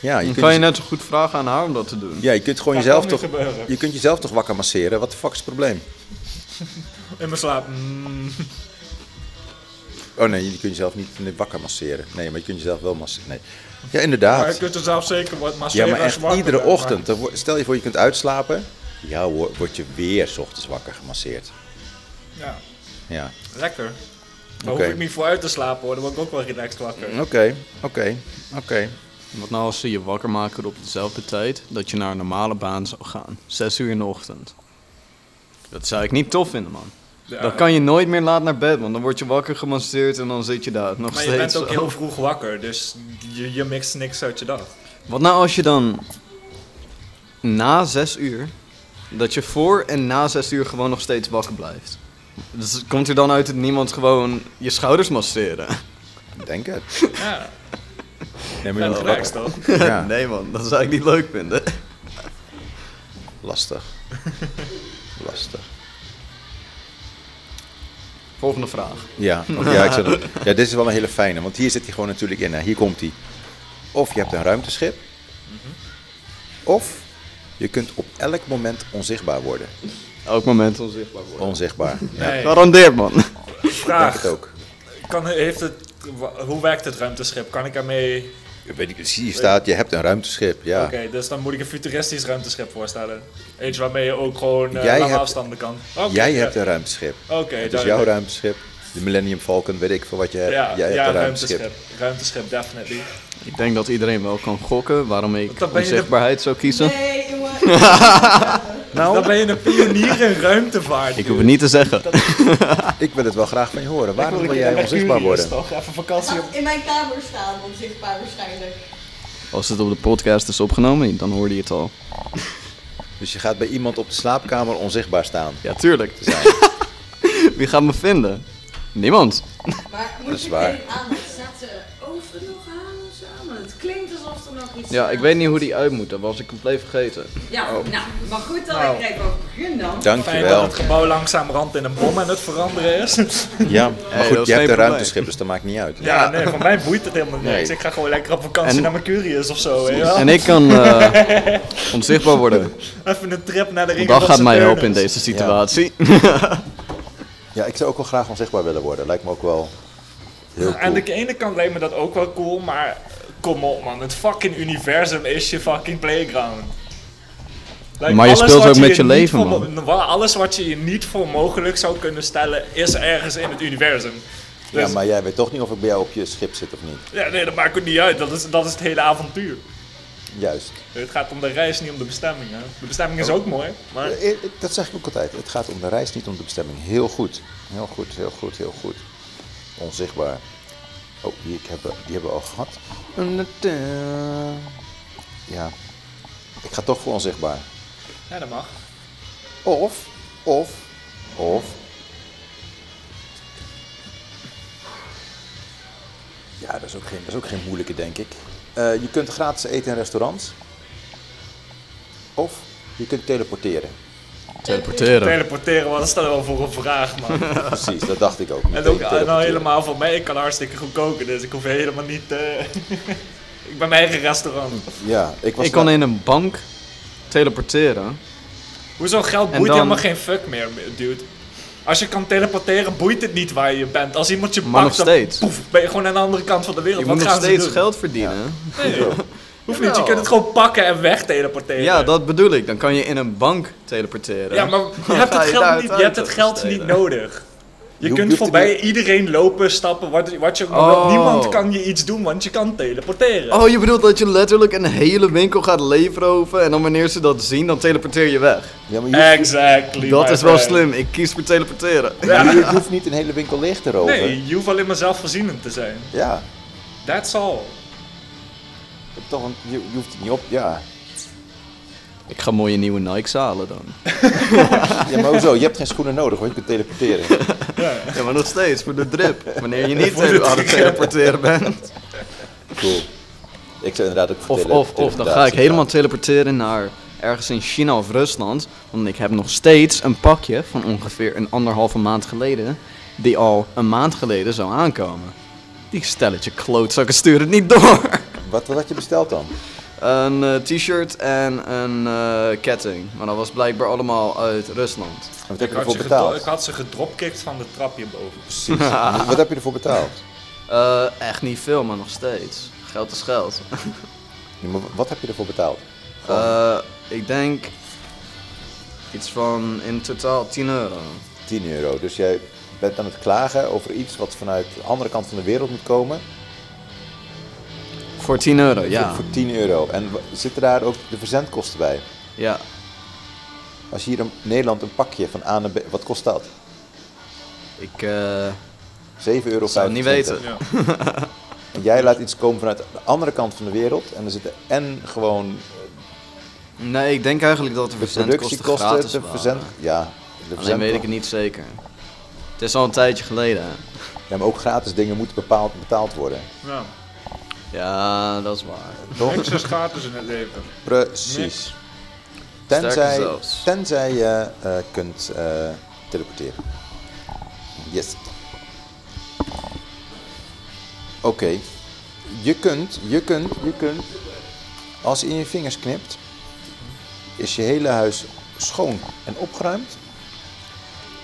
S1: Ja, je
S8: Dan
S1: kunt, dus-
S8: kan je net zo goed vragen aan haar om dat te doen.
S1: ja, je kunt gewoon
S9: dat
S1: jezelf
S9: kan niet
S1: toch,
S9: gebeuren.
S1: je kunt jezelf toch wakker masseren? Wat de fuck is het probleem?
S9: In mijn slaap. Mm.
S1: Oh nee, je kunt jezelf niet in de wakker masseren. Nee, maar je kunt jezelf wel masseren. Nee. Ja,
S9: Maar je
S1: inderdaad.
S9: kunt er zelf zeker wat
S1: Ja,
S9: masseren
S1: maar
S9: als je
S1: echt
S9: wakker
S1: iedere
S9: bent, maar-
S1: ochtend. dan wo- Stel je voor, je kunt uitslapen. Ja hoor, word je weer 's ochtends wakker gemasseerd.
S9: Ja,
S1: Ja,
S9: lekker. Daar
S1: Oké.
S9: hoef ik niet voor uit te slapen hoor, dan word ik ook wel relaxed wakker.
S1: oké, oké, oké.
S8: Wat nou als ze je wakker maken op dezelfde tijd dat je naar een normale baan zou gaan? Zes uur in de ochtend. Dat zou ik niet tof vinden, man.
S9: Ja.
S8: Dan kan je nooit meer laat naar bed, want dan word je wakker gemasseerd en dan zit je daar nog
S9: Maar je
S8: steeds.
S9: bent ook
S8: zo.
S9: heel vroeg wakker, dus je, je mixt niks uit je dag.
S8: Wat nou als je dan na zes uur, dat je voor en na zes uur gewoon nog steeds wakker blijft? Dus komt er dan uit dat niemand gewoon je schouders masseren?
S1: Ik Denk het.
S9: Ja,
S1: Nee, maar je
S9: ben
S1: moet
S9: relaxed
S1: wakker.
S9: toch?
S1: Ja,
S8: Nee man, dat zou ik niet leuk vinden.
S1: lastig. Lastig.
S8: Volgende vraag.
S1: Ja, oké, ja, ik zat er- ja, dit is wel een hele fijne, want hier zit hij gewoon natuurlijk in. hè. Hier komt hij. Of je hebt een ruimteschip.
S8: Mhm.
S1: Of je kunt op elk moment onzichtbaar worden.
S8: Elk moment onzichtbaar.
S1: Onzichtbaar. Ja,
S9: Nee,
S8: Garandeerd man.
S1: denk
S9: vraag.
S1: het ook.
S9: Kan, heeft het, wa- hoe werkt het ruimteschip? Kan ik ermee...
S1: Weet ik, zie, hier staat, je hebt een ruimteschip, ja.
S9: Oké, dus dan moet ik een futuristisch ruimteschip voorstellen. Eentje waarmee je ook gewoon eh,
S1: Jij
S9: lange
S1: hebt-
S9: afstanden kan. Oké,
S1: Jij
S9: ja.
S1: hebt een ruimteschip.
S9: Oké,
S1: Het is
S9: duidelijk.
S1: jouw ruimteschip. De Millennium Falcon, weet ik veel wat je hebt.
S9: Ja,
S1: Jij
S9: ja,
S1: hebt een
S9: ruimteschip.
S1: ruimteschip.
S9: ruimteschip. definitely.
S8: Ik denk dat iedereen wel kan gokken waarom ik
S9: Want dan ben je de-
S8: onzichtbaarheid zou kiezen.
S3: Nee, jongen.
S9: Dus
S3: Nou?
S9: Dan ben je een pionier in ruimtevaart.
S8: Ik hoef het niet te zeggen.
S1: Ik wil het wel graag van je horen. Waarom wil jij onzichtbaar worden?
S9: Toch? Even vakantie op...
S3: Gaat in mijn kamer staan, onzichtbaar waarschijnlijk.
S8: Als het op de podcast is opgenomen, dan hoorde je het al.
S1: Dus je gaat bij iemand op de slaapkamer onzichtbaar staan.
S8: Ja, tuurlijk.
S1: te zijn.
S8: Wie gaat me vinden? Niemand.
S5: Maar
S1: Dat is waar.
S5: aan het zetten over nog aan of zo? Want het klinkt alsof er nog iets
S8: Ja, ik weet niet hoe die uit moet. Dat was ik compleet vergeten. Oh.
S5: Ja, nou, maar goed dat
S9: Nou.
S5: ik er even over begin dan.
S9: Fijn dat
S1: Dankjewel.
S9: het gebouw langzamerhand in een bom aan het veranderen is.
S1: Ja, maar
S8: dat
S1: goed, je hebt
S8: is geen
S1: een
S8: probleem.
S1: ruimteschip, dus dat maakt niet uit.
S9: Ja, nee, voor mij boeit het helemaal niks.
S1: Nee.
S9: Ik ga gewoon lekker op vakantie
S8: En-
S9: naar Mercurius of zo. weet je wel.
S8: En ik kan eh, onzichtbaar worden.
S9: Even een trip naar de ring.
S8: Dat gaat mij helpen in deze situatie.
S1: Ja, ik zou ook wel graag onzichtbaar willen worden. Lijkt me ook wel heel
S9: Aan de
S1: cool.
S9: ene kant lijkt me dat ook wel cool, maar kom op man, het fucking universum is je fucking playground. Like,
S8: Maar je
S9: alles
S8: speelt
S9: wat
S8: ook met
S9: hier
S8: je
S9: niet
S8: leven,
S9: voor
S8: man.
S9: mo- wa- Alles wat je je niet voor mogelijk zou kunnen stellen, is ergens in het universum. Dus,
S1: Ja,
S9: ja,
S1: maar jij weet toch niet of ik bij jou op je schip zit of niet.
S9: nee, dat maakt het niet uit. Dat is, dat is het hele avontuur.
S1: Juist.
S9: Het gaat om de reis, niet om de bestemming. Hè. De bestemming is ook mooi, maar...
S1: Eh, eh, Dat zeg ik ook altijd. Het gaat om de reis, niet om de bestemming. Heel goed. Heel goed, heel goed, heel goed. Onzichtbaar. Oh, die hebben, die hebben we al gehad. Ja. Ik ga toch voor onzichtbaar.
S9: Ja, dat mag.
S1: Of, of, of. Ja, dat is ook geen, dat is ook geen moeilijke, denk ik. Eh, je kunt gratis eten in restaurants. Of je kunt teleporteren.
S8: Teleporteren.
S9: Teleporteren, wat is dat wel voor een vraag, man?
S1: Precies, dat dacht ik ook.
S9: En
S1: meteen
S9: ook eh, nou
S1: teleporteren.
S9: helemaal voor mij, ik kan hartstikke goed koken, dus ik hoef helemaal niet. eh, ik ben mijn eigen restaurant.
S1: Ja, ik was
S8: Ik kan
S1: na-
S8: in een bank teleporteren.
S9: Hoezo geld
S8: En
S9: boeit
S8: dan-
S9: helemaal geen fuck meer, dude. Als je kan teleporteren, boeit het niet waar je bent. Als iemand je
S8: Maar
S9: pakt,
S8: nog
S9: dan
S8: steeds.
S9: poef, ben je gewoon aan de andere kant van de wereld.
S8: Je
S9: Wat
S8: moet nog
S9: gaan
S8: steeds
S9: ze doen?
S8: geld verdienen.
S9: Hoeft niet, je kunt het gewoon pakken en weg teleporteren.
S8: Ja, dat bedoel ik. Dan kan je in een bank teleporteren.
S9: Ja, maar je hebt
S8: ga
S9: het
S8: je
S9: geld,
S8: daar
S9: niet,
S8: het
S9: je hebt het
S8: uit
S9: geld
S8: besteden?
S9: niet nodig. Je,
S1: Je
S9: kunt
S1: hoeft het
S9: voorbij iedereen lopen, stappen, wat, wat je ook maar
S8: Oh.
S9: wil. Niemand kan je iets doen, want je kan teleporteren.
S8: Oh, je bedoelt dat je letterlijk een hele winkel gaat leefroven en dan wanneer ze dat zien, dan teleporteer je weg.
S1: Ja, maar je, hoeft-
S9: Exactly.
S8: dat
S9: my
S8: is wel
S9: friend.
S8: slim. Ik kies voor teleporteren.
S1: je- je hoeft niet een hele winkel leeg te roven.
S9: Nee, je hoeft alleen maar zelfvoorzienend te zijn.
S1: Ja,
S9: That's all.
S1: toch een, je, je hoeft het niet op. Ja.
S8: Ik ga mooie nieuwe Nikes halen dan.
S1: ja, maar hoezo? Je hebt geen schoenen nodig hoor, je kunt teleporteren.
S8: Ja, maar nog steeds, voor de drip. Wanneer je niet
S9: Voor de
S8: tele- aan het teleporteren bent.
S1: Cool. Ik zou inderdaad ook voor
S8: Of,
S1: tele-
S8: of, of, dan ga ik
S1: teleportatie
S8: helemaal
S1: gaan.
S8: teleporteren naar ergens in China of Rusland. Want ik heb nog steeds een pakje van ongeveer een anderhalve maand geleden. Die al een maand geleden zou aankomen. Die stelletje klootzakken sturen het niet door.
S1: Wat, wat had je besteld dan?
S8: Een eh, t-shirt en een eh, ketting. Maar dat was blijkbaar allemaal uit Rusland.
S1: Wat heb
S9: Ik
S1: je
S9: had,
S1: ervoor
S9: ze gedro- ik
S1: betaald?
S9: had ze gedropkicked van de trap hierboven.
S1: Wat heb je ervoor betaald?
S8: Eh, echt niet veel, maar nog steeds. Geld is geld.
S1: Ja, maar wat heb je ervoor betaald?
S8: Eh, ik denk iets van in totaal 10 euro.
S1: 10 euro. Dus jij bent aan het klagen over iets wat vanuit de andere kant van de wereld moet komen.
S8: Voor 10 euro, ja.
S1: Voor 10 euro. En w- zitten daar ook de verzendkosten bij?
S8: ja.
S1: Als je hier in Nederland een pakje van A naar B... Wat kost dat? 7,50
S8: Ik, eh,
S1: euro.
S8: Zou het niet weten.
S9: Ja.
S1: En jij laat iets komen vanuit de andere kant van de wereld. En er zitten en gewoon eh,
S8: nee, ik denk eigenlijk dat de
S1: de
S8: verzendkosten
S1: productiekosten,
S8: gratis
S1: de
S8: waren.
S1: verzend... Ja, de
S8: Alleen weet ik het niet zeker. Het is al een tijdje geleden. hè.
S1: Ja, maar ook gratis dingen moeten bepaald, betaald worden.
S9: Ja.
S8: Ja, dat is waar.
S1: Toch?
S9: Niks is gratis in het leven.
S1: Precies.
S9: Niks.
S1: Tenzij,
S8: Sterker zelfs.
S1: tenzij je eh, kunt eh, teleporteren. Yes. Oké. Je kunt, je kunt, je kunt. Als je in je vingers knipt, is je hele huis schoon en opgeruimd.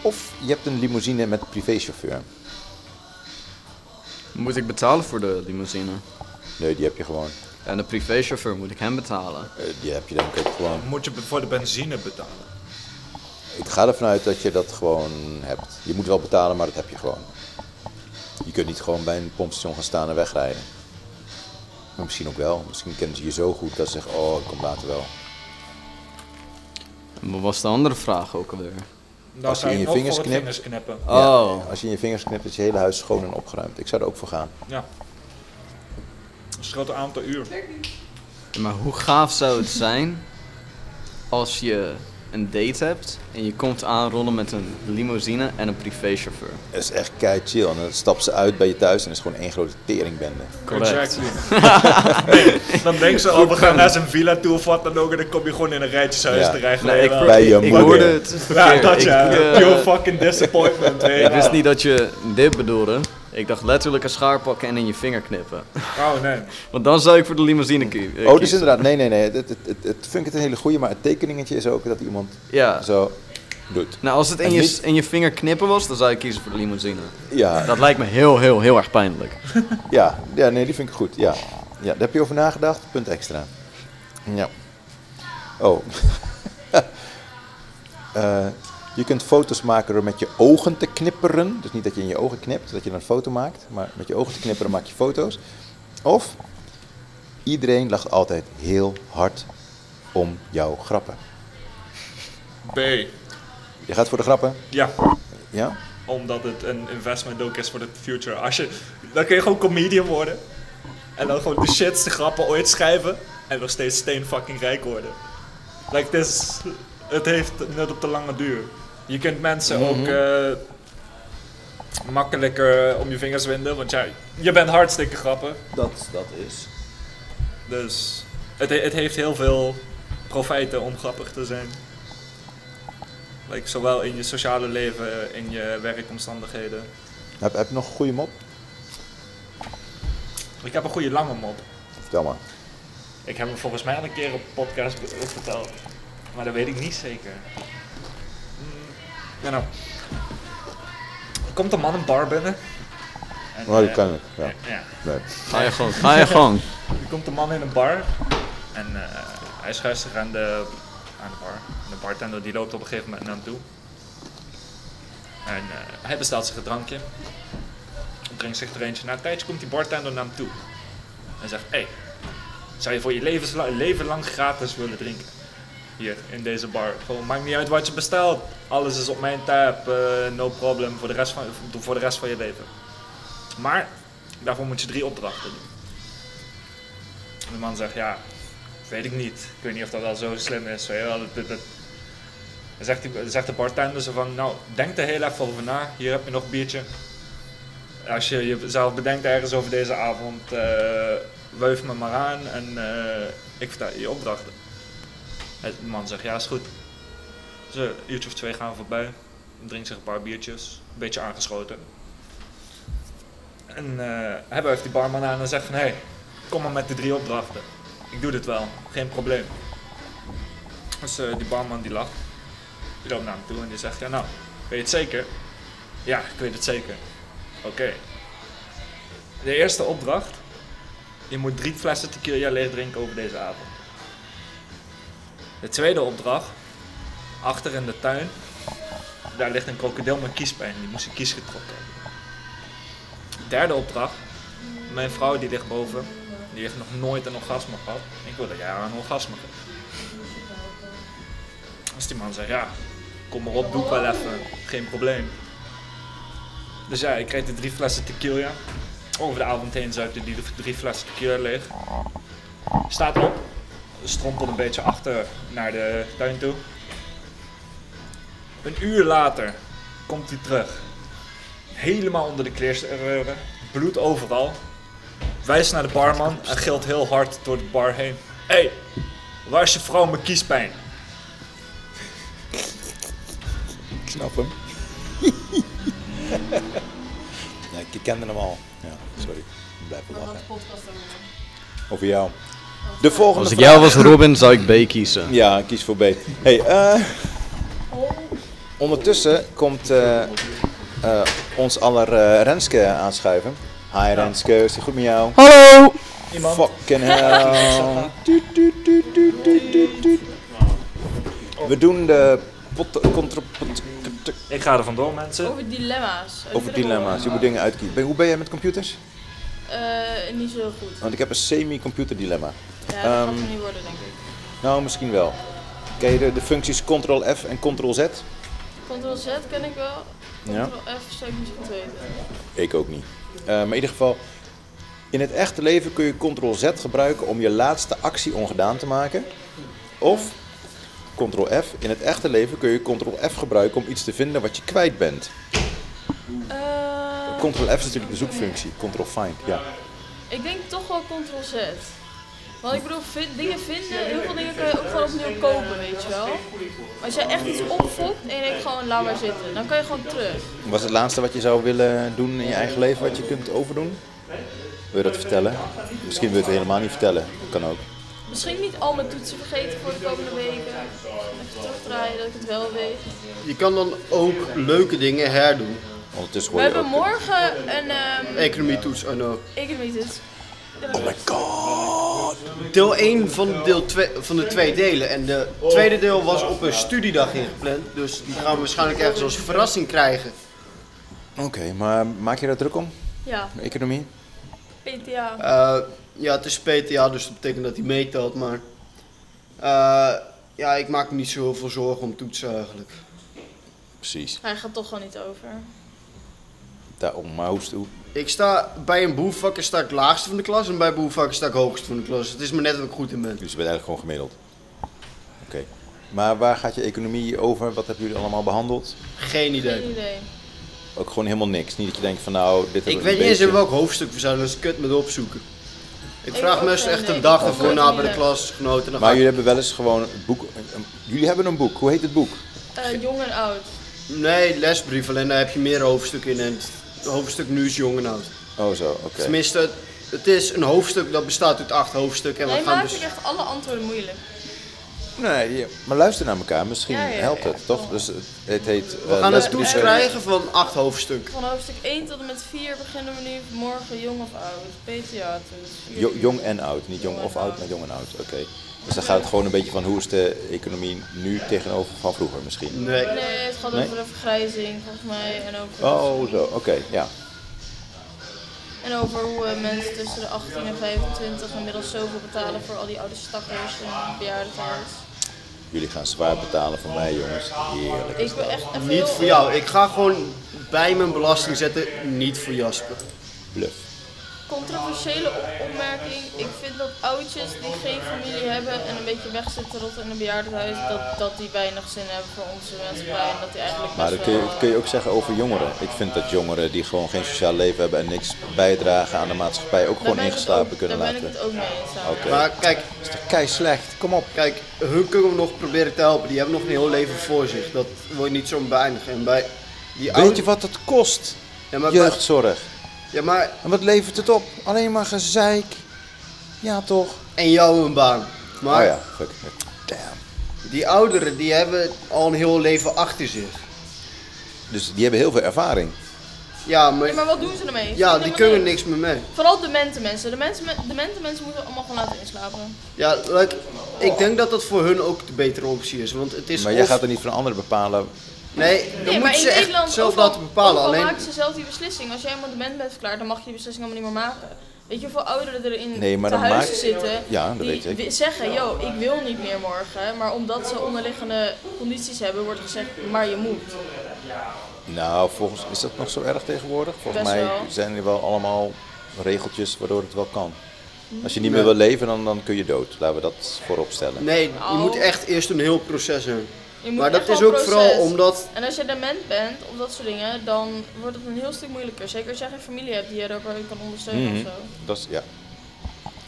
S1: Of je hebt een limousine met privéchauffeur.
S8: Moet ik betalen voor de limousine?
S1: Nee, die heb je gewoon.
S8: En de privéchauffeur moet ik hem betalen.
S1: Eh, die heb je denk ik ook gewoon.
S9: Moet je be- voor de benzine betalen?
S1: Ik ga ervan uit dat je dat gewoon hebt. Je moet wel betalen, maar dat heb je gewoon. Je kunt niet gewoon bij een pompstation gaan staan en wegrijden. Maar misschien ook wel. Misschien kennen ze je zo goed dat ze zeggen, oh, ik kom later wel.
S8: En Wat was de andere vraag ook alweer?
S9: Dan
S1: Als je
S9: ga
S1: in je
S9: nog
S1: vingers
S9: voor het
S1: knipt.
S9: vingers knippen.
S8: Oh.
S1: Ja, als je in je vingers knipt, is je hele huis schoon en opgeruimd. Ik zou er ook voor gaan.
S9: Ja. Dat scheelt een aantal uur.
S8: Maar hoe gaaf zou het zijn als je een date hebt en je komt aanrollen met een limousine en een privéchauffeur.
S1: Dat is echt kei chill. En dan stapt ze uit bij je thuis en is gewoon één grote teringbende.
S9: Exactly. Nee, dan denken ze, oh, we gaan naar zijn villa toe of wat dan ook. En dan kom je gewoon in een rijtjeshuis
S1: Ja.
S9: terecht.
S8: Nee, ik,
S9: Helemaal.
S1: Bij je
S8: ik, ik
S1: moeder.
S8: hoorde het
S9: ja,
S8: verkeerd.
S9: dat
S8: Ik,
S9: ja.
S8: eh,
S9: Pure fucking disappointment. hè.
S8: ik wist niet dat je dit bedoelde. Ik dacht letterlijk een schaar pakken en in je vinger knippen.
S9: Oh nee.
S8: Want dan zou ik voor de limousine kie- eh, kiezen.
S1: Oh, dus inderdaad. Nee, nee, nee. Het, het, het, het vind ik het een hele goeie, maar het tekeningetje is ook dat iemand
S8: Ja.
S1: zo doet.
S8: Nou, als het in
S1: En
S8: je,
S1: niet-
S8: in je vinger knippen was, dan zou ik kiezen voor de limousine.
S1: Ja,
S8: Dat lijkt me heel, heel, heel erg pijnlijk.
S1: ja, ja, nee, die vind ik goed. Ja. ja, daar heb je over nagedacht. Punt extra. Ja. Oh. Eh, je kunt foto's maken door met je ogen te knipperen. Dus niet dat je in je ogen knipt, dat je dan een foto maakt. Maar met je ogen te knipperen maak je foto's. Of iedereen lacht altijd heel hard om jouw grappen.
S9: B.
S1: Je gaat voor de grappen,
S9: Ja,
S1: ja?
S9: omdat het een investment ook is voor de future. Als je, dan kun je gewoon comedian worden. En dan gewoon de shitste grappen ooit schrijven. En nog steeds steen fucking rijk worden. Like this, het heeft net op de lange duur. Je kunt mensen
S1: Mhm.
S9: ook eh, makkelijker om je vingers winden. Want ja, je bent hartstikke grappig.
S1: Dat, dat is.
S9: Dus het, he- het heeft heel veel profijten om grappig te zijn. Like, zowel in je sociale leven, in je werkomstandigheden.
S1: Heb, heb je nog een goede mop?
S9: Ik heb een goede lange mop.
S1: Vertel maar.
S9: Ik heb hem volgens mij al een keer op podcast be- ook verteld. Maar dat weet ik niet zeker. Mm, ja, nou. Er komt een man een bar binnen. En,
S1: Oh, die
S9: eh,
S1: kan ik. Ja.
S9: ja,
S1: Nee.
S8: Ga je gang. Ga je gang.
S9: Er komt een man in een bar en eh, hij schuift zich aan de, aan de bar. En de bartender die loopt op een gegeven moment naar hem toe. En eh, hij bestelt zich een drankje. Drinkt zich er eentje. Na een tijdje komt die bartender naar hem toe. En zegt, hé, hey, zou je voor je levensla- leven lang gratis willen drinken? Hier, in deze bar. Gewoon, maakt niet uit wat je bestelt. Alles is op mijn tab. eh, no problem. Voor de, rest van, voor de rest van je leven. Maar, daarvoor moet je drie opdrachten doen. En de man zegt, ja, weet ik niet. Ik weet niet of dat wel zo slim is. Weet je wel. Dat, dat, dat. Dan zegt, die, dan zegt de bartender zo van, nou, denk er heel even over na. Hier heb je nog een biertje. Als je jezelf bedenkt ergens over deze avond, eh wuif me maar aan en eh, ik vertel je je opdrachten. En de man zegt, ja, is goed. Dus een uurtje of twee gaan voorbij. Drinkt zich een paar biertjes, een beetje aangeschoten. En eh hij wuift die barman aan en zegt van, hé, hey, kom maar met de drie opdrachten. Ik doe dit wel, geen probleem. Dus eh, die barman die lacht. Die loopt naar hem toe en die zegt, ja nou, weet je het zeker? Ja, ik weet het zeker. Oké. De eerste opdracht. Je moet drie flessen tequila leeg drinken over deze avond. De tweede opdracht. Achter in de tuin. Daar ligt een krokodil met kiespijn. Die moest zijn kies getrokken hebben. Derde opdracht. Mijn vrouw die ligt boven. Die heeft nog nooit een orgasme gehad. Ik wil dat jij haar een orgasme geeft. Als die man zegt, ja, kom maar op, doe het wel even. Geen probleem. Dus ja, ik kreeg de drie flessen tequila. Over de avond heen zuipte die de drie flessen tequila leeg. Staat op. Strompelt een beetje achter naar de tuin toe. Een uur later komt hij terug. Helemaal onder de kleerscheuren. Bloed overal. Wijst naar de barman en gilt heel hard door de bar heen. Hé, hey, waar is je vrouw met kiespijn?
S1: Ik snap hem. ja, ik kende hem al. Ja, sorry. Ik blijf wel lachen. Over jou. De volgende
S8: Als ik
S1: vraag.
S8: jou was Robin, zou ik B kiezen.
S1: Ja, ik kies voor B. Hey, eh, ondertussen komt eh, eh, ons aller eh, Renske aanschuiven. Hi Renske, is het goed met jou? Hallo! Fucking hell. Toet, toet, toet, toet, toet, toet, toet. We doen de pot, contra, pot-
S9: Ik ga er vandoor, mensen.
S3: Over dilemma's.
S1: over dilemma's. Je moet dingen uitkiezen. Ben- Hoe ben jij met computers?
S3: Eh, niet zo goed.
S1: Want ik heb een semi-computer dilemma.
S3: Ja,
S1: Ehm,
S3: dat gaat er niet worden, denk ik.
S1: Nou, misschien wel. Ken je de, de functies Ctrl-F en Ctrl-Z?
S3: Ctrl Z ken ik wel.
S1: Ja.
S3: Ctrl F zou ik niet zo goed weten.
S1: Ik ook niet. Eh, maar in ieder geval, in het echte leven kun je Ctrl Z gebruiken om je laatste actie ongedaan te maken. Of Ctrl-F. In het echte leven kun je Ctrl-F gebruiken om iets te vinden wat je kwijt bent.
S4: Eh,
S1: Ctrl-F is natuurlijk de zoekfunctie. Ctrl-Find, ja.
S3: Ik denk toch wel Ctrl-Z. Want ik bedoel, vin- dingen vinden, heel veel dingen kun je ook gewoon opnieuw kopen, weet je wel. Maar als jij echt iets opfokt en je denkt gewoon, laat maar zitten, dan kan je gewoon terug.
S1: Wat is het laatste wat je zou willen doen in je eigen leven wat je kunt overdoen? Wil je dat vertellen? Misschien wil je het helemaal niet vertellen. Kan ook.
S3: Misschien niet al mijn toetsen vergeten voor de komende weken. Even terugdraaien dat ik het wel weet.
S10: Je kan dan ook leuke dingen herdoen.
S1: Ondertussen
S3: We
S1: gooi je
S3: hebben
S1: ook...
S3: morgen een ehm
S10: Economietoets, oh no.
S3: economietoets.
S10: Oh Deel 1 van de, deel twee, van de twee delen. En de tweede deel was op een studiedag ingepland. Dus die gaan we waarschijnlijk ergens als verrassing krijgen.
S1: Oké, maar maak je daar druk om?
S3: Ja,
S1: Economie?
S3: PTA.
S10: Eh, ja, het is PTA, dus dat betekent dat hij meetelt. Maar eh, ja, ik maak me niet zo heel veel zorgen om toetsen eigenlijk.
S1: Precies.
S3: Hij gaat toch gewoon niet over.
S1: Daarom, maar hoe is het- hoe-
S10: Ik sta bij een boevakker sta ik laagste van de klas en bij boevakker sta ik hoogste van de klas. Het is maar net wat ik goed in ben.
S1: Dus je bent eigenlijk gewoon gemiddeld. Oké. Maar waar gaat je economie over? Wat hebben jullie allemaal behandeld?
S10: Geen
S3: Geen
S10: idee.
S3: idee.
S1: Ook gewoon helemaal niks. Niet dat je denkt van nou, dit
S10: Ik
S1: hebben we
S10: weet
S1: een
S10: niet eens
S1: beetje.
S10: in welk hoofdstuk we zijn, dus kut met opzoeken. Ik
S3: Ik
S10: vraag
S3: ook
S10: me eens
S3: geen
S10: echt
S3: idee.
S10: een dag
S3: Ik
S10: ervoor
S3: ook
S10: na
S3: niet eh.
S10: bij de
S3: echt.
S10: klasgenoten. Dan
S1: Maar
S10: ga
S1: jullie
S10: ik...
S1: hebben wel eens gewoon een boek. een- een- jullie hebben een boek. Hoe heet het boek?
S3: Eh, jong en oud.
S10: Nee, lesbrief, alleen daar heb je meer hoofdstukken in. En het hoofdstuk nu is jong en oud.
S1: Oh zo, oké.
S10: Tenminste, het is een hoofdstuk dat bestaat uit acht hoofdstukken. En we
S3: Hij
S10: gaan
S3: maakt
S10: dus...
S3: ook echt alle antwoorden moeilijk.
S1: Nee, ja, maar luister naar elkaar. Misschien
S3: Ja, ja,
S1: helpt
S3: ja.
S1: het, toch? Dus het, het heet... eh,
S10: We gaan een toets krijgen van acht hoofdstukken.
S3: Van hoofdstuk 1 tot en met 4 beginnen we nu morgen jong of oud. PTA toets.
S1: jong en oud. Niet jong of oud, maar jong en oud. Oké. Dus dan gaat het gewoon een beetje van hoe is de economie nu tegenover van vroeger misschien.
S10: Nee.
S3: Nee, het gaat
S1: Nee?
S3: over de vergrijzing volgens mij en over,
S1: Oh zo, oké. ja.
S3: en over hoe eh, mensen tussen de 18 en 25 inmiddels zoveel betalen voor al die oude stakkers en bejaardentehuis.
S1: Jullie gaan zwaar betalen voor mij, jongens. Heerlijk.
S3: Ik ben echt even
S10: Niet
S3: heel-
S10: voor jou. Ik ga gewoon bij mijn belasting zetten. Niet voor Jasper.
S1: Bluff.
S3: Controversiële op- opmerking. Ik vind dat oudjes die geen familie hebben en een beetje weg zitten rotten in een bejaardentehuis, dat, dat die weinig zin hebben voor onze maatschappij. En dat die eigenlijk
S1: Maar
S3: best
S1: dat kun, je,
S3: wel...
S1: dat kun je ook zeggen over jongeren. Ik vind dat jongeren die gewoon geen sociaal leven hebben en niks bijdragen aan de maatschappij ook gewoon ingeslapen kunnen
S3: daar
S1: laten.
S3: ben ik
S1: Oké.
S3: het ook mee eens. samen.
S10: Maar kijk,
S1: Dat is toch kei slecht? Kom op.
S10: kijk, hun kunnen we nog proberen te helpen. Die hebben nog een heel leven voor zich. Dat wil je niet zo beëindigen. En bij die
S1: Weet je
S10: oude...
S1: wat het kost?
S10: Ja, maar, bij-
S1: Jeugdzorg.
S10: ja, maar...
S1: En wat levert het op? Alleen maar gezeik. Ja, toch?
S10: En jou een baan. Maar
S1: Oh ja, fuck. Damn.
S10: die ouderen, die hebben al een heel leven achter zich.
S1: Dus die hebben heel veel ervaring.
S10: Ja,
S3: Ja,
S10: maar...
S3: maar wat doen ze ermee?
S10: Ja, die kunnen
S3: niet.
S10: niks meer mee.
S3: Vooral demente mensen. De mensen, met- demente mensen moeten we allemaal gewoon laten inslapen.
S10: Ja, like, ik denk dat dat voor hun ook de betere optie is. Want het is
S1: Maar jij
S10: of-
S1: gaat er niet van anderen bepalen.
S10: Nee, dan
S3: Nee, maar
S10: moeten
S3: in
S10: ze
S3: Nederland
S10: echt zelf
S3: overal-
S10: laten bepalen.
S3: overal
S10: Alleen,
S3: maken ze zelf die beslissing. Als jij helemaal dement bent verklaard, dan mag je die beslissing helemaal niet meer maken. Weet je hoeveel ouderen er in
S1: Nee, maar
S3: te
S1: dan
S3: huis
S1: maak-
S3: zitten
S1: Ja, dat
S3: die
S1: weet ik.
S3: wi- zeggen, yo, ik wil niet meer morgen. Maar omdat ze onderliggende condities hebben, wordt gezegd, maar je moet.
S1: Nou, volgens is dat nog zo erg tegenwoordig? Volgens
S3: Best
S1: mij
S3: wel.
S1: zijn er wel allemaal regeltjes waardoor het wel kan. Als je niet meer wil leven, dan, dan kun je dood. Laten we dat voorop stellen.
S10: nee, je
S3: Oh.
S10: moet echt eerst een heel proces hebben.
S3: Je moet
S10: Maar dat
S3: echt wel
S10: is ook
S3: een
S10: vooral
S3: proces.
S10: omdat
S3: En als je dement bent, of dat soort dingen, dan wordt het een heel stuk moeilijker. Zeker als jij geen familie hebt die je daarbij kan ondersteunen
S1: Mhm.
S3: of zo.
S1: Dat is, ja.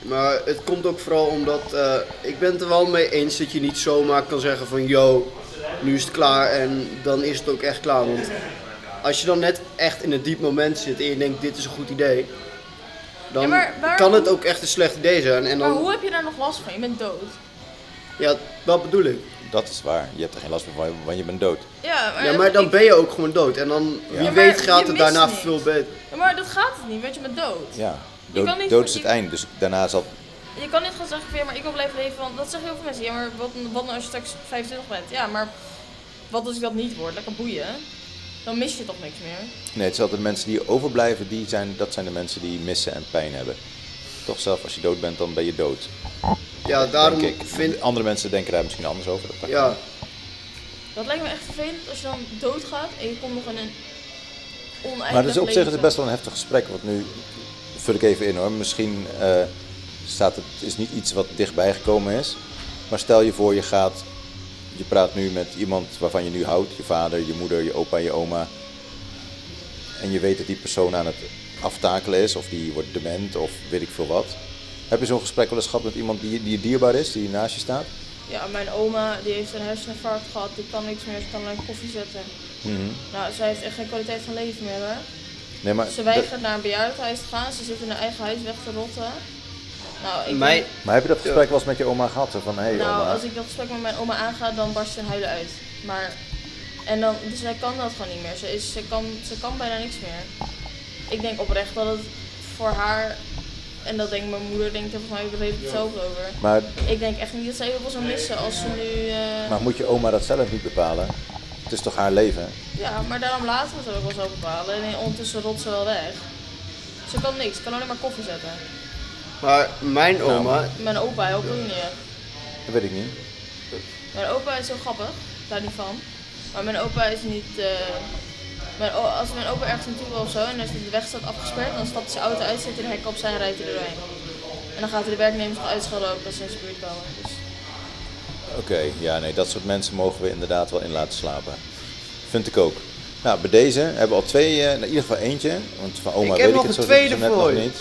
S10: Maar het komt ook vooral omdat eh, ik ben het er wel mee eens dat je niet zomaar kan zeggen van yo, nu is het klaar en dan is het ook echt klaar. Want als je dan net echt in een diep moment zit en je denkt dit is een goed idee, dan
S3: Ja, maar waar-
S10: kan het ook echt een slecht idee zijn. En
S3: Maar
S10: dan,
S3: hoe heb je daar nog last van? Je bent dood.
S10: ja, dat bedoel ik.
S1: Dat is waar. Je hebt er geen last meer van, want je bent dood.
S3: Ja, maar,
S10: Ja, maar dan ben je ook gewoon dood. En dan,
S1: Ja.
S10: wie
S1: Ja,
S10: weet
S3: maar
S10: gaat
S3: je
S10: het daarna
S3: mist
S10: veel
S3: niks.
S10: beter.
S3: Ja, maar dat gaat het niet, want je bent dood.
S1: Ja.
S3: Je kan
S1: Dood,
S3: niet
S1: dood
S3: voor-
S1: is het
S3: je-
S1: eind. Dus daarna zal.
S3: Je kan niet gaan zeggen van ja, maar ik wil blijven leven, want dat zeggen heel veel mensen. Ja, maar wat, wat nou als je straks 25 bent? Ja, maar wat als ik dat niet word? Lekker boeien. Dan mis je toch niks meer.
S1: Nee, het is altijd de mensen die overblijven, die zijn, dat zijn de mensen die missen en pijn hebben. Toch zelf, als je dood bent, dan ben je dood.
S10: Ja, daarom
S1: denk ik.
S10: vind
S1: Andere mensen denken daar misschien anders over. Dat-
S10: ja,
S3: Dat lijkt me echt vervelend als je dan doodgaat en je komt nog in een oneindig
S1: Maar dat is op zich is het
S3: leven.
S1: best wel een heftig gesprek. Want nu vul ik even in hoor. Misschien eh, staat het, is niet iets wat dichtbij gekomen is. Maar stel je voor, je gaat je praat nu met iemand waarvan je nu houdt, je vader, je moeder, je opa, je oma. En je weet dat die persoon aan het aftakelen is, of die wordt dement, of weet ik veel wat. Heb je zo'n gesprek wel eens gehad met iemand die, die je dierbaar is, die naast je staat?
S3: Ja, mijn oma die heeft een herseninfarct gehad, die kan niks meer, ze kan alleen koffie zetten.
S1: Mhm.
S3: Nou, zij heeft echt geen kwaliteit van leven meer hoor.
S1: Nee, maar,
S3: Ze
S1: dat-
S3: weigert naar een bejaardenhuis te gaan, ze zit in haar eigen huis weg te rotten. Nou, ik
S10: Mij,
S1: maar heb je dat gesprek wel eens met je oma gehad? Zo Van, hé hey,
S3: nou,
S1: oma.
S3: als ik dat gesprek met mijn oma aanga, dan barst ze in huilen uit. Maar, en dan, dus zij kan dat gewoon niet meer. Ze, is, ze, kan, ze kan bijna niks meer. Ik denk oprecht dat het voor haar, en dat denkt mijn moeder, denkt er volgens mij ook redelijk hetzelfde over.
S1: Maar,
S3: Ik denk echt niet dat ze heel veel zou missen als ze nu... eh,
S1: maar moet je oma dat zelf niet bepalen? Het is toch haar leven?
S3: Ja, maar daarom laten we het ook wel zo bepalen. En ondertussen rot ze wel weg. Ze kan niks, ze kan alleen maar koffie zetten.
S10: maar mijn oma,
S3: Mijn opa helpt ook niet. echt.
S1: Nou, Dat weet ik niet.
S3: Mijn opa is zo grappig, daar niet van. Maar mijn opa is niet. eh, mijn o- als mijn opa ergens naartoe wil of zo en als de weg staat afgesperd, dan stapt zijn auto uit, zet hij de hek op zijn en rijdt hij er doorheen. En dan gaat hij de werknemers nog uitschelden ook als ze in zijn buurt komen. Dus
S1: Oké, ja, nee, dat soort mensen mogen we inderdaad wel in laten slapen. Vind ik ook. Nou, bij deze hebben we al twee, eh, in ieder geval eentje. Want van oma
S10: Ik heb
S1: weet
S10: nog
S1: ik het
S10: een
S1: zo, zo
S10: tweede
S1: net nog
S10: voor je.
S1: niet.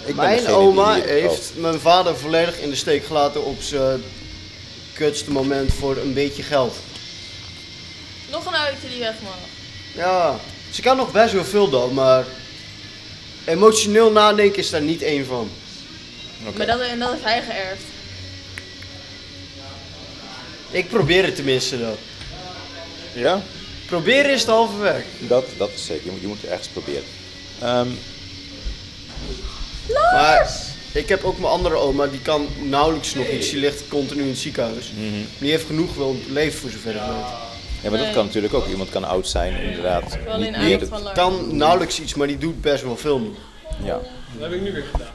S1: Ik ben
S10: mijn
S1: degene die oh,
S10: oma
S1: hier-
S10: heeft mijn vader volledig in de steek gelaten op zijn kutste moment voor een beetje geld.
S3: nog een uitje die weg mag.
S10: Ja, ze kan nog best wel veel dan, maar emotioneel nadenken is daar niet één van.
S3: Maar dat, en dat heeft hij geërfd.
S10: Ik probeer het tenminste dan.
S1: Oh. Ja,
S10: Proberen is het halve werk.
S1: dat, dat is zeker. Je moet, je moet het ergens proberen. Ehm,
S10: Maar ik heb ook mijn andere oma, die kan nauwelijks nog iets. Die ligt continu in het ziekenhuis.
S1: Mhm.
S10: Die heeft genoeg wel leven voor zover ik weet.
S1: ja, maar dat
S3: Nee.
S1: kan natuurlijk ook. Iemand kan oud zijn, inderdaad.
S3: Wel
S1: Niet
S3: in
S1: meer
S3: eind van
S1: de-
S3: lang.
S10: Kan nauwelijks iets, maar die doet best wel veel nog.
S1: ja.
S11: Dat heb ik nu weer gedaan.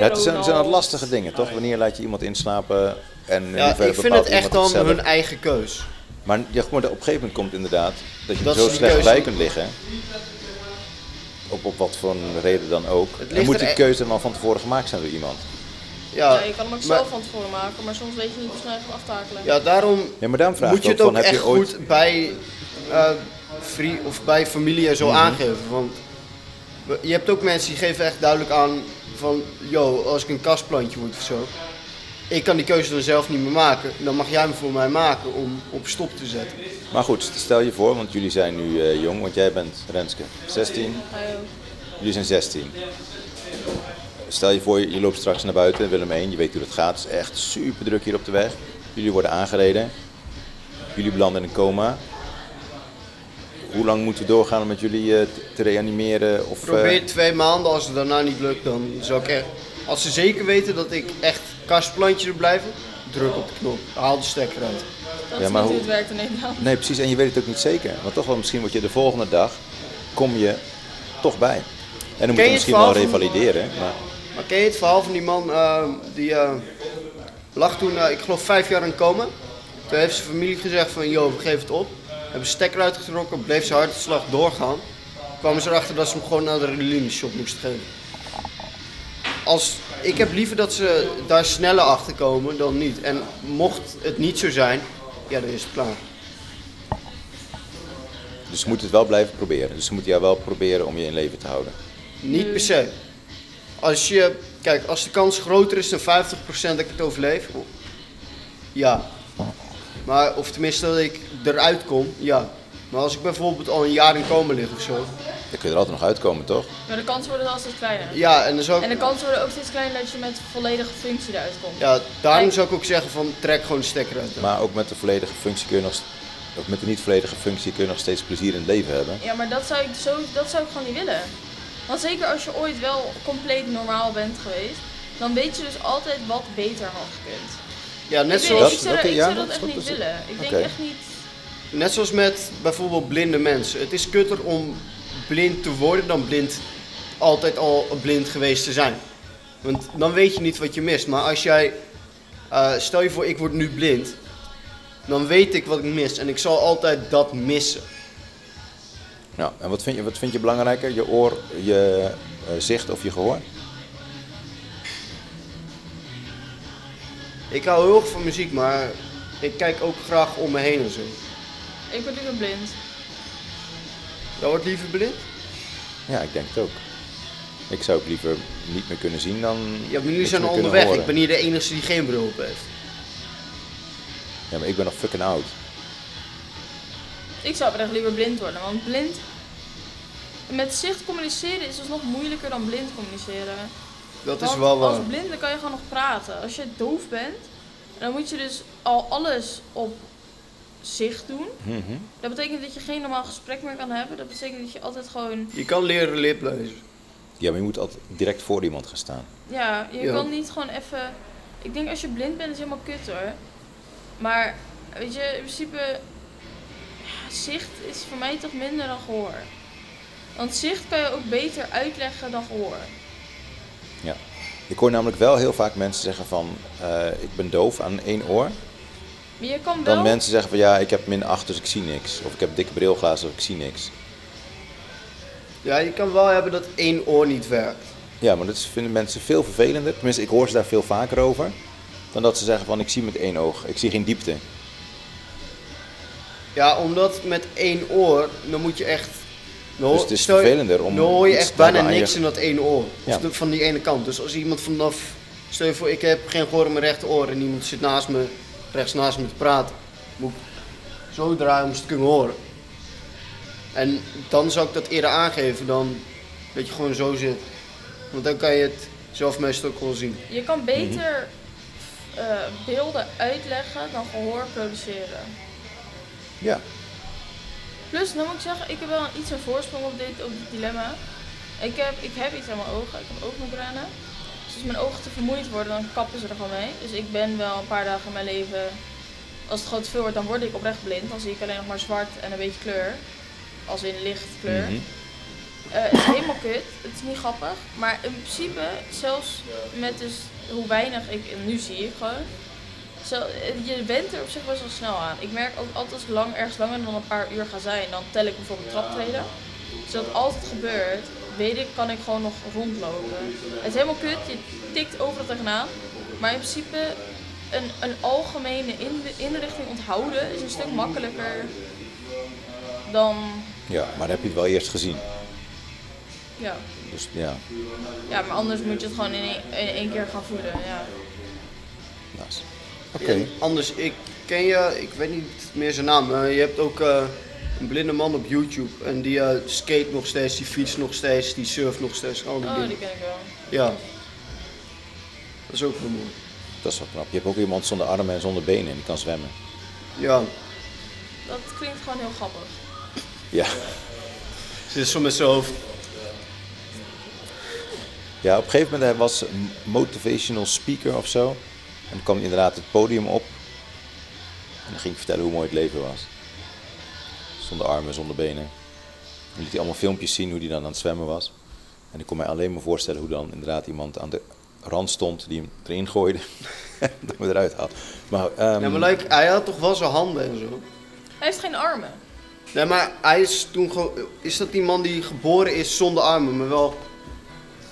S1: Ja, het zijn, het zijn wat lastige dingen, toch? Wanneer laat je iemand inslapen en in
S10: Ja,
S1: hoeverre
S10: ik vind
S1: bepaalt
S10: het echt
S1: iemand
S10: dan
S1: zelf?
S10: hun eigen keus.
S1: Maar ja, goed, maar op een gegeven moment komt inderdaad dat je
S10: Dat
S1: er zo
S10: is de
S1: slecht
S10: keuze.
S1: bij kunt liggen. Op, op wat voor een reden dan ook. En
S10: ligt
S1: moet
S10: er
S1: die
S10: e-
S1: keuze dan van tevoren gemaakt zijn door iemand.
S10: Ja,
S3: Ja, je kan hem ook zelf van tevoren maken, maar soms weet je niet hoe snel je gaat aftakelen.
S10: ja daarom
S1: Ja, maar daarom vraag
S10: moet
S1: ik
S10: je
S1: ook
S10: het
S1: van,
S10: ook
S1: heb
S10: echt
S1: je ooit...
S10: goed bij, eh free, of bij familie en zo aangeven. Want we- je hebt ook mensen die geven echt duidelijk aan van... Yo, als ik een kastplantje word of zo... Ik kan die keuze dan zelf niet meer maken. Dan mag jij hem voor mij maken om op stop te zetten.
S1: Maar goed, stel je voor, want jullie zijn nu eh, jong, want jij bent, Renske, 16.
S3: Hij ook.
S1: Jullie zijn 16. Stel je voor, je loopt straks naar buiten, Willem 1, je weet hoe dat gaat. Het is echt super druk hier op de weg. Jullie worden aangereden. Jullie belanden in een coma. Hoe lang moeten we doorgaan om met jullie eh, te- te reanimeren? Of, eh,
S10: Probeer twee maanden, als het daarna niet lukt, dan zou ik echt... Als ze zeker weten dat ik echt kastplantje wil blijven, druk op de knop. Haal de stekker uit.
S3: Dat
S1: Ja,
S3: is
S1: maar
S3: niet hoe
S1: hoe-
S3: het werkt in Nederland.
S1: Nee, precies. En je weet het ook niet zeker. Want toch wel, misschien word je de volgende dag, kom je toch bij. En dan moet
S10: je
S1: je
S10: het
S1: misschien wel
S10: verhaal van-
S1: revalideren. Maar
S10: Maar ken je het verhaal van die man eh, die eh, lag toen, eh, ik geloof, vijf jaar in komen? Toen heeft zijn familie gezegd van, joh, we geven het op. Hebben ze stekker uitgetrokken, bleef zijn hartslag doorgaan. Kwamen ze erachter dat ze hem gewoon naar de reanimatieshop moesten geven. Als, ik heb liever dat ze daar sneller achter komen dan niet. En mocht het niet zo zijn, ja, dan is het klaar.
S1: dus ze moeten het wel blijven proberen. Dus ze moeten jou wel proberen om je in leven te houden.
S10: Niet per se. Als je, kijk, als de kans groter is dan 50% dat ik het overleef, ja. Maar, of tenminste dat ik eruit kom, ja. Maar als ik bijvoorbeeld al een jaar in komen lig of zo,
S1: Dan kun je er altijd nog uitkomen, toch?
S3: Maar de kansen worden wel steeds kleiner.
S10: ja, en dan zou
S3: En
S10: ik,
S3: de kansen worden ook steeds kleiner dat je met volledige functie eruit komt.
S10: ja, daarom zou ik ook zeggen van trek gewoon de stekker uit.
S1: Maar ook met de volledige functie kun je nog... st- Of met de niet volledige functie kun je nog steeds plezier in het leven hebben.
S3: Ja, maar dat zou, ik zo, dat zou ik gewoon niet willen. Want zeker als je ooit wel compleet normaal bent geweest, dan weet je dus altijd wat beter had gekund.
S10: Ja, net
S3: ik, weet,
S10: zoals,
S3: ik zou,
S1: oké,
S3: ik
S1: ja,
S3: zou
S1: dat
S3: dat
S1: is
S3: echt
S1: goed,
S3: niet
S1: dat is-
S3: willen. Ik denk
S1: oké.
S3: echt niet.
S10: net zoals met bijvoorbeeld blinde mensen. Het is kutter om blind te worden dan blind altijd al blind geweest te zijn. Want dan weet je niet wat je mist. Maar als jij, eh, stel je voor ik word nu blind, dan weet ik wat ik mis. En ik zal altijd dat missen.
S1: Nou, en wat vind je, wat vind je belangrijker? Je oor, je eh, zicht of je gehoor?
S10: Ik hou heel erg van muziek, maar Ik kijk ook graag om me heen en zo.
S3: Ik ben liever blind.
S10: Jij wordt liever blind?
S1: Ja, ik denk het ook. Ik zou ook liever niet meer kunnen zien dan.
S10: Ja, maar jullie
S1: niks
S10: zijn
S1: meer kunnen
S10: al onderweg.
S1: horen.
S10: Ik ben hier de enige die geen bril op heeft.
S1: Ja, maar ik ben nog fucking oud.
S3: Ik zou echt liever blind worden, want blind. Met zicht communiceren is alsnog moeilijker dan blind communiceren.
S10: Dat is
S3: Want
S10: wel eh, waar.
S3: Als blind dan kan je gewoon nog praten. Als je doof bent, dan moet je dus al alles op zicht doen.
S1: Mhm.
S3: Dat betekent dat je geen normaal gesprek meer kan hebben. Dat betekent dat je altijd gewoon.
S10: Je kan leren liplezen.
S1: Ja, maar je moet altijd direct voor iemand gaan staan.
S3: Ja, je
S10: Ja.
S3: kan niet gewoon even. Ik denk als je blind bent is het helemaal kut hoor. Maar weet je, in principe. ja, Zicht is voor mij toch minder dan gehoor. Want zicht kan je ook beter uitleggen dan gehoor.
S1: Ik hoor namelijk wel heel vaak mensen zeggen van eh, ik ben doof aan één oor.
S3: Maar je kan wel.
S1: Dan mensen zeggen van ja, ik heb min 8, dus ik zie niks. Of ik heb dikke brilglazen, dus ik zie niks.
S10: Ja, je kan wel hebben dat één oor niet werkt.
S1: Ja, maar dat is- vinden mensen veel vervelender. Tenminste, ik hoor ze daar veel vaker over. Dan dat ze zeggen van ik zie met één oog, ik zie geen diepte.
S10: Ja, omdat met één oor, dan moet je echt... dan hoor-
S1: Dus het is
S10: stel je-
S1: vervelender om
S10: Dan hoor je
S1: iets
S10: echt
S1: te
S10: bijna
S1: hebben aan je-
S10: niks in dat ene oor.
S1: Ja.
S10: Of de- van die ene kant. Dus als iemand vanaf... Stel je voor, ik heb geen gehoor in mijn rechteroor en iemand zit naast me, rechts naast me te praten. Moet ik zo draaien om ze te kunnen horen. En dan zou ik dat eerder aangeven dan dat je gewoon zo zit. Want dan kan je het zelf meestal ook wel zien.
S3: Je
S1: Mhm.
S3: kan beter eh, beelden uitleggen dan gehoor produceren.
S1: Ja.
S3: Plus, dan moet ik zeggen, ik heb wel een- iets een voorsprong op dit, op dit dilemma. Ik heb, ik heb iets aan mijn ogen, ik heb ook migraine. Dus als mijn ogen te vermoeid worden, dan kappen ze er gewoon mee. Dus ik ben wel een paar dagen in mijn leven, als het gewoon te veel wordt, dan word ik oprecht blind. Dan zie ik alleen nog maar zwart en een beetje kleur. Als in lichtkleur.
S1: Mhm.
S3: Eh, het is helemaal kut, het is niet grappig. Maar in principe, zelfs met dus hoe weinig ik nu zie ik gewoon. Zo, eh, je bent er op zich best wel snel aan. Ik merk ook altijd als ik lang, ergens langer dan een paar uur ga zijn, dan tel ik bijvoorbeeld traptreden. Dus dat altijd gebeurt, weet ik, kan ik gewoon nog rondlopen. Het is helemaal kut, je tikt overal tegenaan. Maar in principe, een, een algemene in- inrichting onthouden is een stuk makkelijker dan,
S1: Ja, maar dan heb je het wel eerst gezien.
S3: ja.
S1: Dus ja,
S3: Ja, maar anders moet je het gewoon in één, in één keer gaan voeden. Ja.
S1: nice. Oké.
S10: En Anders, ik ken je, ik weet niet meer zijn naam. maar je hebt ook eh, een blinde man op YouTube. En die eh, skate nog steeds, die fietst nog steeds, die surft nog steeds. Al die
S3: Oh,
S10: dingen.
S3: die ken ik wel.
S10: Ja. Dat is ook wel mooi.
S1: Dat is wel knap. Je hebt ook iemand zonder armen en zonder benen en die kan zwemmen.
S10: Ja.
S3: Dat klinkt gewoon heel grappig.
S1: Ja.
S10: Zit zo met zijn hoofd.
S1: Ja, op een gegeven moment hij was een motivational speaker of zo. En dan kwam hij inderdaad het podium op. En dan ging hij vertellen hoe mooi het leven was. Zonder armen, zonder benen. Dan liet hij allemaal filmpjes zien hoe hij dan aan het zwemmen was. En ik kon mij alleen maar voorstellen hoe dan inderdaad iemand aan de rand stond die hem erin gooide. dat hij hem eruit haalt. Maar, ehm,
S10: Nee, maar like, hij had toch wel zijn handen en zo.
S3: Hij heeft geen armen.
S10: Nee, maar hij is toen gewoon. Is dat die man die geboren is zonder armen, maar wel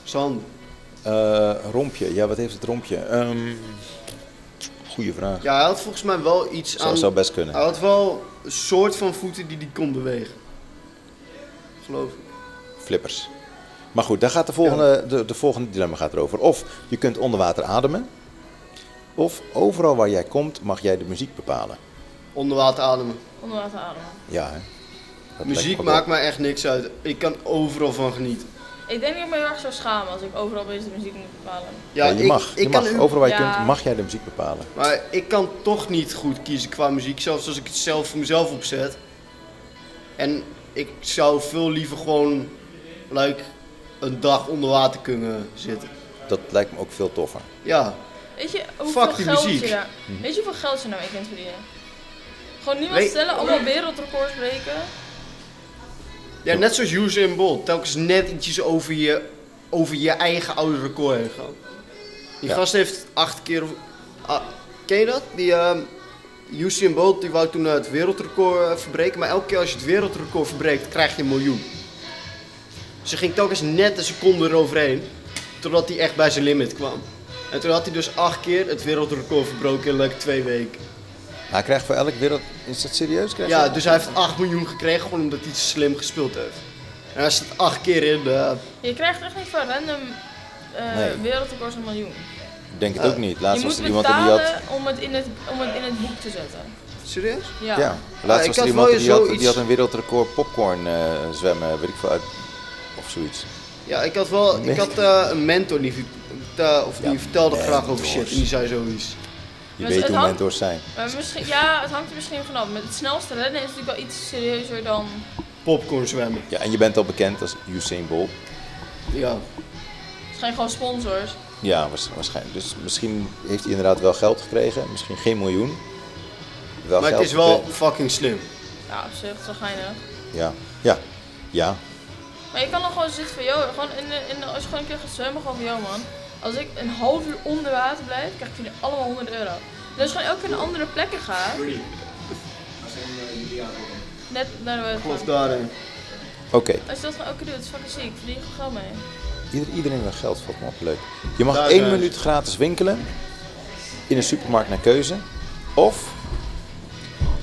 S10: zijn handen?
S1: eh, rompje, ja wat heeft het rompje? Ehm goeie vraag.
S10: Ja, hij had volgens mij wel iets
S1: zou,
S10: aan.
S1: zou best
S10: Hij
S1: kunnen.
S10: had wel een soort van voeten die die kon bewegen. Geloof ik.
S1: Flippers. Maar goed, daar gaat de volgende, de, de volgende dilemma gaat erover. Of je kunt onder water ademen. Of overal waar jij komt mag jij de muziek bepalen.
S10: Onder water ademen.
S3: Onder water ademen.
S1: Ja, hè? Dat lijkt
S10: Muziek
S1: me wel-
S10: maakt mij echt niks uit. Ik kan overal van genieten.
S3: Ik denk dat ik me heel erg zou schamen als ik overal bezig de muziek moet bepalen.
S1: Ja, je
S10: ik,
S1: mag.
S10: Ik
S1: je
S10: kan
S1: mag.
S10: u-
S1: Overal waar je
S3: Ja.
S1: kunt mag jij de muziek bepalen.
S10: Maar ik kan toch niet goed kiezen qua muziek, zelfs als ik het zelf voor mezelf opzet. En ik zou veel liever gewoon like, een dag onder water kunnen zitten.
S1: Dat lijkt me ook veel toffer.
S10: Ja,
S3: Weet je hoeveel
S10: die
S3: geld
S10: muziek.
S3: je daar...
S1: Mhm.
S3: Weet je hoeveel geld je daarmee kunt verdienen? Gewoon niemand
S10: Weet-
S3: stellen, allemaal wereldrecords breken.
S10: ja net zoals Usain Bolt, telkens net ietsjes over je, over je eigen oude record heen gaan. Die
S1: Ja.
S10: gast heeft acht keer... of- ah, ken je dat? Die ehm Usain Bolt die wou toen eh, het wereldrecord eh, verbreken, maar elke keer als je het wereldrecord verbreekt krijg je een miljoen. Ze ging telkens net een seconde eroverheen, totdat hij echt bij zijn limit kwam. En toen had hij dus acht keer het wereldrecord verbroken in like twee weken.
S1: hij krijgt voor elk wereld... Is dat serieus? Krijgt
S10: Ja,
S1: hij-
S10: dus hij heeft 8 miljoen gekregen gewoon omdat hij slim gespeeld heeft. En hij zit 8 keer in eh, de...
S3: Je krijgt echt niet voor random eh
S1: Nee.
S3: wereldrecords een miljoen.
S1: Ik Denk het ook niet. Laatst
S3: Eh, je
S1: was
S3: moet
S1: er iemand en die had...
S3: betalen om, het in het, om het in het boek te zetten.
S10: Serieus?
S3: Ja. Eh,
S1: Ja,
S10: ik
S1: laatst was
S10: had
S1: er iemand
S10: wel
S1: die had,
S10: zoiets-
S1: die had een wereldrecord popcorn eh, zwemmen, weet ik veel, uit, of zoiets.
S10: Ja, ik had wel... Ik had eh, een mentor die, vertelde- of die
S1: Ja,
S10: vertelde graag over
S1: mentors.
S10: shit en die zei zoiets.
S1: Je
S3: Maar
S1: weet
S3: het
S1: hoe
S3: hangt-
S1: mentors zijn.
S3: Maar misschien, ja, het hangt er misschien vanaf. Met het snelste rennen is het natuurlijk wel iets serieuzer dan...
S10: Popcorn zwemmen.
S1: Ja, en je bent al bekend als Usain Bolt.
S10: Ja.
S3: Misschien gewoon sponsors.
S1: Ja, waars- waarschijnlijk. Dus misschien heeft hij inderdaad wel geld gekregen, misschien geen miljoen. Wel
S10: Maar het
S1: geld
S10: is wel
S1: gekregen.
S10: fucking slim.
S3: Ja, op zich, zo geinig.
S1: Ja, ja, ja.
S3: Maar je kan dan gewoon zitten van, joh, gewoon in de, in de- als je gewoon een keer gaat zwemmen, gewoon van, joh man. Als ik een half uur onder water blijf, krijg ik jullie allemaal 100 euro. Dus als je gewoon elke keer naar andere plekken gaat... Net naar de
S10: Of
S3: buiten.
S10: daarin.
S1: Oké,
S3: Als je dat gewoon elke keer doet, is fucking ziek. Verdien je gewoon geld mee.
S1: Ieder, iedereen wil geld, valt me op leuk. Je mag
S10: Daar
S1: één
S10: zijn ze.
S1: minuut gratis winkelen in een supermarkt naar keuze. Of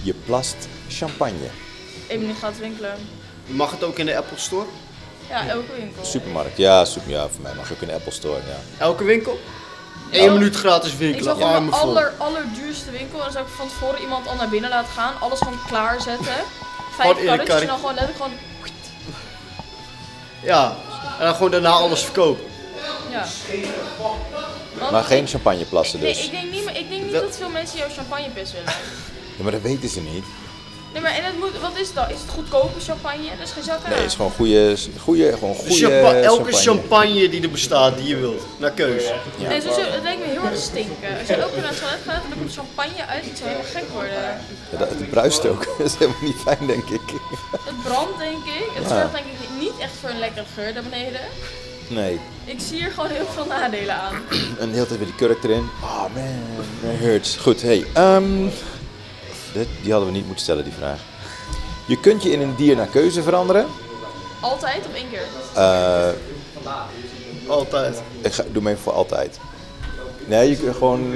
S1: je plast champagne.
S3: Eén minuut gaat winkelen.
S10: Mag het ook in de Apple Store?
S3: Ja, elke winkel.
S1: Supermarkt, ja, super, ja voor mij mag je ook in de Apple Store. Ja.
S10: Elke winkel? 1
S3: Ja.
S10: minuut gratis
S3: Oh. Ik zag
S10: winkelen,
S3: van
S10: armen
S3: de
S10: vol.
S3: aller, allerduurste winkel en dan zou ik van tevoren iemand al naar binnen laten gaan. Alles gewoon klaarzetten. Vijf
S10: Gewoon in de
S3: karretjes
S10: karre-
S3: en dan gewoon letterlijk gewoon...
S10: Ja, en dan gewoon daarna alles verkopen.
S3: Ja. Want
S1: Maar
S3: ik-
S1: geen champagne plassen
S3: Nee,
S1: dus.
S3: ik denk niet, maar ik denk niet
S10: Wel-
S3: dat veel mensen jouw champagnepis willen.
S1: Ja, maar dat weten ze niet.
S3: Nee, maar en het moet, wat is dat? Is het goedkope champagne? Dat is geen zak aan.
S1: Nee, het is gewoon goede, goede, gewoon goede
S10: Champa- elke
S1: champagne.
S10: champagne die er bestaat, die je wilt. Naar keuze.
S3: Nee, sowieso, het lijkt me heel erg stinken. Als je elke keer naar het toilet gaat en er komt champagne uit, ik zou helemaal gek worden.
S1: Ja, dat- het bruist ook. Dat is helemaal niet fijn, denk ik.
S3: Het brandt, denk ik. Het zorgt denk ik niet echt voor een lekkere geur daar beneden.
S1: Nee,
S3: Ik zie hier gewoon heel veel nadelen aan.
S1: en de hele tijd weer die kurk erin. Oh man, that hurts. Goed, hey. ehm, dit- die hadden we niet moeten stellen, die vraag. Je kunt je in een dier naar keuze veranderen.
S3: Altijd of één keer?
S1: Eh,
S10: Altijd.
S1: ik ga, doe me even voor altijd. Nee, je kunt gewoon...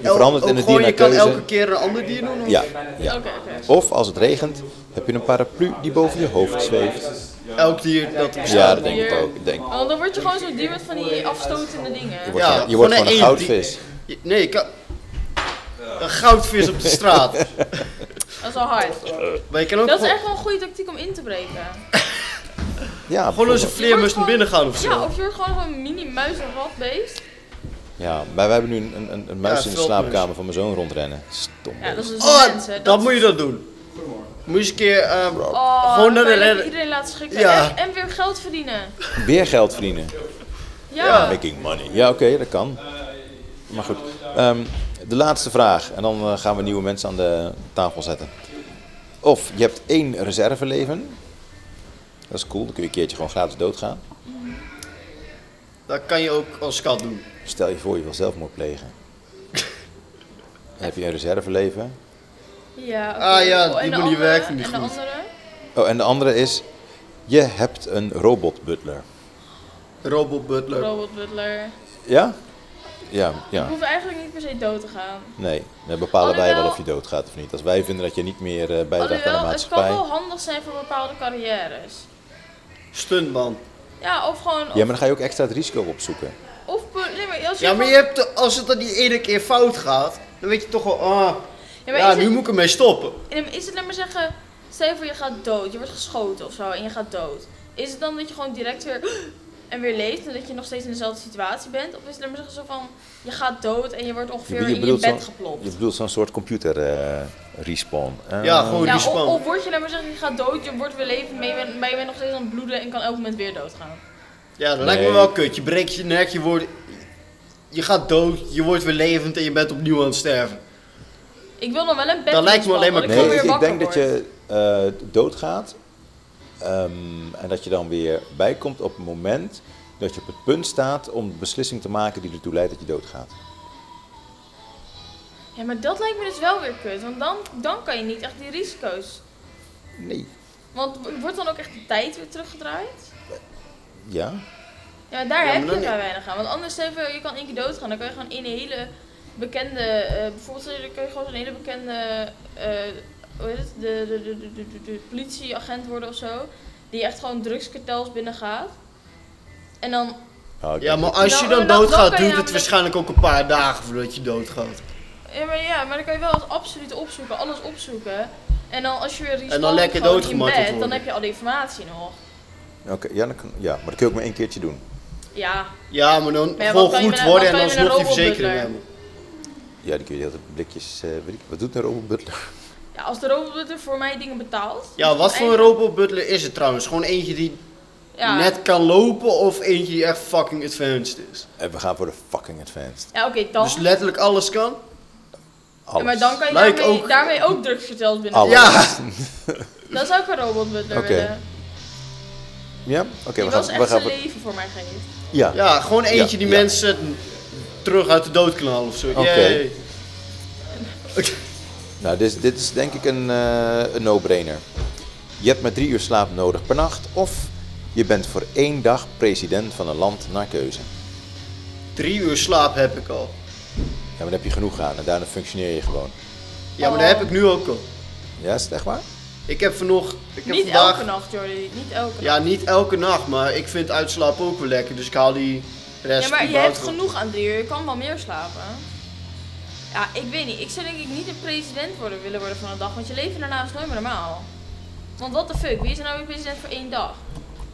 S1: Je
S10: El-
S1: verandert in
S10: ook
S1: een dier
S10: gewoon,
S1: naar
S10: je kan
S1: keuze.
S10: elke keer een ander dier doen? of-
S1: Ja, ja.
S3: Oké, oké.
S1: Of als het regent, heb je een paraplu die boven je hoofd zweeft.
S10: Elk dier dat er
S1: Ja,
S10: bestaat.
S1: dat denk ik ook. Ik Denk.
S3: Want dan word je gewoon zo'n dier met van die afstotende dingen.
S1: Je wordt,
S10: Ja,
S1: gewoon- je wordt
S10: van
S1: gewoon
S10: een
S1: een
S10: eend die-
S1: goudvis.
S10: Je- Nee, ik kan... Een goudvis op de straat.
S3: Dat is wel hard.
S10: maar je kan ook
S3: Dat is
S10: gewoon,
S3: echt wel een goede tactiek om in te breken.
S1: Ja,
S10: gewoon als een
S1: bijvoorbeeld.
S10: vleermuis naar binnen gaan of zo.
S3: Ja, of je wordt gewoon zo'n mini muis of ratbeest.
S1: ja, maar wij hebben nu een- een, een, een muis
S10: Ja,
S1: in de
S10: veldmuis.
S1: slaapkamer van mijn zoon rondrennen. Stom.
S3: Ja, dat is dus
S10: Oh,
S3: mensen.
S10: dat,
S3: Dat is-
S10: moet je dat doen. Moet je eens een keer... ehm,
S3: Oh,
S10: Gewoon naar
S3: dan kan je
S10: de redder-
S3: iedereen laten schrikken.
S10: Ja.
S3: En, en weer geld verdienen.
S1: Weer geld verdienen.
S3: Ja.
S1: Making money. Ja, oké, dat kan. Maar goed. Ehm, de laatste vraag. En dan eh, gaan we nieuwe mensen aan de tafel zetten. Of je hebt één reserveleven. Dat is cool. Dan kun je een keertje gewoon gratis doodgaan.
S10: dat kan je ook als kat doen.
S1: Stel je voor, je wil zelfmoord plegen. Dan heb je een reserveleven.
S3: ja oké.
S10: Ah ja,
S3: Oh, en
S10: die
S3: de
S10: manier
S3: andere-
S10: werkt het niet
S3: En de
S10: goed.
S3: andere?
S1: Oh, en de andere is... Je hebt een robotbutler.
S10: Robot Butler.
S3: Robot Butler.
S1: Ja? Ja, ja.
S3: We hoeven eigenlijk niet per se dood te gaan.
S1: Nee, dan bepalen wij
S3: Alhoewel-
S1: wel of je doodgaat of niet. Als wij vinden dat je niet meer eh, bijdraagt aan de
S3: Alhoewel, het kan
S1: maatschappij.
S3: wel handig zijn voor bepaalde carrières.
S10: Stuntman.
S3: Ja, of gewoon...
S1: Ja, maar dan ga je ook extra het risico opzoeken.
S3: Of, be- nee, maar als je
S10: Ja, maar
S3: gewoon-
S10: je hebt, de- als het dan die ene keer fout gaat, dan weet je toch wel, ah,
S3: Ja,
S10: ja,
S3: maar is
S10: nu
S3: het-
S10: moet ik ermee stoppen.
S3: Ja, maar Is het, laat maar zeggen, stel je voor je gaat dood, je wordt geschoten of zo en je gaat dood. Is het dan dat je gewoon direct weer en weer leeft en dat je nog steeds in dezelfde situatie bent? Of is het, laat maar zeggen, zo van, je gaat dood en je wordt ongeveer in je bed
S1: zo'n-
S3: geplopt?
S1: je bedoelt zo'n soort computer eh, respawn. Eh,
S10: Ja, gewoon
S3: Ja,
S10: die
S3: of,
S10: span.
S3: of word je, laat maar zeggen, je gaat dood, je wordt weer levend, maar je bent, maar je bent nog steeds aan het bloeden en kan elk moment weer doodgaan.
S10: Ja, dat lijkt me
S1: Nee.
S10: wel kut. Je breekt je nek, je wordt, je gaat dood, je wordt weer levend en je bent opnieuw aan het sterven.
S3: Ik wil dan wel een bed
S10: Dat lijkt me alleen maar
S3: ik
S1: Nee,
S3: gewoon
S1: ik,
S3: weer
S1: ik
S3: wakker
S1: denk dat
S3: word.
S1: je eh, doodgaat. ehm, en dat je dan weer bijkomt op het moment dat je op het punt staat om de beslissing te maken die ertoe leidt dat je doodgaat.
S3: Ja, maar dat lijkt me dus wel weer kut, want dan, dan kan je niet echt die risico's.
S1: Nee.
S3: Want wordt dan ook echt de tijd weer teruggedraaid?
S1: Ja?
S3: Ja, maar daar
S10: Ja,
S3: heb
S10: maar
S3: je
S10: dan-
S3: vrij weinig aan. Want anders, stel je voor, je kan één keer doodgaan. Dan kan je gewoon in een hele bekende, eh, bijvoorbeeld eh, dan kun je gewoon een hele bekende, eh, hoe heet het, de, de, de, de, de- de politieagent worden of zo, die echt gewoon drugskartels binnengaat. En dan,
S1: Ah,
S10: Ja, maar als je dan
S3: Nou, dat- dat
S10: doodgaat,
S3: kan je
S10: duurt het
S3: namelijk-
S10: waarschijnlijk ook een paar dagen voordat je doodgaat.
S3: ja maar, ja, maar dan kan je wel het absolute opzoeken, alles opzoeken. En dan als je weer respawn
S10: lekker
S3: gewoon in
S10: doodgemarteld
S3: bed, dan
S10: worden.
S3: heb je al die informatie nog.
S1: Oké, ja, dan kan- ja, maar dat kun je ook maar één keertje doen.
S3: Ja,
S10: Ja, maar dan
S3: Maar ja,
S10: gewoon
S3: wat kan je
S10: goed
S3: met een-
S10: worden
S3: wat
S10: en
S3: kan je met
S10: alsnog
S3: een
S10: die verzekering
S3: robotbutler?
S10: hebben.
S1: Ja, die kun je altijd blikjes. eh, weet ik, wat doet een robotbutler?
S3: ja als de robot er voor mij dingen betaalt.
S10: Ja, wat voor een
S3: Eigenlijk-
S10: robotbutler is het trouwens? Gewoon eentje die
S3: ja.
S10: net kan lopen of eentje die echt fucking advanced is?
S1: En Eh, we gaan voor de fucking advanced.
S3: Ja, oké, dan.
S10: Dus letterlijk alles kan?
S1: Alles.
S3: Ja, maar dan kan je
S10: Lijkt
S3: daarmee
S10: ook-
S3: ook, daarmee ook drugskartels binnen.
S1: Alles.
S10: Ja!
S3: Dan zou ik een robotbutler
S1: Oké.
S3: willen.
S1: Ja? Oké,
S3: Die
S1: we gaan,
S3: was
S1: we
S3: echt
S1: gaan
S3: zijn
S1: voor.
S3: leven voor mij geeft.
S1: Ja.
S10: Ja, gewoon eentje die
S1: ja.
S10: mensen terug uit de dood kan halen of zo.
S1: Oké.
S10: Yay.
S1: Nou, dit, is- dit is denk ik een, eh, een no-brainer. Je hebt maar drie uur slaap nodig per nacht. Of je bent voor één dag president van een land naar keuze.
S10: Drie uur slaap heb ik al.
S1: Ja, maar dan heb je genoeg aan en daarna functioneer je gewoon.
S10: Ja, maar dat
S3: Oh.
S10: heb ik nu ook al.
S1: Ja, is het echt waar?
S10: Ik heb vanochtend... Ik heb
S3: Niet
S10: vandaag...
S3: elke nacht, Jordi. Niet elke
S10: Ja, niet elke nacht, maar ik vind uitslapen ook wel lekker, dus ik haal die
S3: nacht.
S10: rest
S3: Ja, maar je
S10: überhaupt
S3: hebt
S10: wel.
S3: genoeg aan drie uur. Je kan wel meer slapen. Ja, ik weet niet. Ik zou denk ik niet de president worden, willen worden van een dag. Want je leven daarna is nooit meer normaal. Want what the fuck? Wie is er nou weer president voor één dag?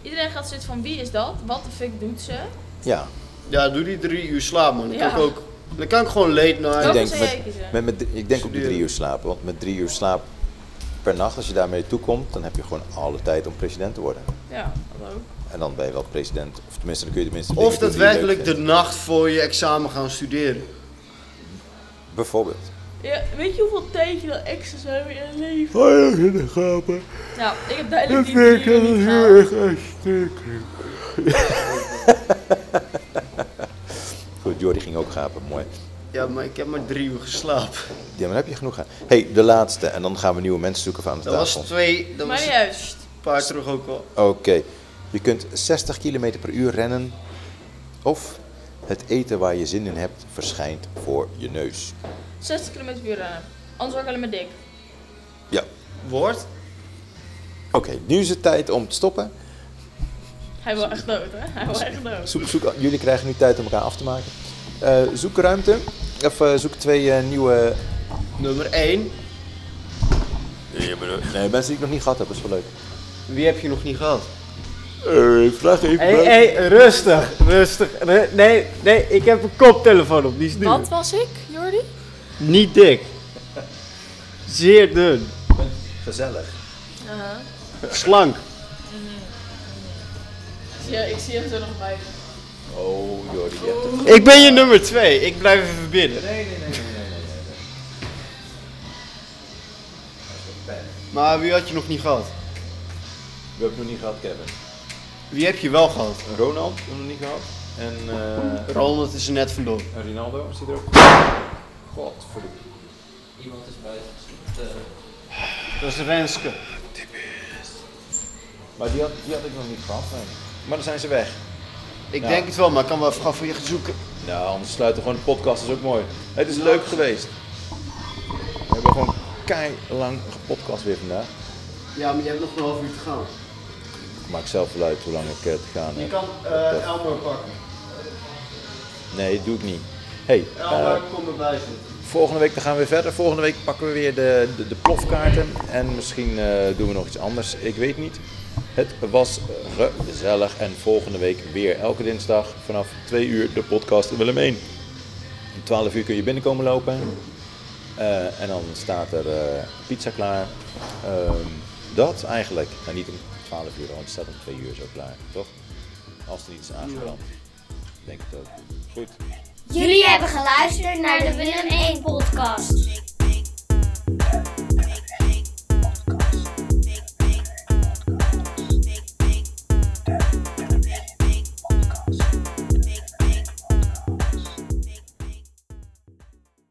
S3: Iedereen gaat zitten van wie is dat? Wat the fuck doet ze?
S1: Ja.
S10: Ja, doe die drie uur slaap, man. Dan,
S3: Ja.
S10: kan, ik ook, dan kan ik gewoon late
S3: Welke
S10: night.
S1: denk
S3: zou
S1: met-
S3: jij kiezen?
S1: Met, met, ik denk ook de drie
S10: Studeren.
S1: uur slapen. Want met drie uur slaap per nacht, als je daarmee toekomt, dan heb je gewoon alle tijd om president te worden.
S3: Ja, dat ook.
S1: En dan ben je wel president. Of tenminste, dan kun je tenminste.
S10: Of
S1: dingen doen die je leuk
S10: daadwerkelijk de
S1: vindt.
S10: nacht voor je examen gaan studeren.
S1: Bijvoorbeeld.
S3: Ja, weet je hoeveel tijd je dan extra zou hebben in je leven? Nou, ik heb duidelijk niet drie uur niet gehaald.
S1: Goed, Jordi ging ook gapen. Mooi.
S10: Ja, maar ik heb maar drie uur geslapen.
S1: Ja, maar daar heb je genoeg aan. Hé, hey, de laatste. En dan gaan we nieuwe mensen zoeken voor aan de
S10: Dat was
S1: tafel.
S10: twee, dat
S3: Maar
S10: was
S3: niet
S10: een
S3: juist.
S10: paar terug ook al.
S1: Oké. Je kunt 60 km per uur rennen. Of het eten waar je zin in hebt verschijnt voor je neus.
S3: 60 km per uur rennen. Anders word ik alleen maar dik.
S1: Ja.
S10: Woord?
S1: Oké, nu is het tijd om te stoppen.
S3: Hij wil echt dood, hè? Hij wil echt dood.
S1: Zoek, zoek, jullie krijgen nu tijd om elkaar af te maken. Eh, zoek ruimte. Of eh, zoek twee eh, nieuwe.
S10: Nummer één.
S1: Nee, mensen die ik nog niet gehad heb, is wel leuk.
S10: Wie heb je nog niet gehad?
S1: Eh, vraag even.
S11: Hé, hé, rustig, rustig. Ru- nee, nee, ik heb een koptelefoon op, die is nu.
S3: Wat was ik, Jordi?
S11: Niet dik. Zeer dun.
S1: Gezellig.
S11: Slank.
S3: Ja, ik zie hem zo nog buiten.
S1: Oh, Jordi, je hebt het.
S11: Ik ben je nummer twee, ik blijf even binnen.
S10: Maar wie had je nog niet gehad?
S1: We hebben nog niet gehad, Kevin.
S10: Wie heb je wel gehad?
S1: Ronald hebben we nog niet gehad. En eh
S10: Ronald is er net vandoor.
S1: en Rinaldo zit er ook. God, voor de...
S7: Iemand is buiten gesloten.
S10: Dat is Renske.
S1: Maar die had, die had ik nog niet gehad. nee. Maar dan zijn ze weg.
S10: Ik
S1: Ja.
S10: denk het wel, maar ik kan wel even gaan voor je gaan zoeken.
S1: Nou, anders sluiten we gewoon de podcast. Dat is ook mooi. Het is leuk geweest. We hebben gewoon keilang gepodcast weer vandaag.
S10: Ja, maar je hebt nog een half uur te
S1: Oh,
S10: gaan.
S1: Ik maak zelf wel uit hoe lang ik eh, te gaan heb.
S10: Elmer pakken.
S1: Nee, doe ik niet. Hey, eh,
S10: kom erbij zitten.
S1: volgende week dan gaan we weer verder. Volgende week pakken we weer de, de, de plofkaarten. En misschien eh, doen we nog iets anders. Ik weet niet. Het was gezellig. En volgende week weer elke dinsdag vanaf 2 uur de podcast in Willem 1. Om 12 uur kun je binnenkomen lopen. Eh, en dan staat er eh, pizza klaar. Ehm, dat eigenlijk. Nou, niet om 12 uur, want het staat om 2 uur zo klaar. Toch? Als er iets is aangebrand. Denk het ook. Goed.
S12: Jullie hebben geluisterd naar de Willem 1 podcast.